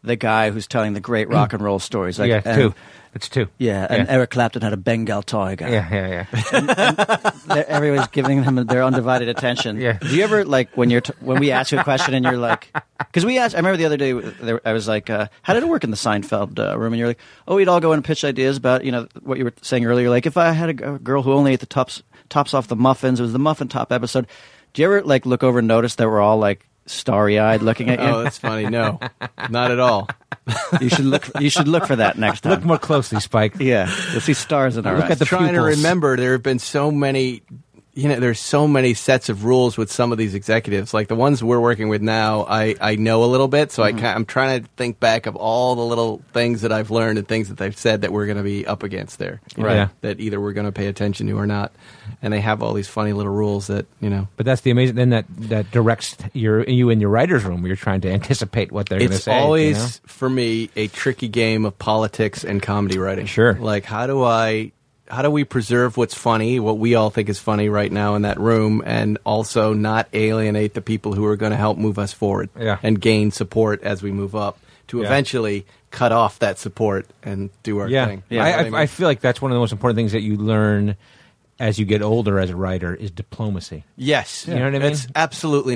[SPEAKER 7] the guy who's telling the great rock and roll stories? Like,
[SPEAKER 1] yeah,
[SPEAKER 7] and-
[SPEAKER 1] two. It's two.
[SPEAKER 7] Yeah, and
[SPEAKER 1] yeah,
[SPEAKER 7] Eric Clapton had a Bengal tiger.
[SPEAKER 1] yeah, yeah, yeah.
[SPEAKER 7] They're- everybody's giving them their undivided attention.
[SPEAKER 1] Yeah.
[SPEAKER 7] Do you ever like when you're t- when we ask you a question and you're like, because we asked, I remember the other day there, I was like, uh, how did it work in the Seinfeld uh, room? And you're like, oh, we'd all go in and pitch ideas about you know what you were saying earlier. Like if I had a g- a girl who only ate the tops tops off the muffins, it was the muffin top episode. Do you ever like look over and notice that we're all like starry eyed looking at you?
[SPEAKER 6] Oh, that's funny. No, not at all.
[SPEAKER 7] you should look. You should look for that next time.
[SPEAKER 1] Look more closely, Spike.
[SPEAKER 7] yeah, you'll see stars in our
[SPEAKER 1] Look
[SPEAKER 7] eyes.
[SPEAKER 1] at the
[SPEAKER 6] trying
[SPEAKER 1] pupils.
[SPEAKER 6] to remember there have been so many you know there's so many sets of rules with some of these executives like the ones we're working with now i, I know a little bit so I
[SPEAKER 1] Mm-hmm.
[SPEAKER 6] can, i'm trying to think back of all the little things that i've learned and things that they've said that we're going to be up against there you know,
[SPEAKER 1] Right. Yeah.
[SPEAKER 6] that either we're going to pay attention to or not and they have all these funny little rules that you know
[SPEAKER 1] But that's the amazing. Then that that directs your you in your writers' room. You're trying to anticipate what they're going to
[SPEAKER 6] it's
[SPEAKER 1] say. you
[SPEAKER 6] always
[SPEAKER 1] know?
[SPEAKER 6] for me a tricky game of politics and comedy writing
[SPEAKER 1] Sure.
[SPEAKER 6] like how do i how do we preserve what's funny what we all think is funny right now in that room and also not alienate the people who are going to help move us forward
[SPEAKER 1] Yeah.
[SPEAKER 6] and gain support as we move up to
[SPEAKER 1] Yeah.
[SPEAKER 6] eventually cut off that support and do our
[SPEAKER 1] yeah.
[SPEAKER 6] thing
[SPEAKER 1] I,
[SPEAKER 6] You know
[SPEAKER 1] I,
[SPEAKER 6] what
[SPEAKER 1] I
[SPEAKER 6] mean?
[SPEAKER 1] feel like that's one of the most important things that you learn as you get older as a writer is diplomacy.
[SPEAKER 6] Yes,
[SPEAKER 1] You know what I mean?
[SPEAKER 6] It's absolutely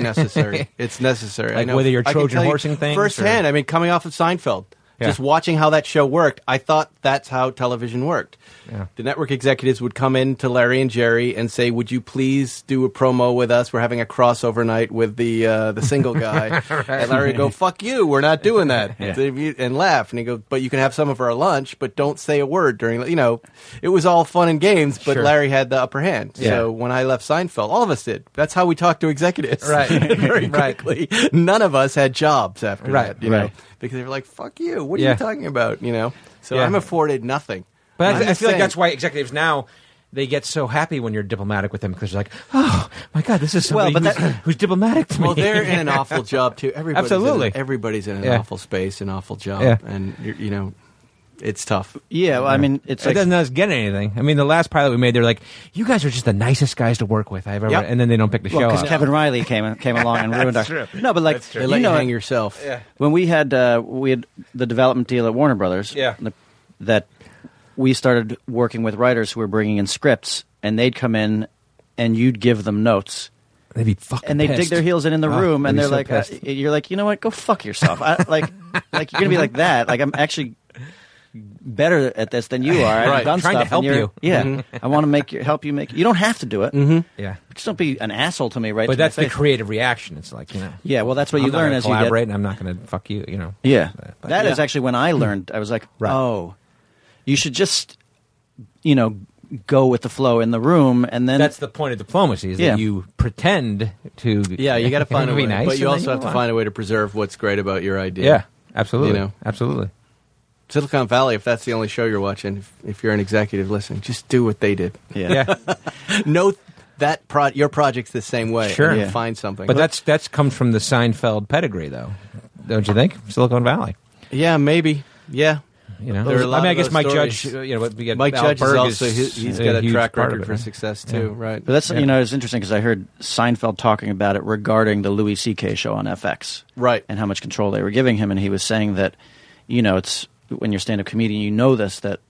[SPEAKER 6] necessary. it's necessary. I
[SPEAKER 1] Like
[SPEAKER 6] know.
[SPEAKER 1] whether you're
[SPEAKER 6] I can
[SPEAKER 1] Trojan
[SPEAKER 6] tell you
[SPEAKER 1] horsing things
[SPEAKER 6] firsthand.
[SPEAKER 1] or-
[SPEAKER 6] I mean, coming off of Seinfeld,
[SPEAKER 1] Yeah.
[SPEAKER 6] just watching how that show worked, I thought that's how television worked.
[SPEAKER 1] Yeah.
[SPEAKER 6] The network executives would come in to Larry and Jerry and say, "Would you please do a promo with us? We're having a crossover night with the uh, the single guy." And Larry would go, "Fuck you, we're not doing that," and laugh. And he go, "But you can have some of our lunch, but don't say a word during." the-" You know, it was all fun and games, but
[SPEAKER 1] Sure.
[SPEAKER 6] Larry had the upper hand.
[SPEAKER 1] Yeah.
[SPEAKER 6] So when I left Seinfeld, all of us did. That's how we talked to executives.
[SPEAKER 1] Right.
[SPEAKER 6] Very
[SPEAKER 1] Right.
[SPEAKER 6] quickly. None of us had jobs after
[SPEAKER 1] Right.
[SPEAKER 6] that. You
[SPEAKER 1] Right.
[SPEAKER 6] know, because they were like, "Fuck you! What are
[SPEAKER 1] Yeah.
[SPEAKER 6] you talking about?" You know. So
[SPEAKER 1] Yeah.
[SPEAKER 6] I'm afforded nothing.
[SPEAKER 1] But
[SPEAKER 6] I'm
[SPEAKER 1] I, I feel
[SPEAKER 6] just
[SPEAKER 1] like
[SPEAKER 6] saying-
[SPEAKER 1] that's why executives now they get so happy when you're diplomatic with them because they're like, oh my god, this is
[SPEAKER 7] Well,
[SPEAKER 1] somebody
[SPEAKER 7] but
[SPEAKER 1] who's,
[SPEAKER 7] that-
[SPEAKER 1] who's diplomatic to me.
[SPEAKER 6] Well, they're in an awful job too. Everybody's
[SPEAKER 1] Absolutely.
[SPEAKER 6] in, everybody's in an
[SPEAKER 1] Yeah.
[SPEAKER 6] awful space, an awful job,
[SPEAKER 1] Yeah.
[SPEAKER 6] and you're, you know, it's tough.
[SPEAKER 7] Yeah, well, I mean, it's
[SPEAKER 1] it
[SPEAKER 7] like
[SPEAKER 1] doesn't let us get anything. I mean, the last pilot we made, they're like, "You guys are just the nicest guys to work with I've ever,"
[SPEAKER 6] Yep.
[SPEAKER 1] and then they don't pick the show
[SPEAKER 7] because
[SPEAKER 1] up.
[SPEAKER 7] Kevin Riley came came along and ruined our.
[SPEAKER 1] true.
[SPEAKER 7] No, but like
[SPEAKER 1] That's true.
[SPEAKER 6] They
[SPEAKER 7] you
[SPEAKER 6] let you,
[SPEAKER 7] know,
[SPEAKER 6] hang yourself.
[SPEAKER 7] when we had uh, we had the development deal at Warner Brothers,
[SPEAKER 1] Yeah.
[SPEAKER 7] the- that we started working with writers who were bringing in scripts, and they'd come in, and you'd give them notes,
[SPEAKER 1] They'd be fucking
[SPEAKER 7] and they dig
[SPEAKER 1] pissed.
[SPEAKER 7] their heels in in the
[SPEAKER 1] Oh,
[SPEAKER 7] room, and
[SPEAKER 1] they'd
[SPEAKER 7] they're
[SPEAKER 1] be so
[SPEAKER 7] like, uh,
[SPEAKER 1] pissed.
[SPEAKER 7] you're like, you know what? Go fuck yourself. I, like, like you're gonna be like that. Like I'm actually better at this than you are. I've
[SPEAKER 6] Right.
[SPEAKER 7] done
[SPEAKER 1] Trying to
[SPEAKER 7] stuff, and
[SPEAKER 1] help
[SPEAKER 7] you're-
[SPEAKER 1] you. Mm-hmm.
[SPEAKER 7] Yeah, I want to make you help you make. You don't have to do it. Mm-hmm.
[SPEAKER 1] "Yeah."
[SPEAKER 7] Just don't be an asshole to me, right?
[SPEAKER 1] But
[SPEAKER 7] to my
[SPEAKER 1] that's the
[SPEAKER 7] face.
[SPEAKER 1] creative reaction. It's like you know.
[SPEAKER 7] Yeah, well, that's what
[SPEAKER 1] I'm
[SPEAKER 7] you
[SPEAKER 1] not
[SPEAKER 7] learn
[SPEAKER 1] gonna
[SPEAKER 7] as you get
[SPEAKER 1] collaborate, and I'm not going to fuck you. You know.
[SPEAKER 7] Yeah,
[SPEAKER 1] But-
[SPEAKER 7] that is
[SPEAKER 6] yeah.
[SPEAKER 7] actually when I learned. I was like,
[SPEAKER 1] Right.
[SPEAKER 7] oh, you should just, you know, go with the flow in the room, and then
[SPEAKER 1] that's the point of diplomacy is
[SPEAKER 7] Yeah.
[SPEAKER 1] that you pretend to.
[SPEAKER 6] Yeah, you got to find a
[SPEAKER 1] be
[SPEAKER 6] way,
[SPEAKER 1] nice,
[SPEAKER 6] but you
[SPEAKER 1] and then
[SPEAKER 6] also have
[SPEAKER 1] go
[SPEAKER 6] to
[SPEAKER 1] on.
[SPEAKER 6] find a way to preserve what's great about your idea.
[SPEAKER 1] Yeah, absolutely,
[SPEAKER 6] You know.
[SPEAKER 1] absolutely.
[SPEAKER 6] Silicon Valley. If that's the only show you're watching, if, if you're an executive listening, just do what they did.
[SPEAKER 7] yeah.
[SPEAKER 1] Yeah,
[SPEAKER 6] No, that pro- your project's the same way.
[SPEAKER 1] Sure.
[SPEAKER 6] and
[SPEAKER 7] Yeah.
[SPEAKER 6] find something.
[SPEAKER 1] but that's that's comes from the Seinfeld pedigree, though, don't you think? Silicon Valley.
[SPEAKER 6] yeah, maybe. Yeah,
[SPEAKER 1] You know,
[SPEAKER 6] There are a
[SPEAKER 1] I
[SPEAKER 6] lot
[SPEAKER 1] mean, I
[SPEAKER 6] of
[SPEAKER 1] guess
[SPEAKER 6] those
[SPEAKER 1] Mike Judge.
[SPEAKER 6] stories.
[SPEAKER 1] You know, what we get-
[SPEAKER 6] Mike
[SPEAKER 1] Al
[SPEAKER 6] Judge is
[SPEAKER 1] Berg
[SPEAKER 6] also he's- he's got a
[SPEAKER 1] huge
[SPEAKER 6] track
[SPEAKER 1] part of
[SPEAKER 6] record
[SPEAKER 1] it,
[SPEAKER 6] for
[SPEAKER 1] right?
[SPEAKER 6] success too, right?
[SPEAKER 7] But that's
[SPEAKER 1] Yeah.
[SPEAKER 7] you know it's interesting because I heard Seinfeld talking about it regarding the Louis C.K. show on FX,
[SPEAKER 6] Right.
[SPEAKER 7] And how much control they were giving him, and he was saying that, you know, it's when you're a stand-up comedian, you know this that,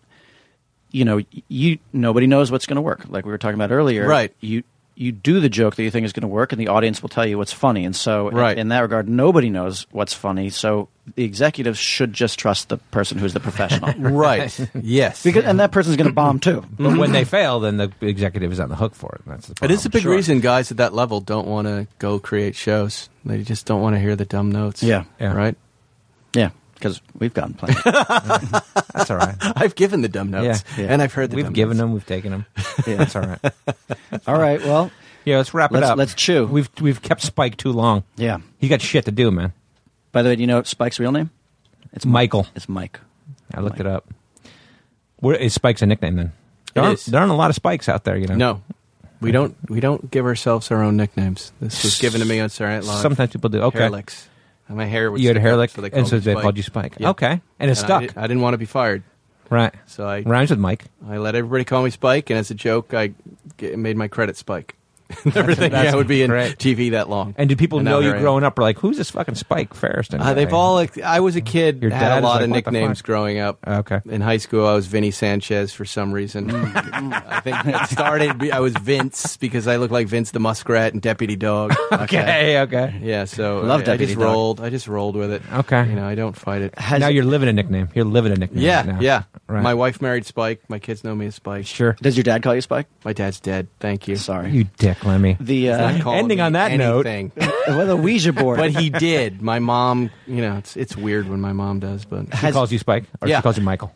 [SPEAKER 7] you know, you nobody knows what's going to work. Like we were talking about earlier,
[SPEAKER 6] Right.
[SPEAKER 7] You you do the joke that you think is going to work, and the audience will tell you what's funny. And so, in-
[SPEAKER 6] Right.
[SPEAKER 7] in, that regard, nobody knows what's funny. So the executives should just trust the person who's the professional,
[SPEAKER 6] right. yes.
[SPEAKER 7] because and that person's going to bomb too.
[SPEAKER 1] But when they fail, then the executive is on the hook for it. and That's the
[SPEAKER 6] It
[SPEAKER 1] problem.
[SPEAKER 6] is a big
[SPEAKER 7] sure.
[SPEAKER 6] reason guys at that level don't want to go create shows. They just don't want to hear the dumb notes.
[SPEAKER 7] Yeah.
[SPEAKER 1] Yeah.
[SPEAKER 6] Right?
[SPEAKER 7] Yeah, because we've gotten plenty.
[SPEAKER 1] That's all right.
[SPEAKER 6] I've given the dumb notes.
[SPEAKER 7] Yeah.
[SPEAKER 6] And I've heard the
[SPEAKER 1] We've
[SPEAKER 6] dumb
[SPEAKER 1] given
[SPEAKER 6] notes.
[SPEAKER 1] them. We've taken them.
[SPEAKER 7] Yeah.
[SPEAKER 1] That's all right.
[SPEAKER 7] All right, well.
[SPEAKER 1] Yeah, let's wrap
[SPEAKER 7] Let's-
[SPEAKER 1] it up.
[SPEAKER 7] let's chew.
[SPEAKER 1] We've we've kept Spike too long.
[SPEAKER 7] Yeah.
[SPEAKER 1] He got shit to do, man.
[SPEAKER 7] By the way, do you know Spike's real name?
[SPEAKER 1] It's Michael.
[SPEAKER 7] It's Mike.
[SPEAKER 1] I looked
[SPEAKER 7] Mike.
[SPEAKER 1] it up. Where is Spike's a nickname then? There,
[SPEAKER 6] It
[SPEAKER 1] aren't,
[SPEAKER 6] is.
[SPEAKER 1] there aren't a lot of Spikes out there, you know.
[SPEAKER 6] No. We don't we don't give ourselves our own nicknames. This was given to me on Saturday Night Live.
[SPEAKER 1] Sometimes people do. Okay.
[SPEAKER 6] Hair licks. And my hair was
[SPEAKER 1] You had a hair lick,
[SPEAKER 6] so they
[SPEAKER 1] and so
[SPEAKER 6] me
[SPEAKER 1] they
[SPEAKER 6] Spike.
[SPEAKER 1] called you Spike.
[SPEAKER 6] Yeah.
[SPEAKER 1] Okay. And it
[SPEAKER 6] And uh,
[SPEAKER 1] stuck.
[SPEAKER 6] I, did, not want to be fired.
[SPEAKER 1] right.
[SPEAKER 6] So I
[SPEAKER 1] Rhymes with Mike.
[SPEAKER 6] I let everybody call me Spike and as a joke I g- made my credit Spike. Everything yeah, I would be in
[SPEAKER 1] great.
[SPEAKER 6] TV that long.
[SPEAKER 1] And did people
[SPEAKER 6] And now
[SPEAKER 1] know you
[SPEAKER 6] here I am.
[SPEAKER 1] growing up? Were like, who's this fucking Spike Ferriston?
[SPEAKER 6] Uh, they've
[SPEAKER 1] guy?
[SPEAKER 6] all. like, I was a kid.
[SPEAKER 1] Your dad
[SPEAKER 6] had
[SPEAKER 1] is
[SPEAKER 6] a lot
[SPEAKER 1] like,
[SPEAKER 6] of
[SPEAKER 1] "What the
[SPEAKER 6] nicknames
[SPEAKER 1] fuck?" Uh,
[SPEAKER 6] growing up.
[SPEAKER 1] Okay.
[SPEAKER 6] In high school, I was Vinny Sanchez for some reason.
[SPEAKER 1] Mm,
[SPEAKER 6] I think it started. be- I was Vince because I looked like Vince the Muskrat and Deputy Dog.
[SPEAKER 1] Okay. Okay.
[SPEAKER 6] Yeah. So
[SPEAKER 7] Love
[SPEAKER 6] I, I
[SPEAKER 7] Deputy
[SPEAKER 6] just
[SPEAKER 7] Dog.
[SPEAKER 6] rolled. I just rolled with it.
[SPEAKER 1] Okay.
[SPEAKER 6] You know, I don't fight it.
[SPEAKER 7] Has,
[SPEAKER 1] now you're living a nickname. You're living a nickname.
[SPEAKER 6] Yeah.
[SPEAKER 1] right now.
[SPEAKER 6] Yeah.
[SPEAKER 1] Right.
[SPEAKER 6] My wife married Spike. My kids know me as Spike.
[SPEAKER 1] Sure.
[SPEAKER 7] does your dad call you Spike?
[SPEAKER 6] My dad's dead. Thank you.
[SPEAKER 7] Sorry.
[SPEAKER 1] You dick, Lemmy.
[SPEAKER 7] the
[SPEAKER 6] Not
[SPEAKER 7] uh,
[SPEAKER 6] calling
[SPEAKER 1] Ending
[SPEAKER 6] me
[SPEAKER 1] on that note.
[SPEAKER 6] anything.
[SPEAKER 7] well, the Ouija board.
[SPEAKER 6] but he did. My mom. You know, it's it's weird when my mom does, but
[SPEAKER 1] She calls you Spike, or
[SPEAKER 6] Yeah.
[SPEAKER 1] she calls you Michael.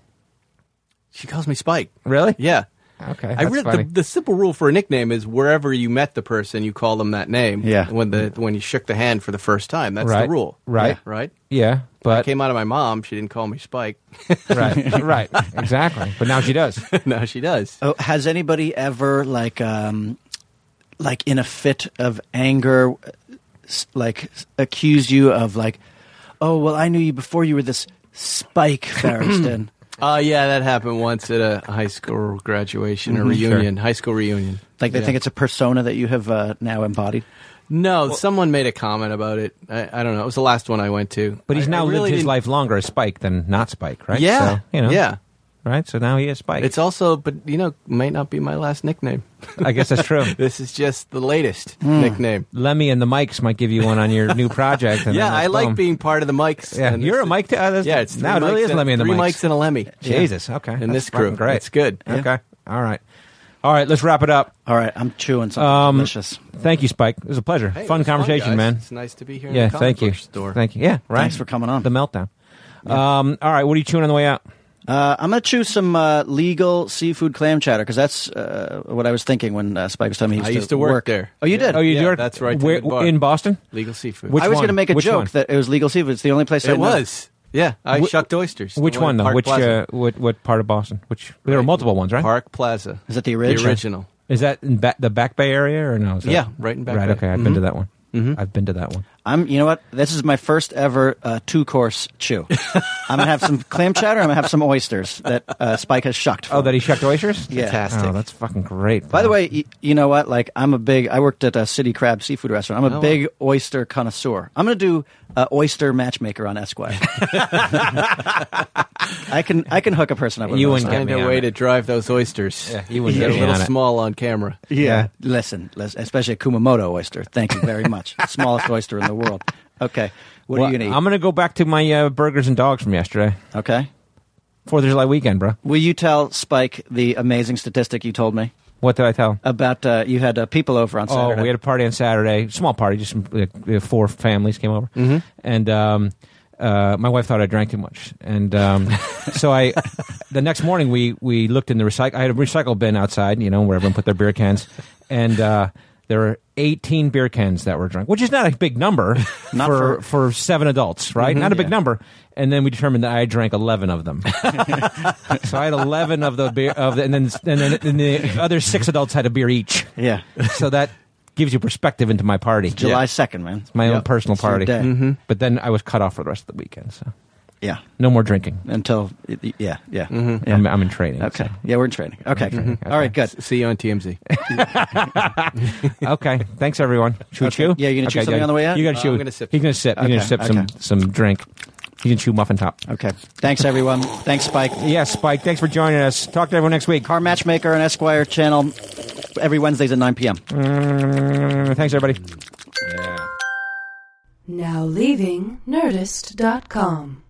[SPEAKER 6] she calls me Spike.
[SPEAKER 1] Really?
[SPEAKER 6] Yeah.
[SPEAKER 1] Okay.
[SPEAKER 6] I
[SPEAKER 1] that's
[SPEAKER 6] read
[SPEAKER 1] funny.
[SPEAKER 6] the, the simple rule for a nickname is wherever you met the person, you call them that name.
[SPEAKER 7] Yeah.
[SPEAKER 6] When the when you shook the hand for the first time, that's
[SPEAKER 1] Right.
[SPEAKER 6] the rule.
[SPEAKER 1] Right.
[SPEAKER 6] Right.
[SPEAKER 1] yeah,
[SPEAKER 6] I
[SPEAKER 1] but
[SPEAKER 6] came out of my mom. She didn't call me Spike.
[SPEAKER 1] right, right, exactly. But now she does.
[SPEAKER 6] now she does.
[SPEAKER 7] oh, has anybody ever like um, like in a fit of anger, s- like s- accused you of like, oh well, I knew you before you were this Spike Ferriston.
[SPEAKER 6] Uh, yeah, that happened once at a high school graduation or
[SPEAKER 1] Mhm. Sure.
[SPEAKER 6] reunion, high school reunion.
[SPEAKER 7] like they
[SPEAKER 6] Yeah.
[SPEAKER 7] think it's a persona that you have uh, now embodied.
[SPEAKER 6] no. someone made a comment about it. I, I don't know. It was the last one I went to.
[SPEAKER 1] But he's
[SPEAKER 6] I-
[SPEAKER 1] now
[SPEAKER 6] I really
[SPEAKER 1] lived his
[SPEAKER 6] didn't-
[SPEAKER 1] life longer as Spike than not Spike, right?
[SPEAKER 6] Yeah.
[SPEAKER 1] So, you know.
[SPEAKER 6] Yeah.
[SPEAKER 1] Right. So now he is Spike.
[SPEAKER 6] It's also, but you know, might not be my last nickname.
[SPEAKER 1] I guess that's true.
[SPEAKER 6] this is just the latest nickname.
[SPEAKER 1] Lemmy Hmm. and the Mics might give you one on your new project. And
[SPEAKER 6] Yeah,
[SPEAKER 1] then that's
[SPEAKER 6] I like
[SPEAKER 1] boom.
[SPEAKER 6] being part of the mics.
[SPEAKER 1] Yeah,
[SPEAKER 6] and
[SPEAKER 1] you're
[SPEAKER 6] this-
[SPEAKER 1] a mic. T- uh, that's-
[SPEAKER 6] Yeah, it's
[SPEAKER 1] now it
[SPEAKER 6] three
[SPEAKER 1] really
[SPEAKER 6] mics
[SPEAKER 1] is
[SPEAKER 6] and-
[SPEAKER 1] Lemmy and the
[SPEAKER 6] three
[SPEAKER 1] Mics.
[SPEAKER 6] mics and a Lemmy.
[SPEAKER 1] Jesus. Okay.
[SPEAKER 6] In
[SPEAKER 1] That's
[SPEAKER 6] this crew,
[SPEAKER 1] fucking great.
[SPEAKER 6] it's good.
[SPEAKER 1] Okay. All right. All right. Let's wrap it up.
[SPEAKER 7] All right, I'm chewing something
[SPEAKER 1] Um,
[SPEAKER 7] delicious.
[SPEAKER 1] Thank you, Spike. It was a pleasure.
[SPEAKER 6] Hey, it
[SPEAKER 1] fun
[SPEAKER 6] was
[SPEAKER 1] conversation,
[SPEAKER 6] guys.
[SPEAKER 1] man.
[SPEAKER 6] It's nice to be here. in
[SPEAKER 1] Yeah.
[SPEAKER 6] the comic
[SPEAKER 1] Thank you.
[SPEAKER 6] book Store.
[SPEAKER 1] Thank you. Yeah. Right.
[SPEAKER 7] Thanks for coming on.
[SPEAKER 1] The meltdown. Um, all right. What are you chewing on the way out?
[SPEAKER 7] Uh, I'm going to choose some uh, legal seafood clam chowder because that's uh, what I was thinking when uh, Spike was telling me he
[SPEAKER 6] I used to work there.
[SPEAKER 7] Oh, you did?
[SPEAKER 1] Oh, you
[SPEAKER 6] Yeah,
[SPEAKER 1] do.
[SPEAKER 6] that's right,
[SPEAKER 1] Where,
[SPEAKER 6] to the bar.
[SPEAKER 1] in Boston.
[SPEAKER 6] Legal seafood.
[SPEAKER 1] Which-
[SPEAKER 7] I was
[SPEAKER 1] one?
[SPEAKER 7] going to make a
[SPEAKER 1] Which
[SPEAKER 7] joke
[SPEAKER 1] one?
[SPEAKER 7] that it was legal seafood. It's the only place I
[SPEAKER 6] it
[SPEAKER 7] know.
[SPEAKER 6] was. Yeah, I
[SPEAKER 1] Wh-
[SPEAKER 6] shucked oysters.
[SPEAKER 1] Which
[SPEAKER 6] The one
[SPEAKER 1] one
[SPEAKER 6] in
[SPEAKER 1] though?
[SPEAKER 6] Park
[SPEAKER 1] Which
[SPEAKER 6] Plaza.
[SPEAKER 1] uh, what what part of Boston? Which there are multiple ones, right?
[SPEAKER 6] Park Plaza.
[SPEAKER 7] Is that the original?
[SPEAKER 6] The original.
[SPEAKER 1] Is that in ba- the Back Bay area or no? Is that-
[SPEAKER 6] Yeah, right in Back
[SPEAKER 1] right,
[SPEAKER 6] Bay. Mm-hmm.
[SPEAKER 1] Okay, I've been to that one. I've been to that one.
[SPEAKER 7] I'm. You know what? This is my first ever uh, two course chew. I'm gonna have some clam chowder. I'm gonna have some oysters that uh, Spike has shucked. For.
[SPEAKER 1] Oh, that he shucked oysters.
[SPEAKER 7] Yeah.
[SPEAKER 6] Fantastic.
[SPEAKER 1] Oh, that's fucking great.
[SPEAKER 7] By the way, y- you know what? Like, I'm a big. I worked at a City Crab seafood restaurant. I'm a
[SPEAKER 1] Oh,
[SPEAKER 6] wow.
[SPEAKER 7] big oyster connoisseur. I'm going to do uh, oyster matchmaker on Esquire. I can I can hook a person up with
[SPEAKER 1] You
[SPEAKER 7] an
[SPEAKER 1] wouldn't
[SPEAKER 7] oyster.
[SPEAKER 1] get
[SPEAKER 6] Find
[SPEAKER 1] me
[SPEAKER 6] a
[SPEAKER 1] on
[SPEAKER 6] way
[SPEAKER 1] it.
[SPEAKER 6] to drive those oysters.
[SPEAKER 1] Yeah, you wouldn't
[SPEAKER 6] Get
[SPEAKER 1] get
[SPEAKER 6] a
[SPEAKER 1] me
[SPEAKER 6] little
[SPEAKER 1] on it.
[SPEAKER 6] small on camera.
[SPEAKER 1] Yeah.
[SPEAKER 7] Listen, les- especially a Kumamoto oyster. Thank you very much. The Smallest oyster in the world. Okay. What
[SPEAKER 1] Well,
[SPEAKER 7] are you going to eat?
[SPEAKER 1] I'm gonna go back to my uh, burgers and dogs from yesterday.
[SPEAKER 7] okay.
[SPEAKER 1] Fourth of July weekend, bro.
[SPEAKER 7] Will you tell Spike the amazing statistic you told me
[SPEAKER 1] What did I tell?
[SPEAKER 7] about uh, you had uh, people over on
[SPEAKER 1] Oh,
[SPEAKER 7] Saturday?
[SPEAKER 1] we had a party on Saturday. Small party, just some, like, uh, four families came over,
[SPEAKER 7] Mm-hmm.
[SPEAKER 1] and um, uh, my wife thought I drank too much, and um, so I. The next morning, we we looked in the recycle. I had a recycle bin outside, you know, where everyone put their beer cans, and uh, there were eighteen beer cans that were drunk, which is not a big number
[SPEAKER 7] Not
[SPEAKER 1] for,
[SPEAKER 7] for- Mm-hmm.
[SPEAKER 1] for seven adults, right? not a big
[SPEAKER 7] yeah.
[SPEAKER 1] number. And then we determined that I drank eleven of them. so I had eleven of the beer of, the, and then and then and the other six adults had a beer each
[SPEAKER 7] yeah.
[SPEAKER 1] so that gives you perspective into my party.
[SPEAKER 7] July 2nd, man.
[SPEAKER 1] my own personal
[SPEAKER 7] It's your
[SPEAKER 1] party. Mm-hmm.
[SPEAKER 7] day. Mm-hmm.
[SPEAKER 1] But then I was cut off for the rest of the weekend, so
[SPEAKER 7] Yeah.
[SPEAKER 1] no more drinking.
[SPEAKER 7] until yeah yeah,
[SPEAKER 1] Mm-hmm.
[SPEAKER 7] yeah.
[SPEAKER 1] I'm, I'm in training.
[SPEAKER 7] okay
[SPEAKER 1] so.
[SPEAKER 7] yeah we're in training okay,
[SPEAKER 1] training.
[SPEAKER 7] all right good
[SPEAKER 6] See you on TMZ.
[SPEAKER 1] okay. Thanks everyone. Should we
[SPEAKER 7] Okay.
[SPEAKER 1] chew?
[SPEAKER 7] Yeah, you gonna chew
[SPEAKER 1] Okay,
[SPEAKER 7] something
[SPEAKER 1] yeah.
[SPEAKER 7] on the way out?
[SPEAKER 1] You gotta
[SPEAKER 6] Uh,
[SPEAKER 1] chew.
[SPEAKER 6] I'm gonna sip.
[SPEAKER 1] He's gonna sip. He's
[SPEAKER 7] Okay,
[SPEAKER 1] gonna sip some
[SPEAKER 7] okay.
[SPEAKER 1] some drink. You can chew muffin top.
[SPEAKER 7] okay thanks everyone thanks Spike
[SPEAKER 1] Yeah, Spike. Thanks for joining us. Talk to everyone next week.
[SPEAKER 7] Car Matchmaker on Esquire channel every Wednesdays at 9 p.m.
[SPEAKER 1] Mm, thanks everybody. Yeah.
[SPEAKER 3] Now leaving Nerdist.com.